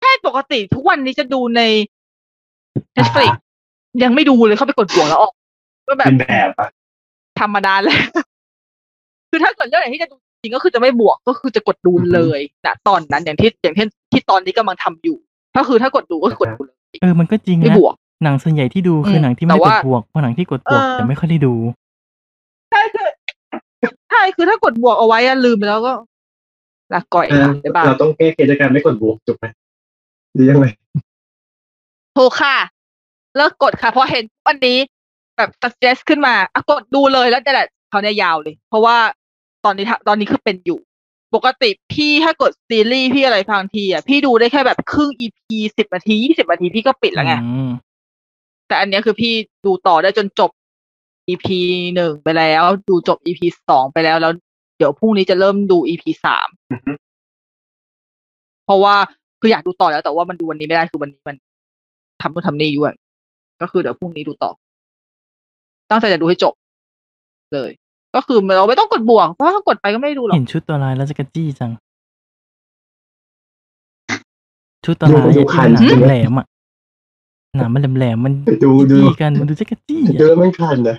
E: แค่ปกติทุกวันนี้จะดูใน Netflix ยังไม่ดูเลยเข้าไปกดบวกแล้วออก ก็แบบ
B: เป็นแบบอ่ะ
E: ธรรมดาแล้ว [LAUGHS] คือถ้าเกิดเรื่องไหนที่จะดูจริงก็คือจะไม่บวกก็คือจะกดดูเลยนะตอนนั้นอย่างที่อย่างเช่นที่ตอนนี้กำลังทำอยู่ ก็คือถ้ากดดูก็คือกดดูเลย
D: เออมันก็จริง
E: ไม่
D: นะ
E: บวก
D: หนังส่วนใหญ่ที่ดูคือหนังที่ไม่ได้กดบวกเพราะหนังที่กดบวกจะไม่ค่อยได้ดู
C: ใช่คือใช่คือถ้ากดบวกเอาไว้อะลืมไปแล้วก็ลาก่อยค่ะบ๊ายบาย
B: เราต้องแก้เคสด้วยการไม่กดบวกถูกไหมหรือยังไง
C: โทรค่ะ เลิกกดค่ะ เพราะเห็นวันนี้แบบ suggest ขึ้นมาอะกดดูเลยแล้วแต่แหละเขาวเนี่ยยาวเลย เพราะว่าตอนนี้ทะตอนนี้คือเป็นอยู่ ปกติพี่ถ้ากดซีรีส์พี่อะไรบางทีอ่ะพี่ดูได้แค่แบบครึ่ง EP สิบนาทียี่สิบนาทีพี่ก็ปิดแล้วไง
D: อืม
C: แต่อันเนี้ยคือพี่ดูต่อได้จนจบ EP หนึ่งไปแล้ว ดูจบ EP สองไปแล้วแล้ว เดี๋ยวพรุ่งนี้จะเริ่มดู EP สามเพราะว่าคืออยากดูต่อแล้วแต่ว่ามันดูวันนี้ไม่ได้คือวันนี้มันทำนู่นทำนี่อยู่อะก็คือเดี๋ยวพรุ่งนี้ดูต่อ ตั้งใจจะดูให้จบ เลย ก็คือเราไม่ต้องกดบวกเพราะว่าถ้ากดไปก็ไม่ได้ดูหรอก
D: เห็นชุดตัวลายแล้วจะกระจี้จัง ชุดตัวลาย
B: ดู
D: อะ
B: คัน
D: ที่
B: ใช่
D: มันห
B: ไหม
D: นามแหลมๆอ่ะหนามมันแหลมๆมัน
B: ดูดู
D: จี้กันมันดูจะกระจี้
B: ดู
D: อะ
B: แล้วมันคันนะ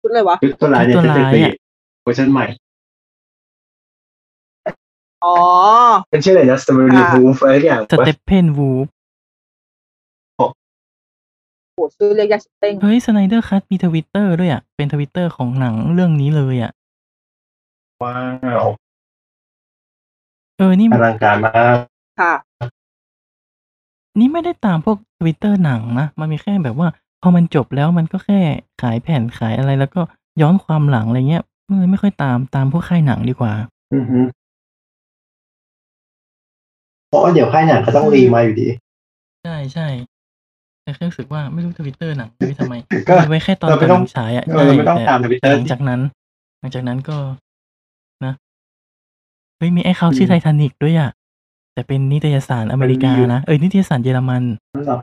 E: ชุดเลยวะ
B: ชุดตัวลายเนี่ยจะเป็นสีเวอร์ชันใหม่
E: อ๋อ
B: มันชื่ออะไรนะสตอรี่
E: ค่ะ
B: ฮูฟอะไรอย่าง
D: สเตปเพนวูฟ
E: โหชื่อเรียกยาชิเต้ง
D: เฮ้ยสไนเดอร์คัตมีทวิตเตอร์ด้วยอ่ะ เป็นทวิตเตอร์ของหนังเรื่องนี้เลยอ่ะ
B: ว้าว
D: เออนี่
B: อลังการมาก
E: ค่ะ
D: นี่ไม่ได้ตามพวกทวิตเตอร์หนังนะ มันมีแค่แบบว่า พอมันจบแล้วมันก็แค่ขายแผ่นขายอะไรแล้วก็ย้อนความหลังอะไรเงี้ยเลยไม่ค่อยตามตามพวกค่ายหนังดีกว่า
B: อือฮึเพราะว่าเดี๋ยวค่ายหนังก็ต้องรีมาอยู่ดี
D: ใช่ใช่แต่แค่รู้สึกว่าไม่รู้ทวิตเตอร์หนังไว้ทำไม
B: ก็
D: มีไว้แค่ตอน
B: เราไม่
D: กำ
B: ต้
D: ลั
B: อง
D: งฉายอ่ะ
B: เออ
D: ใช่
B: ไม่ต้อง
D: แต่
B: ตาม Twitter
D: หลังจากนั้น หลังจากนั้นก็นะเฮ้ยมีไอ้เขาชื่อไททานิกด้วยอ่ะ แต่เป็นนิตยสารอเมริกานะ เอ้ยนิตยสารเยอรมัน
B: นั่นหรอ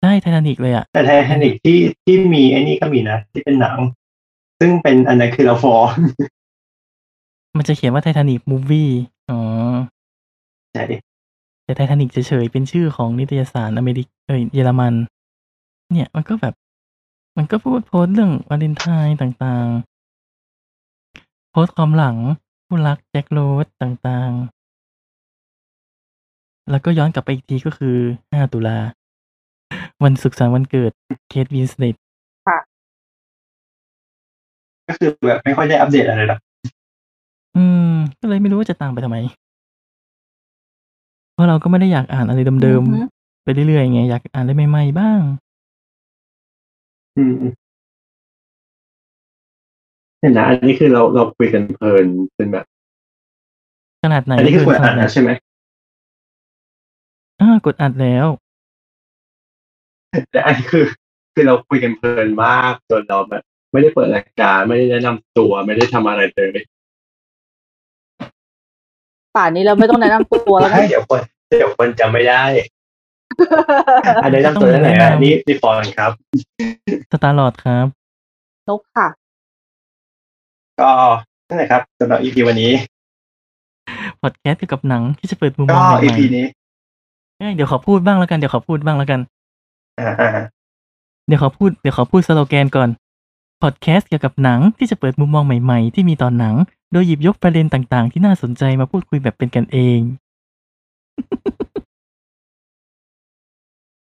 D: ใช่ไททานิกเลยอ่ะ
B: แต่ไททานิกที่ที่มีไอ้นี่ก็มีนะ ที่เป็นหนัง ซึ่งเป็นอันนั้นคือเราฟอร์
D: มันจะเขียนว่าไททานิกมูฟวี่อ๋อ
B: ใช่
D: แต่ไททานิกเฉยๆ เป็นชื่อของนิตยสารอเมริกเอยเยอรมัน เนี่ยมันก็แบบ มันก็พูดโพสต์เรื่องวาเลนไทน์ต่างๆ โพสต์ความหลังผู้รักแจ็คโรสต่างๆ แล้วก็ย้อนกลับไปอีกทีก็คือ 5 ตุลา วันสุขสันต์วันเกิดเคทวินสเนต
B: ก็คือแบบไม่ค่อยได้อัปเดตอะไรหรอก
D: อืม ก็เลยไม่รู้ว่าจะตามไปทำไม เพราะเราก็ไม่ได้อยากอ่านอะไรเดิม
E: อือฮึ
D: ๆ ไปเรื่อยๆไงอยากอ่านอะไรใหม่ๆ บ้าง
B: อืมเนี่ยนะอันนี้คือเราเราคุยกันเพลินเป็นแบบ
D: ขนาดไหน
B: อันนี้คือ
D: เ
B: ควรอ่าน
D: ขดไห
B: แล้วใช่ไหม
D: อ่ากดอัดแล้ว
B: แต่อันนี้คือ คือเราคุยกันเพลินมากจนเราแบบไม่ได้เปิดรายการไม่ได้แนะนำตัวไม่ได้ทำอะไรเลย
E: ป่านนี้เราไม่ต้องแนะนำตัวแล้วนะ
B: ให้เดี๋ยวคนเดี๋ยวคนจำไม่ [LAUGHS] ได้อันแนะนำตัวได้ไหนอ่ะนี่นี่ฟอนครับ
D: สตาร์ลอดครับ
E: นกค่ะ
B: ก็นั่นแหละครับสำหรับ EP วันนี้
D: พอดแคสต์เกี่ยวกับหนังที่จะเปิดมุมม
B: ก็
D: องใหม่
B: EP นี้
D: ๆเอ้ยเดี๋ยวขอพูดบ้างแล้วกัน เดี๋ยวขอพูดบ้างแล้วกัน
B: อ่าอ่า
D: เดี๋ยวขอพูด เดี๋ยวขอพูดสโลแกนก่อน พอดแคสต์เกี่ยวกับหนังที่จะเปิดมุมมองใหม่ๆ ที่มีต่อหนัง โดยหยิบยกประเด็นต่างๆ ที่น่าสนใจมาพูดคุยแบบเป็นกันเอง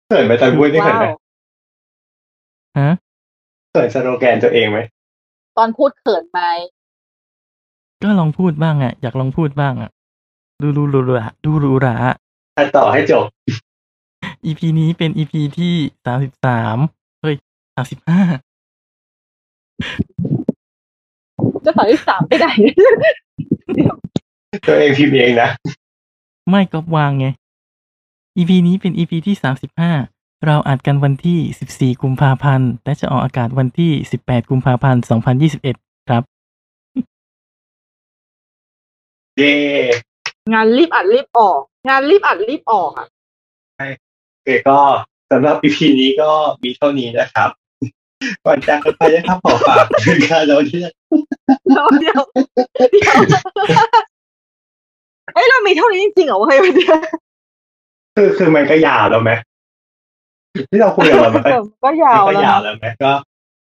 B: เขินไปตอนพูดนี่เขิน
E: ว้า
B: ไหม
E: ว
D: ฮะ
B: เขินสโลแกนตัวเองไหม
E: ตอนพูดเขินไหม
D: ก็ลองพูดบ้างอ่ะ อยากลองพูดบ้างอ่ะ ดูรูรูระดูรูระ
B: อ่ะต่อให้จบ
D: EP นี้เป็น EP ที่สามสิบสามเฮ้ยสามสิบห้า
E: จะสอนที่สามไปไหน
B: ตัวเองพิมพ์เองนะ
D: ไม่ก็วางไง EP นี้เป็น EP ที่ 35 เราอัดกันวันที่ 14 กุมภาพันธ์ และจะออกอากาศวันที่ 18 กุมภาพันธ์ 2021 ครับ
B: เย้
E: งานรีบอัดรีบออก งานรีบอัดรีบออกอ่ะ
B: โอเคก็สำหรับ EP นี้ก็มีเท่านี้นะครับ [LAUGHS] ก่อนจากกันไปนะครับขอฝากถึงการเราที่
E: เดี๋ยวเดี๋ยว [LAUGHS] เดี๋ยวเอ้ยเรามีเท่านี้จริงๆเหรอวะเฮ้ยวันเนี้ย
B: คือคือมันก็ยาวแล้วไหมที่เราคุยกันมามันก็
E: ก็ยาว
B: มันก็
E: แล้ว
B: ยาว
E: นะ
B: แล้วไหมก็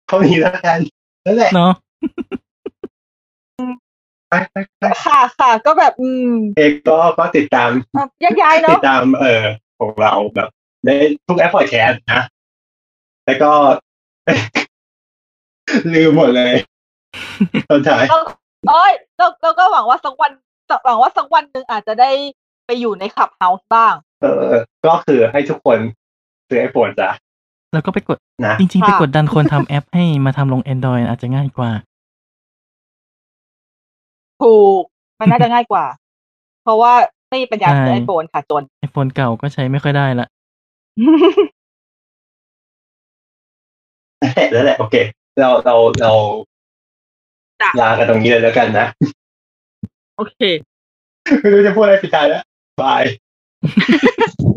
B: เท่านี้แล้วกันนั่นแหละ
D: เนาะ
B: ไปไปไป
E: ค่ะค่ะก็แบบอืม
B: เอกก็ก็ติดตาม
E: อ่ะแยกย้าย
B: ติ [LAUGHS]
E: เนาะ
B: ดตามเอ่อของเราแบบในทุกแอปพอดแคสต์นะ แล้วก็ [LAUGHS] ลืมหมด
E: [LAUGHS]
B: เลยตอนท้าย
E: เราเอ้ยเราเราก็หวังว่าสักวันหวังว่าสักวันหนึ่งอาจจะได้ไปอยู่ในขับเฮาส์บ้าง
B: เออ ก็คือให้ทุกคนซื้อไอโฟนจ้ะ
D: แล้วก็ไปกด
B: นะ
D: จริงๆ
E: ค่ะ
D: ไปกดดันคนทำแอปให้มาทำลง Android อาจจะง่ายกว่า
E: ถูก มันน่าจะง่ายกว่า เพราะว่าไม่มีปัญญาซื้อ
D: ใช่
E: ไอโฟนค่ะจน
D: iPhone เก่าก็ใช้ไม่ค่อยได้ละ
B: นั่นแหละโอเค เราเราเรา
E: จ้ะ
B: ลากันตรงนี้เลยแล้วกันนะ [LAUGHS]
E: โอเค
B: ไม่รู้จะพูดอะไรปิดท้ายแล้วบาย